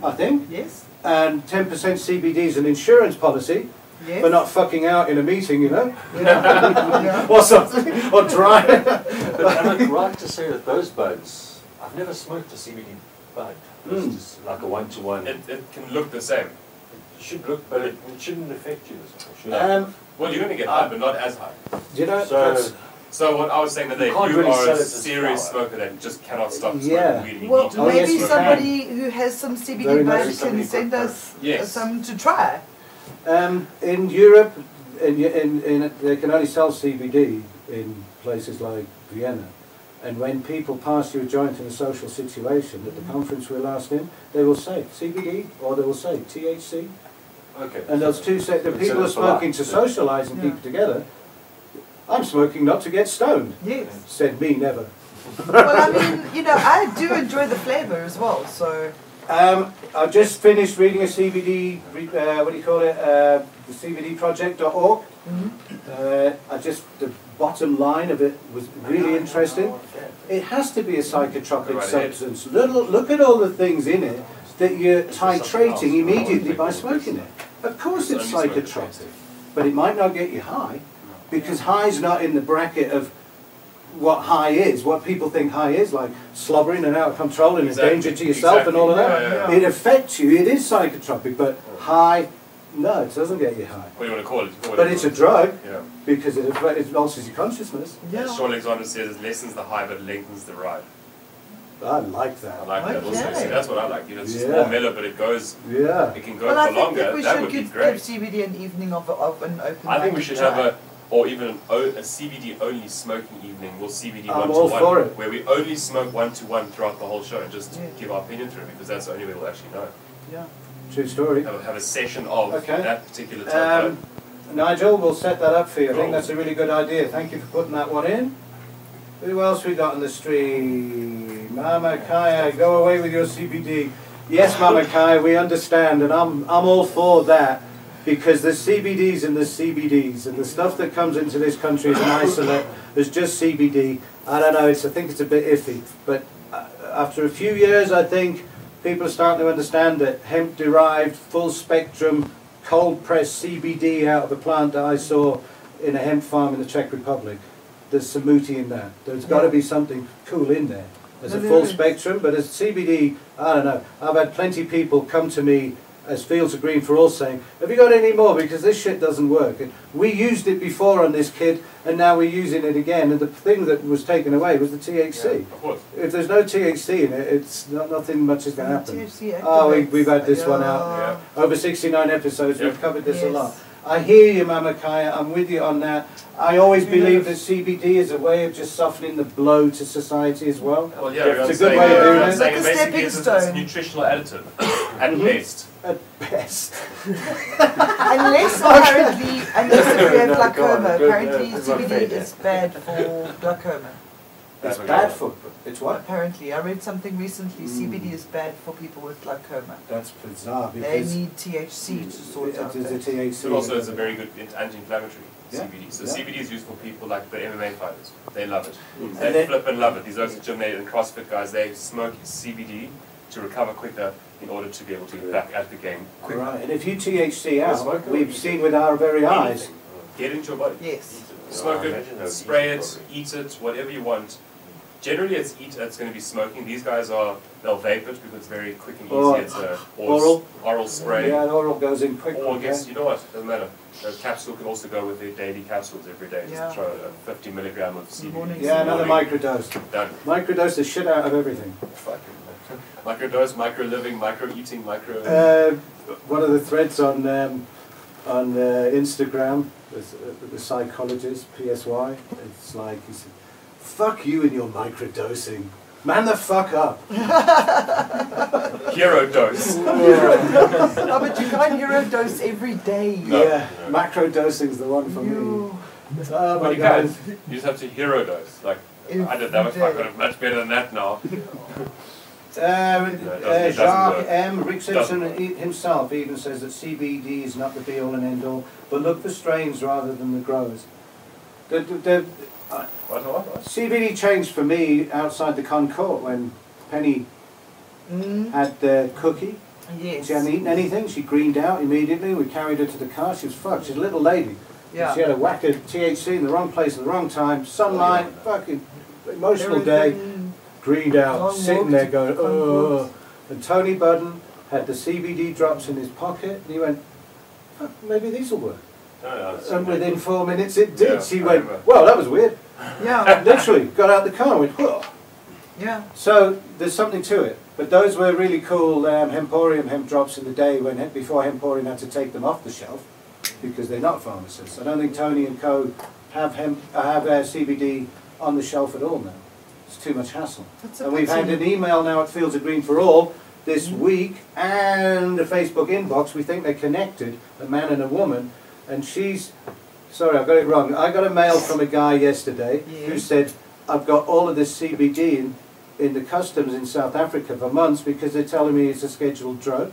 Speaker 3: Mm.
Speaker 1: I think.
Speaker 2: Yes.
Speaker 1: and 10% CBD is an insurance policy
Speaker 2: Yes.
Speaker 1: for not fucking out in a meeting, you know, [LAUGHS]
Speaker 2: Yeah.
Speaker 1: or something, or dry.
Speaker 4: But am I right to say that those buds, I've never smoked a CBD bud.
Speaker 1: Mm.
Speaker 4: It's just like a one-to-one. It
Speaker 3: It, it can look the same.
Speaker 4: should look, but it it shouldn't affect you as much. should it?
Speaker 1: Um,
Speaker 3: Well, you're going to get high, but not as high.
Speaker 1: you know,
Speaker 4: So-
Speaker 1: that's-
Speaker 3: So what I was saying today,
Speaker 4: You
Speaker 3: you,
Speaker 4: can't really
Speaker 3: are
Speaker 4: sell
Speaker 3: a
Speaker 4: it as
Speaker 3: serious
Speaker 4: flower.
Speaker 3: smoker that just cannot stop smoking
Speaker 1: Yeah.
Speaker 3: weed. You
Speaker 2: Well,
Speaker 3: need to
Speaker 1: Oh, yes,
Speaker 2: maybe
Speaker 1: you
Speaker 3: smoke.
Speaker 1: can.
Speaker 2: somebody who has some CBD
Speaker 1: Very nice.
Speaker 2: buds
Speaker 4: Somebody
Speaker 2: can send
Speaker 4: got
Speaker 2: us
Speaker 3: Yes.
Speaker 2: some to try.
Speaker 1: um, in Europe, in, in, in, they can only sell CBD in places like Vienna. And when people pass you a joint in a social situation, at the conference we were last in, they will say CBD or they will say THC.
Speaker 4: Okay.
Speaker 1: And those two say that
Speaker 4: Instead
Speaker 1: people are
Speaker 4: of polite,
Speaker 1: smoking to
Speaker 4: yeah.
Speaker 1: socialise and
Speaker 2: Yeah.
Speaker 1: people together. I'm smoking not to get stoned,
Speaker 2: Yes.
Speaker 1: said me never.
Speaker 2: well, I mean, you know, I do enjoy the flavour as well, so.
Speaker 1: Um, I've just finished reading a CBD, re- uh, what do you call it, uh, the cbdproject.org. Uh, I just, the bottom line of it was really interesting. It has to be a psychotropic
Speaker 3: Right.
Speaker 1: substance. Little, look at all the things in it that you're titrating immediately by smoking it. Of course it's
Speaker 3: Only smoke
Speaker 1: psychotropic, but it might not get you high because high's not in the bracket of what high is, what people think high is, like slobbering and out of control and
Speaker 3: Exactly,
Speaker 1: a danger to yourself and all of that.
Speaker 3: exactly. Yeah,
Speaker 2: yeah, yeah.
Speaker 1: It affects you, it is psychotropic, but high, no, it doesn't get you high.
Speaker 3: What do you want to call it?
Speaker 1: But it's a drug
Speaker 3: Yeah.
Speaker 1: because it, affect- it alters your consciousness.
Speaker 3: As Sean Alexander says, it lessens the high but lengthens the ride.
Speaker 1: I like
Speaker 3: I
Speaker 1: that.
Speaker 3: like that also.
Speaker 2: Okay.
Speaker 3: See, that's what I like. You know, it's just
Speaker 1: Yeah.
Speaker 3: more mellow, but it goes,
Speaker 1: Yeah.
Speaker 3: it can go
Speaker 2: Well,
Speaker 3: for
Speaker 2: I think
Speaker 3: longer.
Speaker 2: that we
Speaker 3: that
Speaker 2: should
Speaker 3: would be
Speaker 2: give,
Speaker 3: great.
Speaker 2: give CBD an evening of, of an open
Speaker 3: I think
Speaker 2: mic
Speaker 3: we
Speaker 2: to
Speaker 3: should
Speaker 2: try.
Speaker 3: have a, or even an o- a CBD only smoking evening. We'll CBD
Speaker 1: I'm
Speaker 3: one to
Speaker 1: all
Speaker 3: one,
Speaker 1: for it.
Speaker 3: where we only smoke one to one throughout the whole show and just
Speaker 2: Yeah.
Speaker 3: give our opinion through it because that's the only way we'll actually know.
Speaker 2: Yeah.
Speaker 1: True story.
Speaker 3: Have, a- have a session of
Speaker 1: Okay.
Speaker 3: that particular type.
Speaker 1: Um, Nigel, we'll set that up for you. I
Speaker 3: Cool.
Speaker 1: think that's a really good idea. Thank you for putting that one in. Who else we got on the stream? Mama Kaya, go away with your CBD. Yes, Mama Kaya, we understand, and I'm I'm all for that because the CBDs and the CBDs and the stuff that comes into this country as an isolate is just CBD. I don't know. It's I think it's a bit iffy, but uh, after a few years, I think people are starting to understand that hemp-derived, full-spectrum, cold-pressed CBD out of a plant that I saw in a hemp farm in the Czech Republic. There's some mooty in there. There's got to be something cool in there. There's a
Speaker 2: No, there
Speaker 1: full
Speaker 2: is.
Speaker 1: spectrum, but as CBD, I don't know. I've had plenty of people come to me as Fields of Green for All saying, "Have you got any more? Because this shit doesn't work." And we used it before on this kid, and now we're using it again. And the thing that was taken away was the THC.
Speaker 3: Of course.
Speaker 1: If there's no THC in it, it's not, nothing much is going to happen.
Speaker 2: THC
Speaker 1: Oh, we,
Speaker 2: activates.
Speaker 1: we've had this one
Speaker 2: Yeah.
Speaker 1: out. Over 69 episodes,
Speaker 3: Yep.
Speaker 1: we've covered this a
Speaker 2: Yes.
Speaker 1: lot. I hear you, Mama Kaya. I'm with you on that. I always
Speaker 2: Mm-hmm.
Speaker 1: believe that CBD is a way of just softening the blow to society as well.
Speaker 3: Well, yeah,
Speaker 4: Yeah,
Speaker 3: everyone's
Speaker 1: it's a good
Speaker 3: saying-
Speaker 1: way of doing
Speaker 3: everyone's
Speaker 1: it.
Speaker 3: saying
Speaker 2: Like a
Speaker 3: basically
Speaker 2: stepping
Speaker 3: it's a- it's a
Speaker 2: stone.
Speaker 3: nutritional additive [COUGHS] at
Speaker 1: Mhm.
Speaker 3: best.
Speaker 1: At best. [LAUGHS]
Speaker 2: Unless apparently, unless
Speaker 3: [LAUGHS]
Speaker 2: if you have
Speaker 4: No, go on,
Speaker 2: glaucoma,
Speaker 4: good, yeah,
Speaker 2: apparently
Speaker 4: it's not
Speaker 2: CBD
Speaker 4: bad,
Speaker 2: is bad for
Speaker 3: [LAUGHS]
Speaker 2: glaucoma.
Speaker 1: It's
Speaker 3: That's
Speaker 1: bad
Speaker 3: okay.
Speaker 1: for. It's what?
Speaker 2: Apparently, I read something recently.
Speaker 1: Mm.
Speaker 2: CBD is bad for people with glaucoma.
Speaker 1: That's bizarre
Speaker 2: They
Speaker 1: because.
Speaker 2: need THC to sort out.
Speaker 1: It is a
Speaker 2: that.
Speaker 1: THC.
Speaker 3: But also, it's a very good anti-inflammatory
Speaker 1: Yeah.
Speaker 3: CBD. So
Speaker 1: Yeah.
Speaker 3: CBD is used for people like the MMA fighters. They love it.
Speaker 1: Mm.
Speaker 3: They
Speaker 1: And they-
Speaker 3: flip and love it. These are the gymnasium and CrossFit guys. They smoke CBD to recover quicker in order to be able to get back at the game quicker.
Speaker 1: Right, and if you THC
Speaker 4: Yes,
Speaker 1: out,
Speaker 4: Michael.
Speaker 1: we've seen with our very eyes.
Speaker 3: Anything. Get into your body.
Speaker 2: Yes.
Speaker 3: Smoke
Speaker 4: I imagine they'll
Speaker 3: it, spray
Speaker 4: eat it
Speaker 3: it, eat it, whatever you want. Generally, it's eat. It's going to be smoking. These guys are they'll vape it because it's very quick and easy.
Speaker 1: Or
Speaker 3: it's a or s-
Speaker 1: oral.
Speaker 3: oral spray.
Speaker 1: Yeah, it all goes in quick.
Speaker 3: Or I
Speaker 1: yeah.
Speaker 3: guess you know what? Doesn't matter. A capsule can also go with their daily capsules every day. Just
Speaker 2: Yeah.
Speaker 3: throw a 50 milligram of CBD.
Speaker 2: Morning.
Speaker 1: Yeah, another
Speaker 3: Morning.
Speaker 1: microdose.
Speaker 3: Done.
Speaker 1: Microdose the shit out of everything.
Speaker 3: Fucking microdose, micro living, micro eating, micro.
Speaker 1: Uh, one of the threads on um, on uh, Instagram was uh, the psychologist PSY. It's like he said, "Fuck you and your microdosing, man the fuck up." [LAUGHS]
Speaker 3: hero dose.
Speaker 2: No, but you can't hero dose every day.
Speaker 1: [LAUGHS]
Speaker 3: No.
Speaker 1: yeah, macro dosing's the one for me.
Speaker 2: You-
Speaker 1: Oh
Speaker 3: But
Speaker 1: my
Speaker 3: you guys,
Speaker 1: god.
Speaker 3: you just have to hero dose. Like, I
Speaker 2: Every
Speaker 3: did that with
Speaker 2: day.
Speaker 3: fucking much better than that now.
Speaker 1: Uh, uh,
Speaker 3: doesn't
Speaker 1: Jacques
Speaker 3: work.
Speaker 1: M. Richardson
Speaker 3: Doesn't
Speaker 1: e- himself even says that CBD is not the be all and end all, but look for strains rather than the growers. The, the, the, uh, I-
Speaker 3: What, what, what?
Speaker 1: CBD changed for me outside the Concord when Penny
Speaker 2: Mm,
Speaker 1: had the cookie.
Speaker 2: yes.
Speaker 1: She hadn't eaten anything. She greened out immediately. We carried her to the car. She was fucked. She's a little lady.
Speaker 2: Yeah.
Speaker 1: She had a whack of THC in the wrong place at the wrong time. Sunlight, fucking emotional
Speaker 2: Everything-
Speaker 1: day. Greened out,
Speaker 2: Long
Speaker 1: sitting
Speaker 2: walk
Speaker 1: there
Speaker 2: to
Speaker 1: going,
Speaker 2: Concord.
Speaker 1: oh. And Tony Budden had the CBD drops in his pocket and he went, Fuck, maybe these will work. And within four minutes it did.
Speaker 3: Yeah,
Speaker 1: she
Speaker 3: I
Speaker 1: went,
Speaker 3: remember.
Speaker 1: well, that was weird.
Speaker 2: Yeah,
Speaker 1: Literally got out the car and went, whoa.
Speaker 2: yeah.
Speaker 1: So there's something to it, but those were really cool um, hemporium hemp drops in the day when before hemporium had to take them off the shelf because they're not pharmacists. I don't think Tony and Co have hemp uh, have uh, CBD on the shelf at all now. It's too much hassle.
Speaker 2: That's a
Speaker 1: And we've had
Speaker 2: pity.
Speaker 1: an email now at Fields of Green for All this week and a Facebook inbox. We think they're connected, a man and a woman, and she's. Sorry, I got it wrong. I got a mail from a guy yesterday who
Speaker 2: Yes.
Speaker 1: said, I've got all of this CBD in, in the customs in South Africa for months because they're telling me it's a scheduled drug.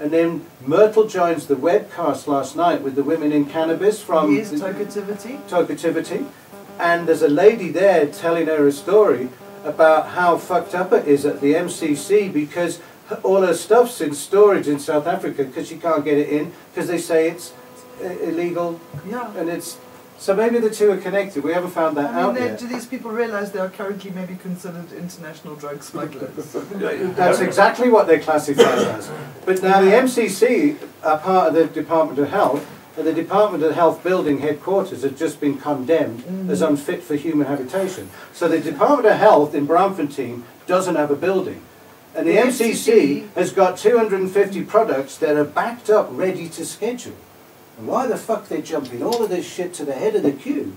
Speaker 1: And then Myrtle joins the webcast last night with the women in cannabis from
Speaker 2: yes,
Speaker 1: the-
Speaker 2: talkativity.
Speaker 1: Tokativity, and there's a lady there telling her a story about how fucked up it is at the MCC because her- all her stuff's in storage in South Africa because she can't get it in because they say it's i- illegal
Speaker 2: Yeah.
Speaker 1: and it's so maybe the two are connected. We haven't found that
Speaker 2: I
Speaker 1: Uh, out
Speaker 2: mean, they,
Speaker 1: yet.
Speaker 2: do these people realize they are currently maybe considered international drug
Speaker 1: [LAUGHS]
Speaker 2: smugglers? Oh,
Speaker 1: That's exactly what they're classified as. But now the MCC are part of the Department of Health, and the Department of Health building headquarters have just been condemned as unfit for human habitation. So the Department of Health in Bramfontein doesn't have a building. And the
Speaker 2: The
Speaker 1: MCC
Speaker 2: MCC
Speaker 1: has got 250 products that are backed up, ready to schedule. And why the fuck they're jumping all of this shit to the head of the queue?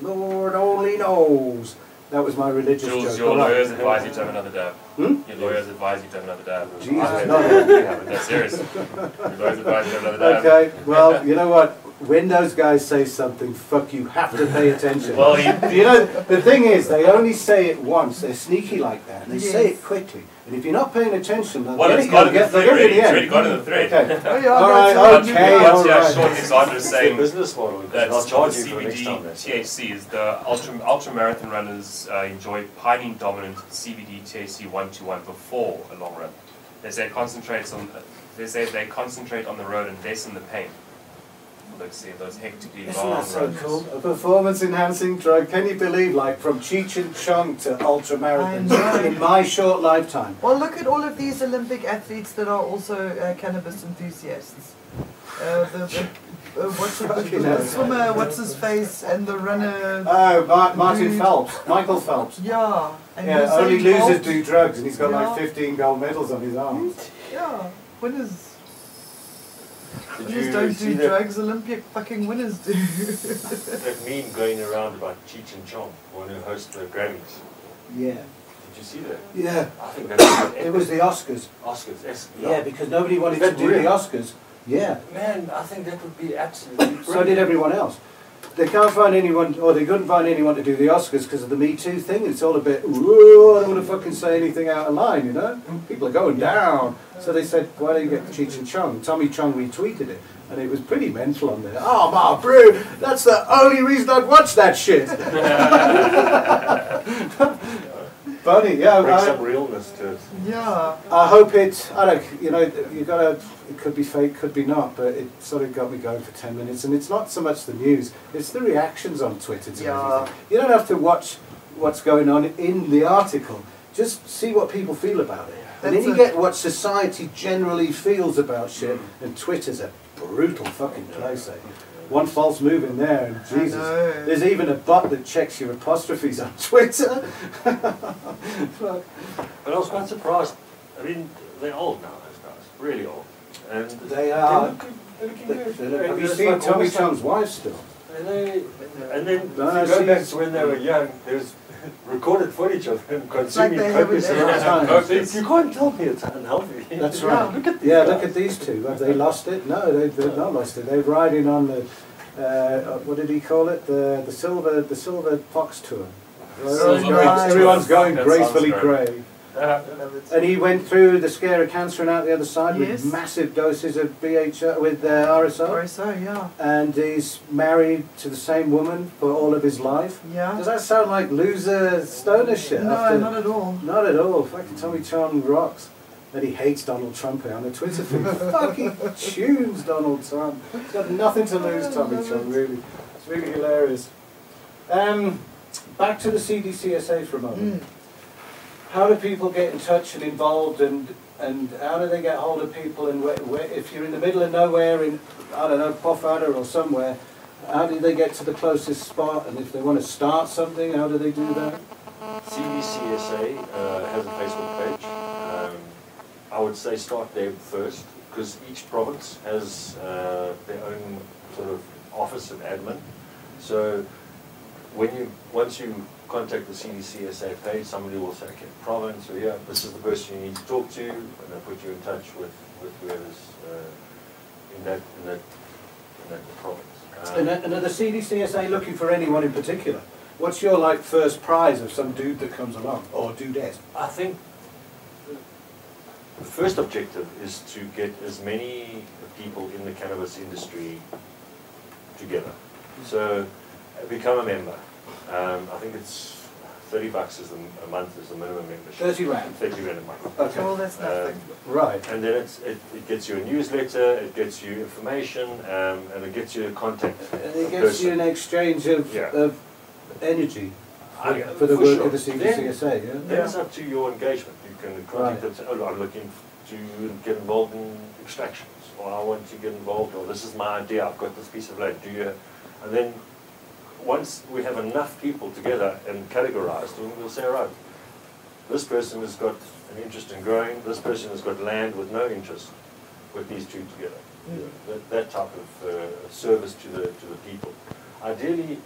Speaker 1: Lord only knows. That was my religious
Speaker 3: Jules,
Speaker 1: joke.
Speaker 3: your
Speaker 1: All right.
Speaker 3: lawyers advise you to have another dab.
Speaker 1: Hmm?
Speaker 3: Your lawyers advise you to have another dab.
Speaker 1: Jesus,
Speaker 3: I have
Speaker 1: no.
Speaker 3: it. You have it. No, seriously. Your lawyers advise you to have another dab.
Speaker 1: Okay,
Speaker 3: [LAUGHS]
Speaker 1: well, you know what? When those guys say something, fuck, you have to pay attention.
Speaker 3: Well, you,
Speaker 1: you know, the thing is, they only say it once. They're sneaky like that. And they say it quickly. And if you're not paying attention, they'll
Speaker 3: well,
Speaker 1: get
Speaker 3: it's
Speaker 1: it.
Speaker 3: got
Speaker 1: they'll
Speaker 3: in the
Speaker 1: get, they'll
Speaker 3: thread
Speaker 1: get
Speaker 3: already.
Speaker 1: it at the end.
Speaker 3: It's already got in the thread.
Speaker 1: Okay.
Speaker 2: oh, yeah,
Speaker 1: All right,
Speaker 2: that's all
Speaker 1: okay,
Speaker 2: you
Speaker 1: all
Speaker 2: got.
Speaker 3: Once you have
Speaker 1: right.
Speaker 3: Sean Alexander
Speaker 4: Their
Speaker 3: saying
Speaker 4: business model, because
Speaker 3: That's
Speaker 4: I'll charge you for the next
Speaker 3: CBD
Speaker 4: time. that's it.
Speaker 3: THC is the ultra ultra marathon runners uh, enjoy pinene dominant CBD THC one to one before a long run. They say it concentrates on they say they concentrate on the road and lessen the pain. Look, see those hectically
Speaker 1: Isn't
Speaker 3: long
Speaker 1: that so
Speaker 3: runs.
Speaker 1: cool? A performance enhancing drug. Can you believe, like, from Cheech and Chong to ultramarathon
Speaker 2: I know.
Speaker 1: in my short lifetime?
Speaker 2: Well, look at all of these Olympic athletes that are also uh, cannabis enthusiasts. Uh, the, the, uh, what's the, the,
Speaker 1: Fucking hell.
Speaker 2: swimmer, what's his face, and the runner.
Speaker 1: Oh, Mar- Martin
Speaker 2: Dude.
Speaker 1: Phelps, Michael Phelps.
Speaker 2: Yeah. And
Speaker 1: Yeah, oh,
Speaker 2: Usain
Speaker 1: only
Speaker 2: Bolt.
Speaker 1: losers do drugs, and he's got
Speaker 2: Yeah.
Speaker 1: like 15 gold medals on his arm.
Speaker 2: Yeah. Winners.
Speaker 4: Did
Speaker 2: Just
Speaker 4: you
Speaker 2: don't
Speaker 4: see
Speaker 2: do
Speaker 4: that,
Speaker 2: drugs Olympic fucking winners do.
Speaker 4: that meme going around about Cheech and Chong, one who hosts the Grammys?
Speaker 1: Yeah.
Speaker 4: Did you see that?
Speaker 1: Yeah.
Speaker 4: I think that's
Speaker 1: It was the Oscars.
Speaker 4: Oscars. yes,
Speaker 1: Yeah, because nobody wanted to
Speaker 4: That's
Speaker 1: do the
Speaker 4: real.
Speaker 1: Oscars. Yeah.
Speaker 4: Man, I think that would be absolutely brilliant.
Speaker 1: So did everyone else. They can't find anyone, or they couldn't find anyone to do the Oscars because of the Me Too thing. It's all a bit, ooh, I don't want to fucking say anything out of line, you know? People are going down. So they said, why don't you get Cheech and Chong? Tommy Chong retweeted it, and it was pretty mental on there. Oh, my brew, that's the only reason I'd watch that shit. Funny, yeah.
Speaker 4: Bring
Speaker 1: I-
Speaker 4: some realness to it.
Speaker 2: [LAUGHS] yeah.
Speaker 1: I hope it. I don't. You know, you gotta. It could be fake, could be not, but it sort of got me going for ten minutes. And it's not so much the news; it's the reactions on Twitter to
Speaker 2: Yeah.
Speaker 1: everything. You don't have to watch what's going on in the article. Just see what people feel about it, and then
Speaker 2: That's
Speaker 1: you
Speaker 2: a-
Speaker 1: get what society generally feels about shit.
Speaker 2: Mm.
Speaker 1: And Twitter's a brutal fucking place. Eh? One false move in there, and Jesus,
Speaker 2: know.
Speaker 1: there's even a bot that checks your apostrophes on [LAUGHS]
Speaker 2: [LAUGHS]
Speaker 1: Twitter. Fuck.
Speaker 4: But I was quite surprised. I mean, they're old now, those guys, really old. And
Speaker 1: They are-
Speaker 4: They're looking, they're looking good.
Speaker 1: Have
Speaker 4: And
Speaker 1: you
Speaker 4: it's
Speaker 1: seen
Speaker 4: like
Speaker 1: Tommy
Speaker 4: almost like-
Speaker 1: Chong's wife still?
Speaker 4: And, they, and then, if you
Speaker 1: No, no,
Speaker 4: go back
Speaker 1: she's-
Speaker 4: to when
Speaker 1: [LAUGHS]
Speaker 4: they were young, there's [LAUGHS] recorded footage of them consuming
Speaker 2: they haven't
Speaker 4: copious
Speaker 2: ever-
Speaker 4: amounts of
Speaker 3: Coke
Speaker 4: coke. You can't tell me it's unhealthy.
Speaker 1: That's
Speaker 4: Yeah, [LAUGHS]
Speaker 1: right.
Speaker 4: Look at these
Speaker 1: Yeah,
Speaker 4: guys.
Speaker 1: look at these two. Have they lost it? No, they, they've not lost it. They're riding on the, uh, uh, what did he call it? The the silver the silver fox tour. Everyone's
Speaker 2: Silver
Speaker 1: going-
Speaker 2: Fox Tour.
Speaker 1: everyone's going
Speaker 3: That sounds
Speaker 1: gracefully
Speaker 3: great.
Speaker 1: grey.
Speaker 4: Uh,
Speaker 1: And he went through the scare of cancer and out the other side
Speaker 2: Yes.
Speaker 1: with massive doses of BHR with uh, RSO.
Speaker 2: Or so, yeah.
Speaker 1: And he's married to the same woman for all of his life.
Speaker 2: Yeah.
Speaker 1: Does that sound like loser stoner shit?
Speaker 2: No,
Speaker 1: after-
Speaker 2: not at all.
Speaker 1: Not at all. Fucking Tommy Chong rocks. And he hates Donald Trump on the Twitter [LAUGHS] feed. Fucking tunes Donald Trump. He's got nothing to lose, Tommy Chong, really. It's really hilarious. Um, back to the CDCSA for a moment.
Speaker 2: Mm.
Speaker 1: How do people get in touch and involved and, and how do they get hold of people and where, where, if you're in the middle of nowhere in, I don't know, Pofada or somewhere, how do they get to the closest spot and if they want to start something, how do they do that?
Speaker 4: CBCSA uh, has a Facebook page. Um, I would say start there first because each province has uh, their own sort of office and admin. So when you once you contact the CDCSA page, somebody will say, okay, province, or yeah, this is the person you need to talk to, and they'll put you in touch with, with whoever's uh, in that in that in that province. Um,
Speaker 1: And, and are the CDCSA looking for anyone in particular? What's your like first prize of some dude that comes along or dudette?
Speaker 4: I think the first objective is to get as many people in the cannabis industry together.
Speaker 1: Mm.
Speaker 4: So uh, become a member. Um, I think it's thirty bucks is the, a month is the minimum membership.
Speaker 1: Thirty rand.
Speaker 4: Thirty rand a month.
Speaker 2: Well,
Speaker 1: Okay. Uh,
Speaker 2: that's
Speaker 4: Um,
Speaker 2: nothing.
Speaker 1: Right.
Speaker 4: And then it's, it, it gets you a newsletter, it gets you information, um, and it gets you a contact.
Speaker 1: And it
Speaker 4: a
Speaker 1: gives you
Speaker 4: person.
Speaker 1: an exchange of,
Speaker 4: Yeah.
Speaker 1: of energy
Speaker 4: I-
Speaker 1: for the work
Speaker 4: sure.
Speaker 1: of the
Speaker 4: Then-
Speaker 1: CDCSA. Yeah?
Speaker 4: Then it's up to your engagement. You can contact them, say, oh, I'm looking to get involved in extractions, or I want to get involved, or this is my idea, I've got this piece of land, do you? And then, once we have enough people together and categorized, then we'll say, right, this person has got an interest in growing, this person has got land with no interest, put these two together. That, that type of uh, service to the, to the people. Ideally,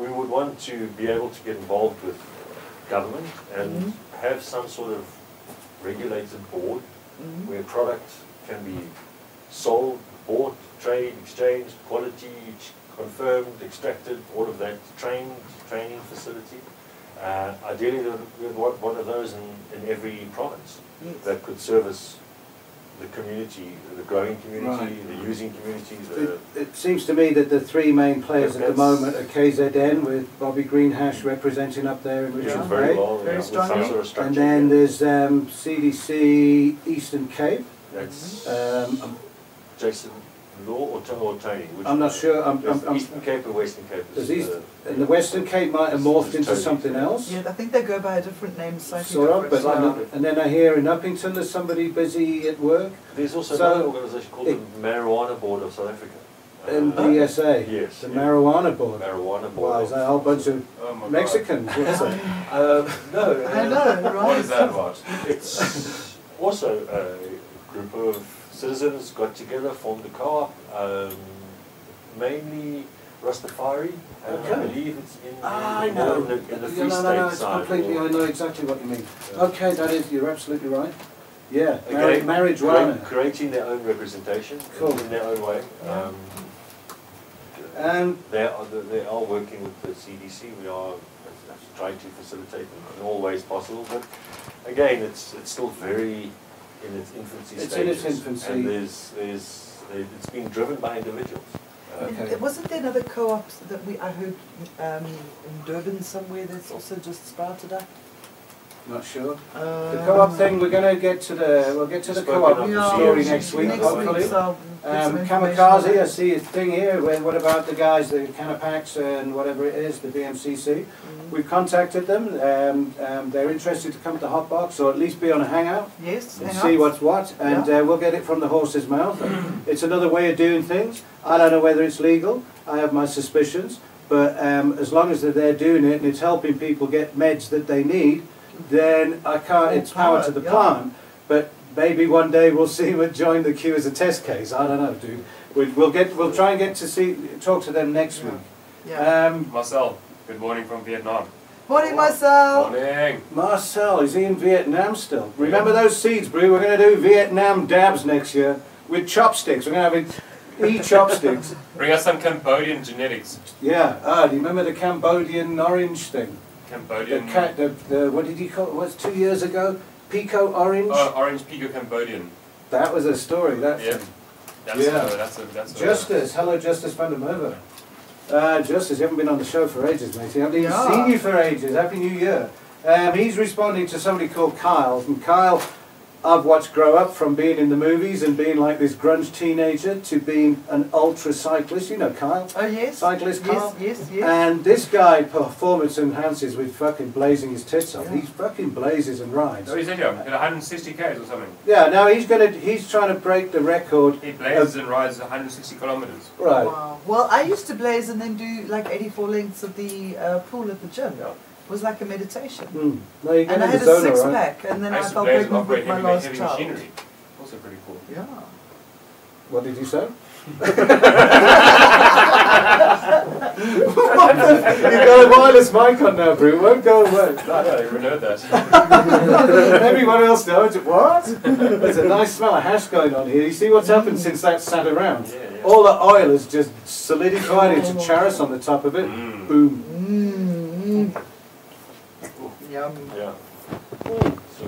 Speaker 4: we would want to be able to get involved with government and have some sort of regulated board
Speaker 2: Mhm.
Speaker 4: where product can be sold, bought, trade, exchanged, quality ex- confirmed, extracted, all of that, trained, training facility. Uh, ideally, we would want one of those in, in every province
Speaker 2: Yes.
Speaker 4: that could service the community, the growing community,
Speaker 1: Right.
Speaker 4: the using community, the,
Speaker 1: It, it seems to me that the three main players at the
Speaker 4: That's-
Speaker 1: moment are KZN with Bobby Greenhash representing up there in
Speaker 4: which
Speaker 1: Richards
Speaker 4: is
Speaker 1: Bay.
Speaker 4: very well,
Speaker 2: Very
Speaker 4: yeah, with some
Speaker 2: strongly.
Speaker 4: sort of structure.
Speaker 1: and then
Speaker 4: yeah.
Speaker 1: there's um, CDC Eastern Cape.
Speaker 4: That's
Speaker 1: Um, I'm-
Speaker 4: Jason Law or, To- or Tony? Which
Speaker 1: I'm not
Speaker 4: one?
Speaker 1: sure. I'm,
Speaker 4: There's
Speaker 1: I'm, I'm,
Speaker 4: Eastern Cape or Western Cape? is
Speaker 1: There's East,
Speaker 4: the-
Speaker 1: and the Western Cape might have morphed
Speaker 4: It's
Speaker 1: into
Speaker 4: totally-
Speaker 1: something else.
Speaker 2: Yeah, I think they go by a different name slightly.
Speaker 1: Sort of, but
Speaker 2: different.
Speaker 1: I
Speaker 4: Yeah.
Speaker 1: know- and then I hear in Uppington there's somebody busy at work
Speaker 4: There's also
Speaker 1: So-
Speaker 4: another organisation called
Speaker 1: it-
Speaker 4: the Marijuana Board of South Africa. Uh,
Speaker 1: MDSA,
Speaker 4: Yes,
Speaker 1: the
Speaker 4: yeah.
Speaker 1: marijuana board.
Speaker 4: Marijuana Board.
Speaker 1: Wow, is that a whole bunch of
Speaker 3: Oh my God.
Speaker 1: Mexicans? What's that?
Speaker 4: [LAUGHS] Uh,
Speaker 1: [LAUGHS]
Speaker 4: no.
Speaker 2: I
Speaker 4: uh,
Speaker 2: know, right?
Speaker 3: What is that about?
Speaker 4: It's also a group of citizens got together, formed a co-op, um, mainly Rastafari, and I
Speaker 1: Okay. Ah,
Speaker 4: believe it's in,
Speaker 1: I
Speaker 4: in
Speaker 1: know.
Speaker 4: the, in the Free
Speaker 1: no, no, no,
Speaker 4: State
Speaker 1: it's
Speaker 4: side.
Speaker 1: completely.
Speaker 4: or-
Speaker 1: I know exactly what you mean.
Speaker 4: Yeah.
Speaker 1: Okay, that is. You're absolutely right. Yeah,
Speaker 4: Okay.
Speaker 1: marriage, marriage
Speaker 4: Create-
Speaker 1: marijuana.
Speaker 4: Creating their own representation
Speaker 1: Cool.
Speaker 4: in their own way. Um,
Speaker 1: And
Speaker 4: They are, they are working with the CDC, we are trying to facilitate them in all ways possible, but again, it's, it's still very in its infancy stages.
Speaker 1: It's in its infancy.
Speaker 4: And there's, there's, it's being driven by individuals. Uh,
Speaker 1: Okay.
Speaker 2: And Wasn't there another co-op that we, I heard um, in Durban somewhere that's also just sprouted up?
Speaker 1: not sure. The co-op thing. We're going to get to the. We'll get to the
Speaker 4: Spoken
Speaker 1: co-op
Speaker 4: of
Speaker 2: Yeah,
Speaker 1: story
Speaker 4: yeah.
Speaker 1: next week,
Speaker 2: Next
Speaker 1: hopefully.
Speaker 2: week, so I'll get some
Speaker 1: Um,
Speaker 2: information on
Speaker 1: kamikaze, I
Speaker 2: that.
Speaker 1: see his thing here. Well, What about the guys, the Canapax and whatever it is, the BMCC? We've contacted them. Um, um, they're interested to come to Hotbox or at least be on a hangout
Speaker 2: Yes,
Speaker 1: and
Speaker 2: hang
Speaker 1: see
Speaker 2: on.
Speaker 1: what's what, and uh, we'll get it from the horse's mouth. it's another way of doing things. I don't know whether it's legal. I have my suspicions, but um, as long as they're there doing it and it's helping people get meds that they need, then I can't.
Speaker 2: Oh,
Speaker 1: It's power to
Speaker 2: power,
Speaker 1: the
Speaker 2: yeah.
Speaker 1: plan. But maybe one day we'll see what join the queue as a test case. I don't know, dude. We, we'll get. We'll try and get to see. Talk to them next
Speaker 2: Yeah.
Speaker 1: week.
Speaker 2: Yeah.
Speaker 1: Um,
Speaker 3: Marcel, good morning from Vietnam.
Speaker 2: Morning, Marcel.
Speaker 3: Morning.
Speaker 1: Marcel, is he in Vietnam still? Remember those seeds, Brew? We're going to do Vietnam dabs next year with chopsticks. We're going to have e chopsticks. [LAUGHS]
Speaker 3: Bring us some Cambodian genetics.
Speaker 1: Yeah. Ah, do you remember the Cambodian orange thing? The
Speaker 3: Cambodian.
Speaker 1: cat. The, the what did he call? It was two years ago. Pico orange.
Speaker 3: Oh, orange pico Cambodian.
Speaker 1: that was a story. That
Speaker 3: Yeah.
Speaker 1: thing.
Speaker 3: That's
Speaker 1: Yeah.
Speaker 3: a, that's a, that's a,
Speaker 1: Justice. Hello, Justice Vandermeer. Uh, Justice, you haven't been on the show for ages, mate. I haven't even
Speaker 2: Yeah.
Speaker 1: seen you for ages. Happy New Year. Um, he's responding to somebody called Kyle. And Kyle, I've watched grow up from being in the movies and being like this grunge teenager to being an ultra cyclist. You know Kyle.
Speaker 2: Oh, yes.
Speaker 1: Cyclist Kyle.
Speaker 2: Yes, yes, yes.
Speaker 1: And this guy performance enhances with fucking blazing his tits off.
Speaker 2: Yeah.
Speaker 1: He fucking blazes and rides.
Speaker 3: Oh, he's in here, at 160 k's or something.
Speaker 1: Yeah, now he's gonna he's trying to break the record.
Speaker 3: He blazes and rides 160 kilometers.
Speaker 1: Right.
Speaker 2: Wow. Well, I used to blaze and then do like 84 lengths of the uh, pool at the gym.
Speaker 4: Yeah.
Speaker 2: It was like a meditation.
Speaker 1: Hmm. No, you're
Speaker 2: And
Speaker 1: gonna
Speaker 2: I had
Speaker 1: the
Speaker 2: a
Speaker 1: zone, all
Speaker 2: six
Speaker 1: right.
Speaker 2: pack, and then
Speaker 3: I
Speaker 2: I,
Speaker 3: used to
Speaker 2: felt
Speaker 3: blaze and
Speaker 2: pregnant with
Speaker 3: operate
Speaker 2: my
Speaker 3: heavy,
Speaker 2: last
Speaker 3: heavy
Speaker 2: child.
Speaker 3: machinery. Also pretty cool.
Speaker 2: Yeah.
Speaker 1: What did you say? You've got a wireless mic on now, Brew. It won't go away.
Speaker 3: I don't even know that.
Speaker 1: Everyone else knows. it. What? There's a nice smell of hash going on here. You see what's happened since that sat around?
Speaker 4: Yeah, yeah.
Speaker 1: All the oil has just solidified into charis on the top of it.
Speaker 3: Mm.
Speaker 1: Boom. Mm-hmm.
Speaker 2: Mm, mm. Yum.
Speaker 4: Yeah. So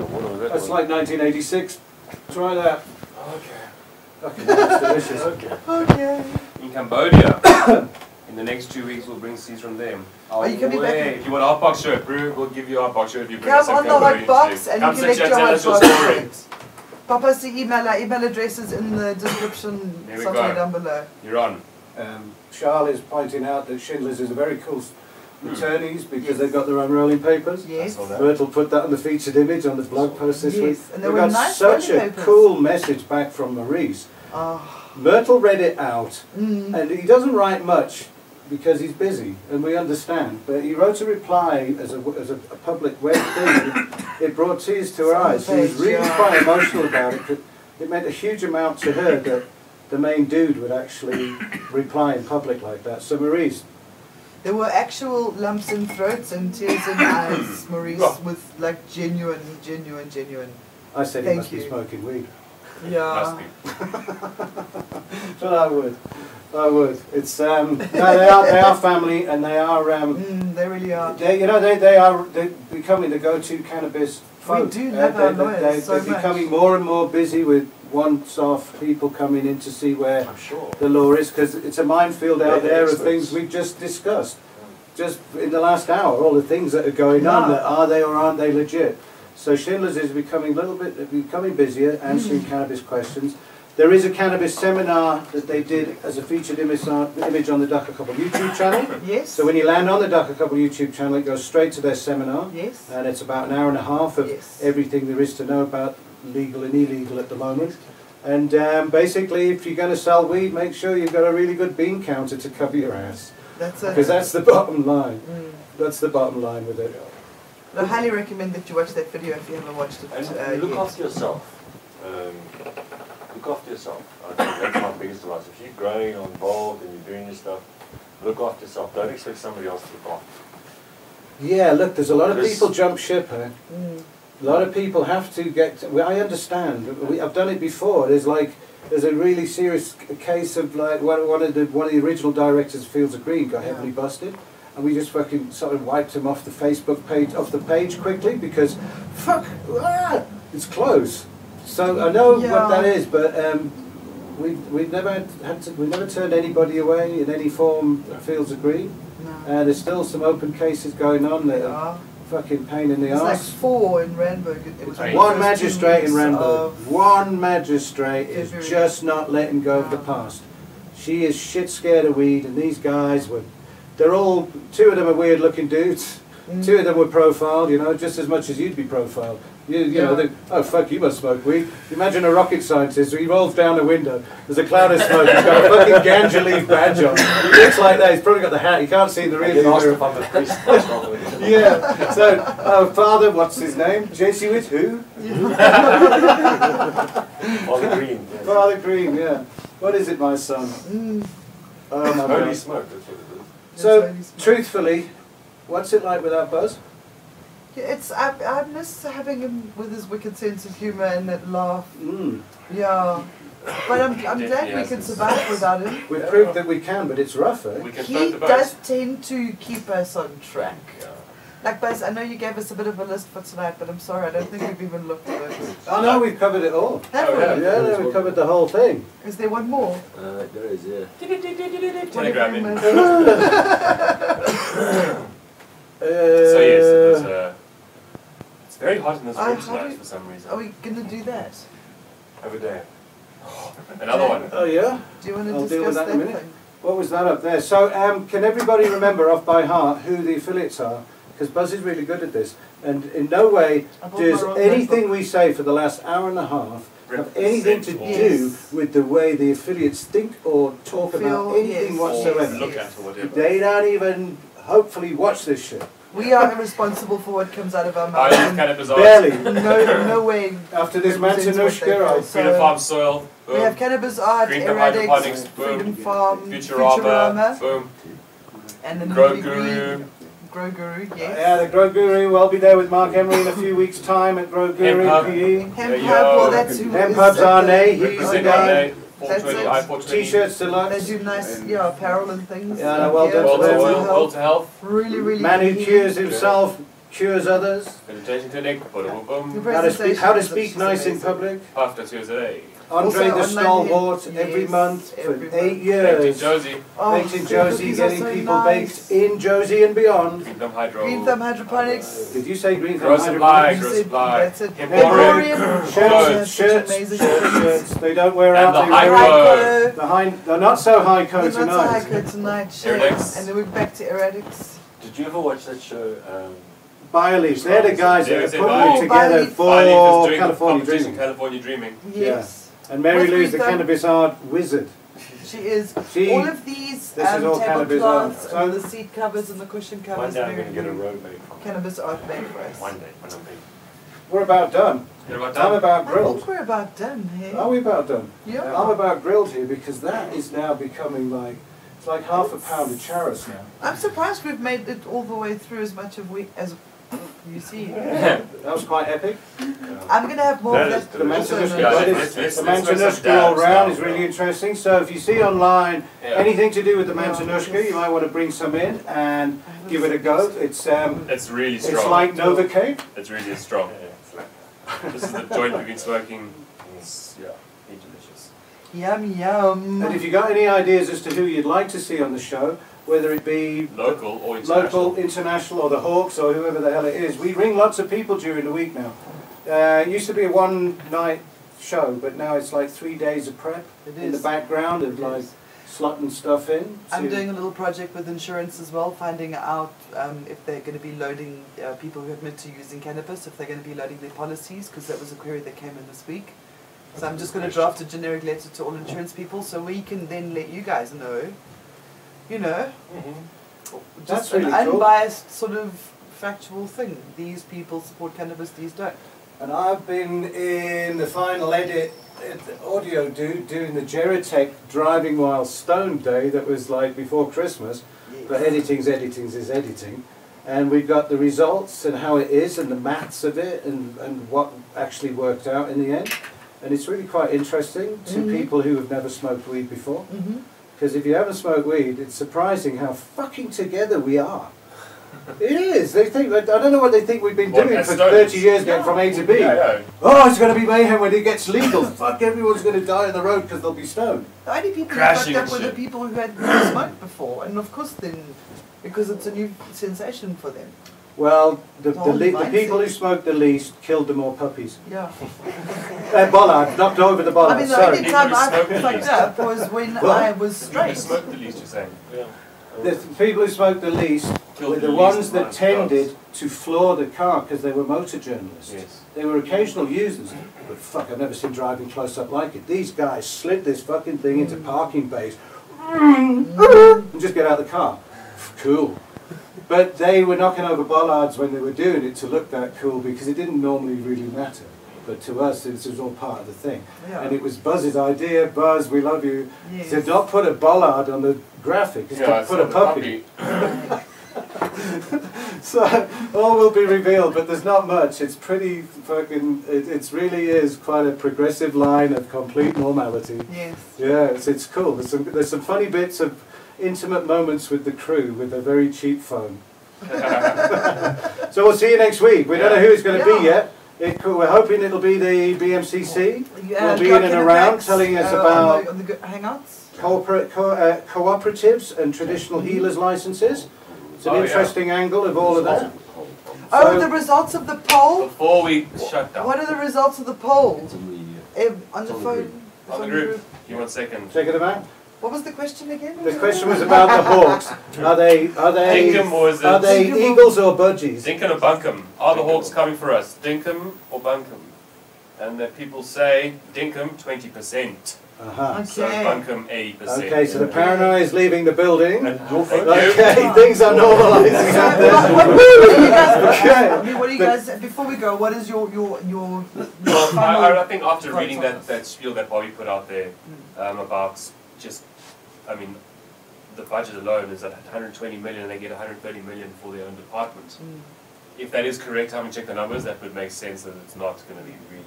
Speaker 4: what was that
Speaker 1: That's
Speaker 4: one?
Speaker 1: like 1986. Try that.
Speaker 4: Okay.
Speaker 1: Okay, that's delicious.
Speaker 4: Okay.
Speaker 2: Okay.
Speaker 3: In Cambodia. [COUGHS] In the next two weeks, we'll bring seeds from them.
Speaker 2: Oh, you can be back in-
Speaker 3: If you want a hot box shirt, Brew, we'll give you a hot box shirt if you bring us
Speaker 2: Come
Speaker 3: some
Speaker 2: on the
Speaker 3: Cambodian
Speaker 2: hot box
Speaker 3: seeds.
Speaker 2: and
Speaker 3: Come
Speaker 2: you can
Speaker 3: sit
Speaker 2: make
Speaker 3: here,
Speaker 2: your
Speaker 3: tell
Speaker 2: hot
Speaker 3: us your story.
Speaker 2: box. Pop us the email. Our email address is in the description
Speaker 3: There we
Speaker 2: somewhere
Speaker 3: go.
Speaker 2: down below.
Speaker 3: You're on.
Speaker 1: Um, Charles is pointing out that Schindler's is a very cool s- attorneys because they've got their own rolling papers.
Speaker 2: Yes.
Speaker 3: all that.
Speaker 1: Myrtle put that on the featured image on the blog post this
Speaker 2: Yes,
Speaker 1: week.
Speaker 2: and they
Speaker 1: we
Speaker 2: were
Speaker 1: got
Speaker 2: nice
Speaker 1: such a
Speaker 2: rolling papers.
Speaker 1: cool message back from Maurice.
Speaker 2: Ah.
Speaker 1: Myrtle read it out,
Speaker 2: Mm.
Speaker 1: and he doesn't write much because he's busy, and we understand. But he wrote a reply as a, as a, a public web thing. [COUGHS] it brought tears to her eyes.
Speaker 2: It's
Speaker 1: She
Speaker 2: on the
Speaker 1: was
Speaker 2: page,
Speaker 1: really
Speaker 2: yeah.
Speaker 1: quite emotional about it. 'cause It meant a huge amount to her that the main dude would actually reply in public like that. So Maurice,
Speaker 2: There were actual lumps in throats and tears in
Speaker 3: [COUGHS]
Speaker 2: eyes, Maurice,
Speaker 3: Yeah.
Speaker 2: with like genuine, genuine, genuine.
Speaker 1: I said he
Speaker 2: Thank
Speaker 1: must be
Speaker 2: you.
Speaker 1: smoking weed.
Speaker 3: Must
Speaker 2: Yeah.
Speaker 3: be.
Speaker 1: But I would. I would. It's um, no, they are they are family, and they are um,
Speaker 2: Mm, they really are.
Speaker 1: they you know they they are they're becoming the go-to cannabis. Folk. Uh,
Speaker 2: do love our lawyers
Speaker 1: they,
Speaker 2: so
Speaker 1: are
Speaker 2: much.
Speaker 1: becoming more and more busy with once-off people coming in to see where
Speaker 4: I'm sure.
Speaker 1: the law is because it's a minefield
Speaker 4: They're
Speaker 1: out
Speaker 4: the
Speaker 1: there of
Speaker 4: experts.
Speaker 1: things we've just discussed. Just in the last hour, all the things that are going on
Speaker 2: Yeah.
Speaker 1: that are they or aren't they legit? So Schindler's is becoming a little bit becoming busier answering cannabis questions. There is a cannabis seminar that they did as a featured image on, image on the Dhaka Couple YouTube channel.
Speaker 2: Yes.
Speaker 1: So when you land on the Dhaka Couple YouTube channel, it goes straight to their seminar,
Speaker 2: yes.
Speaker 1: and it's about an hour and a half of
Speaker 2: Yes.
Speaker 1: everything there is to know about legal and illegal at the moment. And um, basically, if you're going to sell weed, make sure you've got a really good bean counter to cover your ass.
Speaker 2: That's
Speaker 1: Because
Speaker 2: it.
Speaker 1: that's the bottom line.
Speaker 2: Mm.
Speaker 1: That's the bottom line with it.
Speaker 2: I highly
Speaker 1: Uh,
Speaker 2: uh, recommend that you watch that video if you haven't watched it.
Speaker 4: And
Speaker 2: uh,
Speaker 4: look
Speaker 2: yet.
Speaker 4: after yourself. Um, Look after yourself. I think that's my biggest advice. If you're growing, you're involved, and you're doing this stuff, look after yourself. Don't expect somebody else to look after
Speaker 1: Yeah, look, there's a lot of
Speaker 4: There's-
Speaker 1: people jump ship eh?
Speaker 2: Mm.
Speaker 1: A lot of people have to get. Well, I understand. We, I've done it before. There's like there's a really serious c- case of like one, one of the one of the original directors of Fields of Green got
Speaker 2: Yeah.
Speaker 1: heavily busted, and we just fucking sort of wiped him off the Facebook page off the page quickly because fuck, ah, it's close. So I know
Speaker 2: Yeah.
Speaker 1: what that is, but um, we we've never had, had to, we've never turned anybody away in any form. at Fields of Green,
Speaker 2: No.
Speaker 1: and there's still some open cases going on that are
Speaker 2: Yeah.
Speaker 1: fucking pain in the
Speaker 2: It's like
Speaker 1: ass.
Speaker 2: four in Randburg. It, it was
Speaker 3: Right.
Speaker 1: One
Speaker 2: the first two
Speaker 1: magistrate in
Speaker 2: weeks
Speaker 1: Rambo.
Speaker 2: of-
Speaker 1: One magistrate is
Speaker 2: February.
Speaker 1: just not letting go of the past. She is shit scared of weed, and these guys were. They're all. Two of them are weird looking dudes.
Speaker 2: Mm.
Speaker 1: Two of them were profiled, you know, just as much as you'd be profiled. You, you know,
Speaker 2: Yeah.
Speaker 1: they, oh fuck, you must smoke weed. Imagine a rocket scientist. He rolls down the window. There's a cloud of smoke. He's got a fucking ganja leaf badge on. He looks like that. He's probably got the hat. You can't see in the
Speaker 4: I
Speaker 1: rear
Speaker 4: get
Speaker 1: view
Speaker 4: asked
Speaker 1: mirror.
Speaker 4: if I'm a priest. What's wrong with you?
Speaker 1: Yeah. So, uh, father, what's his name? Jesuit who?
Speaker 4: Olive green. yes.
Speaker 1: Father Green, yeah. What is it, my son?
Speaker 2: Mm.
Speaker 1: Oh my
Speaker 4: Holy
Speaker 1: God.
Speaker 4: smoke, that's what it is.
Speaker 1: So,
Speaker 2: That's how it is.
Speaker 1: truthfully, what's it like without Buzz?
Speaker 2: Yeah, it's I, I miss having him with his wicked sense of humour and that laugh.
Speaker 1: Mm.
Speaker 2: Yeah, but I'm I'm
Speaker 3: Yeah,
Speaker 2: glad
Speaker 3: he
Speaker 2: we
Speaker 3: has
Speaker 2: can
Speaker 3: his-
Speaker 2: survive without
Speaker 1: [LAUGHS]
Speaker 2: him.
Speaker 1: We've proved that we can, but it's rough, eh?
Speaker 3: We can float
Speaker 2: He
Speaker 3: the boat.
Speaker 2: does tend to keep us on track. Like Buzz, I know you gave us a bit of a list for tonight, but I'm sorry, I don't think we've even looked at it.
Speaker 1: Oh no, we've covered it all.
Speaker 2: Have
Speaker 3: [LAUGHS] Oh,
Speaker 2: we?
Speaker 1: Yeah, no, we've covered the whole thing.
Speaker 2: Is there one more?
Speaker 6: Uh, there is, yeah.
Speaker 3: Telegram in.
Speaker 2: Whatever it
Speaker 3: [LAUGHS]
Speaker 2: is.
Speaker 1: so
Speaker 3: So yes, it was, uh, it's very hot in this
Speaker 2: I
Speaker 3: room
Speaker 2: had
Speaker 3: tonight
Speaker 2: it-
Speaker 3: for some reason.
Speaker 2: Are we gonna do that?
Speaker 4: Have a day.
Speaker 3: Another one.
Speaker 1: Oh yeah.
Speaker 2: Do you want to
Speaker 1: I'll deal
Speaker 2: discuss
Speaker 1: with
Speaker 2: that,
Speaker 1: that in a minute.
Speaker 2: thing?
Speaker 1: What was that up there? So, um, can everybody remember off by heart who the affiliates are? Because Buzz is really good at this, and in no way
Speaker 2: I bought
Speaker 1: does
Speaker 2: my own
Speaker 1: anything
Speaker 2: notebook.
Speaker 1: we say for the last hour and a half have anything to
Speaker 3: Represent
Speaker 1: do
Speaker 2: Yes.
Speaker 1: with the way the affiliates think or talk about
Speaker 2: Feel,
Speaker 1: anything
Speaker 2: yes.
Speaker 3: Or
Speaker 1: whatsoever.
Speaker 3: Look at or whatever.
Speaker 1: They don't even hopefully watch this shit.
Speaker 2: We are irresponsible for what comes out of our
Speaker 3: Oh,
Speaker 2: mouths.
Speaker 3: it's kind of bizarre.
Speaker 2: [LAUGHS]
Speaker 1: Barely.
Speaker 2: No, no way.
Speaker 1: After this
Speaker 2: Represents what they
Speaker 1: Mantanushka, I
Speaker 2: feel.
Speaker 3: Freedom Farm Soil.
Speaker 2: We have
Speaker 3: Boom.
Speaker 2: Cannabis Art,
Speaker 3: Green
Speaker 2: Eradics,
Speaker 3: Hydroponics,
Speaker 2: Freedom
Speaker 3: Boom.
Speaker 2: Farm,
Speaker 3: Futurama.
Speaker 2: Futurama,
Speaker 3: Boom.
Speaker 2: and the
Speaker 3: Grow
Speaker 2: Nobody
Speaker 3: Guru.
Speaker 2: Green. Grow Guru,
Speaker 1: Yeah,
Speaker 2: yes.
Speaker 1: the Grow Guru. We'll be there with Mark Emery in a few weeks' time at E. Grow Guru
Speaker 3: Hemp Hub.
Speaker 1: PE.
Speaker 2: Hemp
Speaker 3: There
Speaker 2: Hub,
Speaker 3: you
Speaker 2: well,
Speaker 3: are.
Speaker 2: that's who
Speaker 1: Hemp
Speaker 2: is
Speaker 1: Hub's
Speaker 2: at
Speaker 1: our
Speaker 2: the-
Speaker 1: name, he's the
Speaker 3: Represent
Speaker 2: Okay.
Speaker 1: guy.
Speaker 3: Monday,
Speaker 2: That's
Speaker 3: 420,
Speaker 2: it.
Speaker 3: I 420.
Speaker 1: T-shirts
Speaker 2: They
Speaker 1: deluxe.
Speaker 2: do nice, yeah, apparel and things.
Speaker 1: Yeah, no, well
Speaker 2: Gear,
Speaker 1: done to
Speaker 3: World to
Speaker 1: them.
Speaker 2: mental
Speaker 3: Oil, World
Speaker 2: health.
Speaker 3: to Health.
Speaker 2: Really, really.
Speaker 1: Man who
Speaker 2: neat.
Speaker 1: cures himself cures others.
Speaker 3: Meditation Clinic. Boom. Boom.
Speaker 2: Your
Speaker 3: boom.
Speaker 1: How to speak, how to
Speaker 2: presentations are
Speaker 1: speak
Speaker 2: just
Speaker 1: nice in
Speaker 2: amazing.
Speaker 1: public.
Speaker 3: Half to two a day.
Speaker 1: Andre
Speaker 2: Also
Speaker 1: the
Speaker 2: online
Speaker 1: Stalwart
Speaker 2: hit-
Speaker 1: every
Speaker 2: yes,
Speaker 1: month for
Speaker 2: every
Speaker 1: eight
Speaker 2: month.
Speaker 3: Thank you,
Speaker 1: years.
Speaker 3: Josie.
Speaker 2: Oh,
Speaker 1: Baked in
Speaker 2: the
Speaker 1: Josie,
Speaker 2: cookies are
Speaker 1: getting
Speaker 2: so
Speaker 1: people
Speaker 2: nice.
Speaker 1: baked in Josie and beyond.
Speaker 3: Green Thumb Hydro.
Speaker 2: Green Thumb Hydroponics.
Speaker 1: Did you say green
Speaker 3: Grow
Speaker 1: thumb
Speaker 3: supply,
Speaker 1: hydroponics?
Speaker 3: grow
Speaker 2: That's it.
Speaker 3: supply.
Speaker 2: That's it.
Speaker 3: Emporium.
Speaker 2: Emporium.
Speaker 1: Shirts, shirts,
Speaker 2: Shirts,
Speaker 1: shirts,
Speaker 2: amazing
Speaker 1: shirts. They don't wear
Speaker 3: And
Speaker 1: out.
Speaker 3: the
Speaker 1: They
Speaker 3: high
Speaker 1: wear out.
Speaker 2: Hyco.
Speaker 1: The high, they're not so high
Speaker 2: Well,
Speaker 1: coat
Speaker 2: that's a high
Speaker 1: tonight.
Speaker 2: code tonight, sure.
Speaker 3: Erratics.
Speaker 2: And then we're back to erratics.
Speaker 4: Did you ever watch that show? Um,
Speaker 1: Bioleaves, they're the guys that are
Speaker 3: There's a
Speaker 1: putting it
Speaker 3: Bioleaf.
Speaker 1: together
Speaker 2: Bioleaf.
Speaker 3: Finally,
Speaker 1: for
Speaker 3: just doing
Speaker 1: California
Speaker 3: competition,
Speaker 1: Dreaming.
Speaker 3: California Dreaming.
Speaker 2: Yes.
Speaker 1: And Mary
Speaker 2: What's
Speaker 1: Lou's the
Speaker 2: green thumb?
Speaker 1: cannabis art wizard.
Speaker 2: She is.
Speaker 1: She-
Speaker 2: all of these
Speaker 1: this is
Speaker 2: um,
Speaker 1: all cannabis
Speaker 2: tablecloths
Speaker 1: art.
Speaker 2: and the seat covers and the cushion
Speaker 4: one
Speaker 2: covers.
Speaker 4: day I'm
Speaker 2: Mary
Speaker 4: going to get a
Speaker 2: Lou.
Speaker 4: robe made from it.
Speaker 2: Cannabis art made for us.
Speaker 4: One day, when I'm big.
Speaker 1: We're about done.
Speaker 3: Get about
Speaker 1: I'm
Speaker 3: done.
Speaker 1: about
Speaker 2: I think
Speaker 1: grilled.
Speaker 2: we're about done here.
Speaker 1: Are we about done? Uh,
Speaker 2: Yeah.
Speaker 1: I'm about grilled here because that is now becoming like, it's like half a pound of charis now.
Speaker 2: I'm surprised we've made it all the way through as much of we as you see.
Speaker 1: That was quite epic.
Speaker 2: I'm gonna have more
Speaker 4: That
Speaker 2: of
Speaker 4: is
Speaker 2: that.
Speaker 1: The
Speaker 4: delicious.
Speaker 2: also
Speaker 1: Manchester
Speaker 2: in a-
Speaker 1: yeah,
Speaker 3: Yeah, let's-
Speaker 1: is,
Speaker 3: let's- let's-
Speaker 1: the
Speaker 3: let's make
Speaker 1: Manchester
Speaker 3: some
Speaker 1: all
Speaker 3: dabs
Speaker 1: round
Speaker 3: now,
Speaker 1: is really
Speaker 3: yeah.
Speaker 1: interesting. So if you see online
Speaker 3: Yeah.
Speaker 1: anything to do with the
Speaker 2: Yeah.
Speaker 1: Manchester, you might want to bring some in and give it a go. It's um,
Speaker 3: It's really
Speaker 1: it's
Speaker 3: strong.
Speaker 1: like Novocaine.
Speaker 3: It's really strong.
Speaker 4: Yeah, it's like-
Speaker 3: this is the joint we've been smoking. It's, yeah, really delicious.
Speaker 2: Yum yum.
Speaker 1: And if you got any ideas as to who you'd like to see on the show, whether it be
Speaker 3: Local or international.
Speaker 1: local, international, or the Hawks, or whoever the hell it is. We ring lots of people during the week now. Uh, it used to be a one night show, but now it's like three days of prep
Speaker 2: It
Speaker 1: in the
Speaker 2: is.
Speaker 1: background of
Speaker 2: It
Speaker 1: like
Speaker 2: is.
Speaker 1: slotting stuff in.
Speaker 2: I'm
Speaker 1: to-
Speaker 2: doing a little project with insurance as well, finding out um, if they're going to be loading uh, people who admit to using cannabis, if they're going to be loading their policies, because that was a query that came in this week. So I'm just going to draft a generic letter to all insurance people, so we can then let you guys know, you know, just
Speaker 1: That's
Speaker 2: an
Speaker 1: really cool.
Speaker 2: unbiased sort of factual thing. These people support cannabis, these don't.
Speaker 1: And I've been in the final edit uh, uh, audio dude doing the Geritech driving while stoned day that was like before Christmas, but editing's editing's is editing, and we've got the results and how it is and the maths of it and, and what actually worked out in the end, and it's really quite interesting to
Speaker 2: Mhm.
Speaker 1: people who have never smoked weed before.
Speaker 2: Mm-hmm.
Speaker 1: Because if you haven't smoked weed, it's surprising how fucking together we [LAUGHS] are. It is. They think I don't know what they think we've been
Speaker 3: What,
Speaker 1: doing for
Speaker 3: as stones?
Speaker 1: thirty years, getting from A to B.
Speaker 3: Yeah, yeah.
Speaker 1: Oh, it's going to be mayhem when it gets legal. Fuck, everyone's going to die on the road because they'll be stoned.
Speaker 2: The only people
Speaker 3: Crashing
Speaker 2: who fucked up
Speaker 3: and
Speaker 2: were the
Speaker 3: shit.
Speaker 2: people who had never [COUGHS] smoked before, and of course then, because it's a new sensation for them.
Speaker 1: Well, the,
Speaker 2: The
Speaker 1: the,
Speaker 2: whole
Speaker 1: le- the people who
Speaker 2: mindset.
Speaker 1: smoked the least killed the more puppies. [LAUGHS]
Speaker 2: Yeah.
Speaker 1: Uh, bollard, knocked over the bollard.
Speaker 2: I mean, the
Speaker 1: Sorry.
Speaker 2: only
Speaker 3: People
Speaker 2: time
Speaker 3: who
Speaker 2: I
Speaker 3: smoke the
Speaker 2: fucked
Speaker 3: least.
Speaker 2: up was when
Speaker 1: Well,
Speaker 2: I was
Speaker 3: You
Speaker 2: straight.
Speaker 3: smoke the least, you're saying.
Speaker 4: Yeah.
Speaker 1: The people who smoked the least
Speaker 3: Killed
Speaker 1: were the,
Speaker 3: the least
Speaker 1: ones that
Speaker 3: amount of drugs.
Speaker 1: tended to floor the car because they were motor journalists.
Speaker 3: Yes.
Speaker 1: They were occasional users, but fuck, I've never seen driving close up like it. These guys slid this fucking thing into parking bays and just get out of the car. Cool. But they were knocking over bollards when they were doing it to look that cool because it didn't normally really matter. But to us, this was all part of the thing.
Speaker 2: Yeah.
Speaker 1: And it was Buzz's idea. Buzz, we love you.
Speaker 2: Yes.
Speaker 1: To not put a bollard on the graphic, it's
Speaker 3: Yeah,
Speaker 1: to
Speaker 3: it's
Speaker 1: put a
Speaker 3: not the
Speaker 1: puppy. [LAUGHS] So all will be revealed, but there's not much. It's pretty fucking. It it's really is quite a progressive line of complete normality.
Speaker 2: Yes.
Speaker 1: Yeah, it's, it's cool. There's some there's some funny bits of intimate moments with the crew with a very cheap phone.
Speaker 3: [LAUGHS]
Speaker 1: so we'll see you next week. We don't know who it's going to be
Speaker 2: Yeah.
Speaker 1: yet. It, could- we're hoping it'll be the BMCC.
Speaker 2: Yeah,
Speaker 1: We'll be
Speaker 2: Jack
Speaker 1: in and
Speaker 2: the
Speaker 1: around
Speaker 2: Blacks,
Speaker 1: telling us
Speaker 2: uh,
Speaker 1: about-
Speaker 2: on the, on the go- hangouts.
Speaker 1: Cooper- co- uh, cooperatives and traditional healers licenses. It's an
Speaker 3: Oh, yeah.
Speaker 1: interesting angle of all of that.
Speaker 2: Oh,
Speaker 1: So-
Speaker 2: the results of the poll.
Speaker 3: Before we shut down.
Speaker 2: What are the results of the poll?
Speaker 5: It's on the, uh,
Speaker 2: Um, on the
Speaker 5: on the
Speaker 2: phone.
Speaker 5: group.
Speaker 3: On the group. Give me one second.
Speaker 1: Take it back.
Speaker 2: What was the question again?
Speaker 1: The question was about the hawks. Are they are they
Speaker 3: Dinkum or is
Speaker 1: are
Speaker 3: it
Speaker 1: they eagles or budgies?
Speaker 3: Dinkum or Bunkum? Are the Hawks coming for us? Dinkum or Bunkum? And the people say Dinkum 20%.
Speaker 1: Uh-huh.
Speaker 3: So
Speaker 2: Okay.
Speaker 3: Bunkum 80%.
Speaker 1: Okay, so the paranoia is leaving the building.
Speaker 4: And your
Speaker 3: Thank
Speaker 4: phone?
Speaker 3: you.
Speaker 1: Okay, [LAUGHS] things are normalizing out
Speaker 2: So, [LAUGHS]
Speaker 1: there.
Speaker 2: what, what, what do you guys,
Speaker 1: Okay.
Speaker 2: I mean, what do you guys, before we go, what is your, your, your, your
Speaker 3: Well,
Speaker 2: final
Speaker 3: [COUGHS] I, I think after
Speaker 2: Right,
Speaker 3: reading
Speaker 2: it's on
Speaker 3: that,
Speaker 2: us.
Speaker 3: that spiel that Bobby put out there
Speaker 2: Hmm.
Speaker 3: um, about just, I mean, the budget alone is at 120 million and they get 130 million for their own department. If that is correct, I haven't checked the numbers, that would make sense that it's not going to be really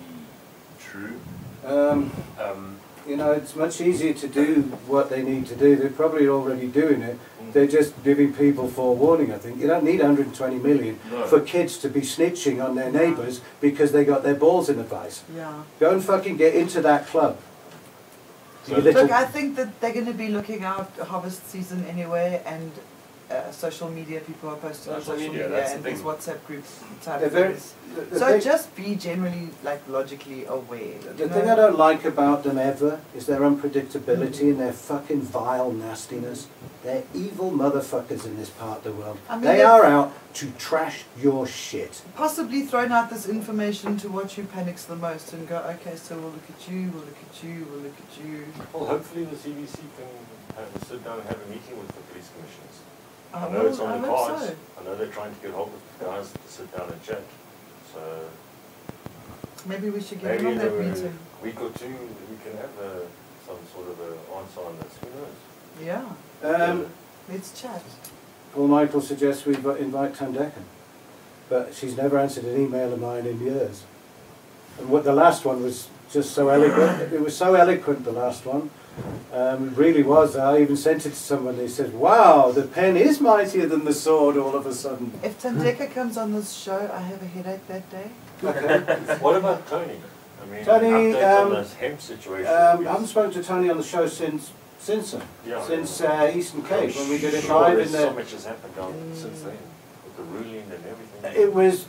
Speaker 3: true.
Speaker 1: Um,
Speaker 3: Um,
Speaker 1: you know, it's much easier to do what they need to do. They're probably already doing it. They're just giving people forewarning, I think. You don't need 120 million
Speaker 3: No.
Speaker 1: for kids to be snitching on their neighbours because they got their balls in the vice.
Speaker 2: Yeah.
Speaker 1: Go and fucking get into that club. You
Speaker 4: So-
Speaker 1: little
Speaker 2: Look, I think that they're going to be looking out harvest season anyway, and uh, social media people are posting on
Speaker 3: Social
Speaker 2: social
Speaker 3: media,
Speaker 2: media,
Speaker 3: that's the
Speaker 2: and these
Speaker 3: thing.
Speaker 2: WhatsApp groups type
Speaker 1: They're
Speaker 2: of
Speaker 1: very-
Speaker 2: things.
Speaker 1: the- the
Speaker 2: So
Speaker 1: thing-
Speaker 2: just be generally like logically aware.
Speaker 1: The thing I don't like about them ever is their unpredictability and their fucking vile nastiness. They're evil motherfuckers in this part of the world.
Speaker 2: I mean,
Speaker 1: they
Speaker 2: they're-
Speaker 1: are out to trash your shit.
Speaker 2: possibly thrown out this information to what you panics the most and go, okay, so we'll look at you, we'll look at you, we'll look at you.
Speaker 4: Well, hopefully the CBC can have, sit down and have a meeting with the police commissioners.
Speaker 2: I
Speaker 4: I know
Speaker 2: will-
Speaker 4: it's
Speaker 2: Oh, I
Speaker 4: on the
Speaker 2: hope
Speaker 4: cards.
Speaker 2: so.
Speaker 4: I know they're trying to get hold of the guys to sit down and chat. So
Speaker 2: Maybe we should get
Speaker 4: maybe
Speaker 2: on
Speaker 4: in
Speaker 2: that
Speaker 4: a
Speaker 2: meeting.
Speaker 4: week or two, we can have a, some sort of an answer on this. Who knows?
Speaker 2: Yeah,
Speaker 1: Um,
Speaker 2: let's chat.
Speaker 1: Paul Michael suggests we invi- invite Tandekan, but she's never answered an email of mine in years. And what the last one was just so eloquent. It was so eloquent. The last one, um, it really was. I even sent it to someone. They said, "Wow, the pen is mightier than the sword." All of a sudden.
Speaker 2: If Tandeka comes on this show, I have a headache that day.
Speaker 1: [LAUGHS] Okay.
Speaker 4: what about Tony? I mean,
Speaker 1: Tony,
Speaker 4: update
Speaker 1: um,
Speaker 4: on this hemp situation.
Speaker 1: Um, I haven't
Speaker 4: Yes.
Speaker 1: spoken to Tony on the show since since then,
Speaker 4: Yeah.
Speaker 1: since uh, Eastern
Speaker 4: I'm
Speaker 1: Cape when we did it
Speaker 4: sure
Speaker 1: live
Speaker 4: there's
Speaker 1: in
Speaker 4: So
Speaker 1: the.
Speaker 4: much has happened down since then with the ruling and everything.
Speaker 1: It was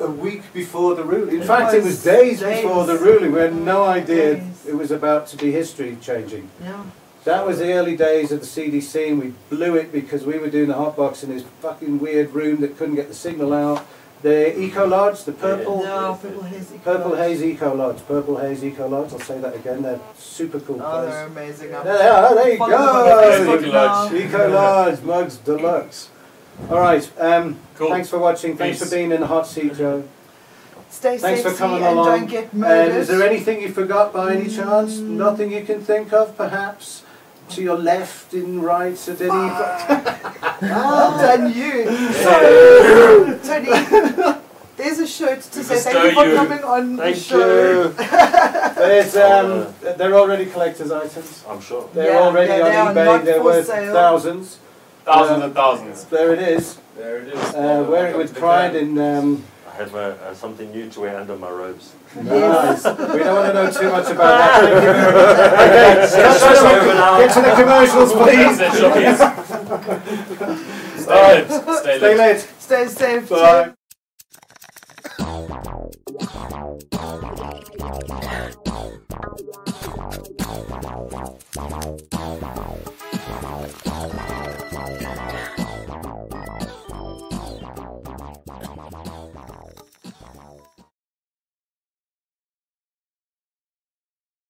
Speaker 1: a week before the ruling. In
Speaker 4: It
Speaker 1: fact, it was
Speaker 2: was
Speaker 1: days,
Speaker 2: days.
Speaker 1: before the ruling. We had no idea
Speaker 2: Days.
Speaker 1: it was about to be history changing.
Speaker 2: Yeah.
Speaker 1: That was the early days of the CDC, and we blew it because we were doing the hot box in this fucking weird room that couldn't get the signal out. The Eco Lodge, the purple.
Speaker 2: No, Purple Haze.
Speaker 1: Oh, Purple Haze Eco Lodge, Purple Haze Eco Lodge. I'll say that again. They're super cool
Speaker 2: Oh,
Speaker 1: place.
Speaker 2: they're amazing.
Speaker 1: There they are. There you
Speaker 2: Follow them on
Speaker 1: go.
Speaker 3: Facebook
Speaker 2: Facebook
Speaker 3: Lodge.
Speaker 2: now.
Speaker 1: Eco Large Mugs Deluxe. All right. Um,
Speaker 3: Cool.
Speaker 1: Thanks for watching. Thanks
Speaker 3: Peace.
Speaker 1: for being in the hot seat, Joe.
Speaker 2: Stay
Speaker 1: Thanks for
Speaker 2: sexy
Speaker 1: coming
Speaker 2: and
Speaker 1: along.
Speaker 2: don't get
Speaker 1: And
Speaker 2: murdered.
Speaker 1: Um, is there anything you forgot by any chance?
Speaker 2: Mm.
Speaker 1: Nothing you can think of, perhaps? To your left and right at any.
Speaker 2: well done, you. So, Tony,
Speaker 1: [LAUGHS]
Speaker 2: there's a shirt to say thank you
Speaker 3: Bestow
Speaker 2: for
Speaker 3: you.
Speaker 2: coming on the
Speaker 4: Thank
Speaker 2: show. [LAUGHS]
Speaker 4: you.
Speaker 1: There's, um, they're already collector's items.
Speaker 4: I'm sure.
Speaker 1: They're
Speaker 2: Yeah,
Speaker 1: already
Speaker 2: yeah, they are
Speaker 1: on
Speaker 2: not
Speaker 1: eBay. They're
Speaker 2: for
Speaker 1: worth
Speaker 2: sale.
Speaker 1: thousands.
Speaker 3: Thousands
Speaker 1: Uh,
Speaker 3: and thousands.
Speaker 1: There it is.
Speaker 3: There it is.
Speaker 1: Uh, wear it with pride and um,
Speaker 4: I have uh, uh, something new to wear under my robes.
Speaker 1: nice. We don't want to know too much about that. [LAUGHS] Thank you very much. Okay,
Speaker 4: Yes,
Speaker 1: that's
Speaker 4: it's
Speaker 1: all.
Speaker 4: over now.
Speaker 1: Get to the commercials, [LAUGHS] please.
Speaker 3: Stay lit. Stay lit.
Speaker 1: Stay late.
Speaker 2: Stay safe.
Speaker 1: Bye.
Speaker 2: too.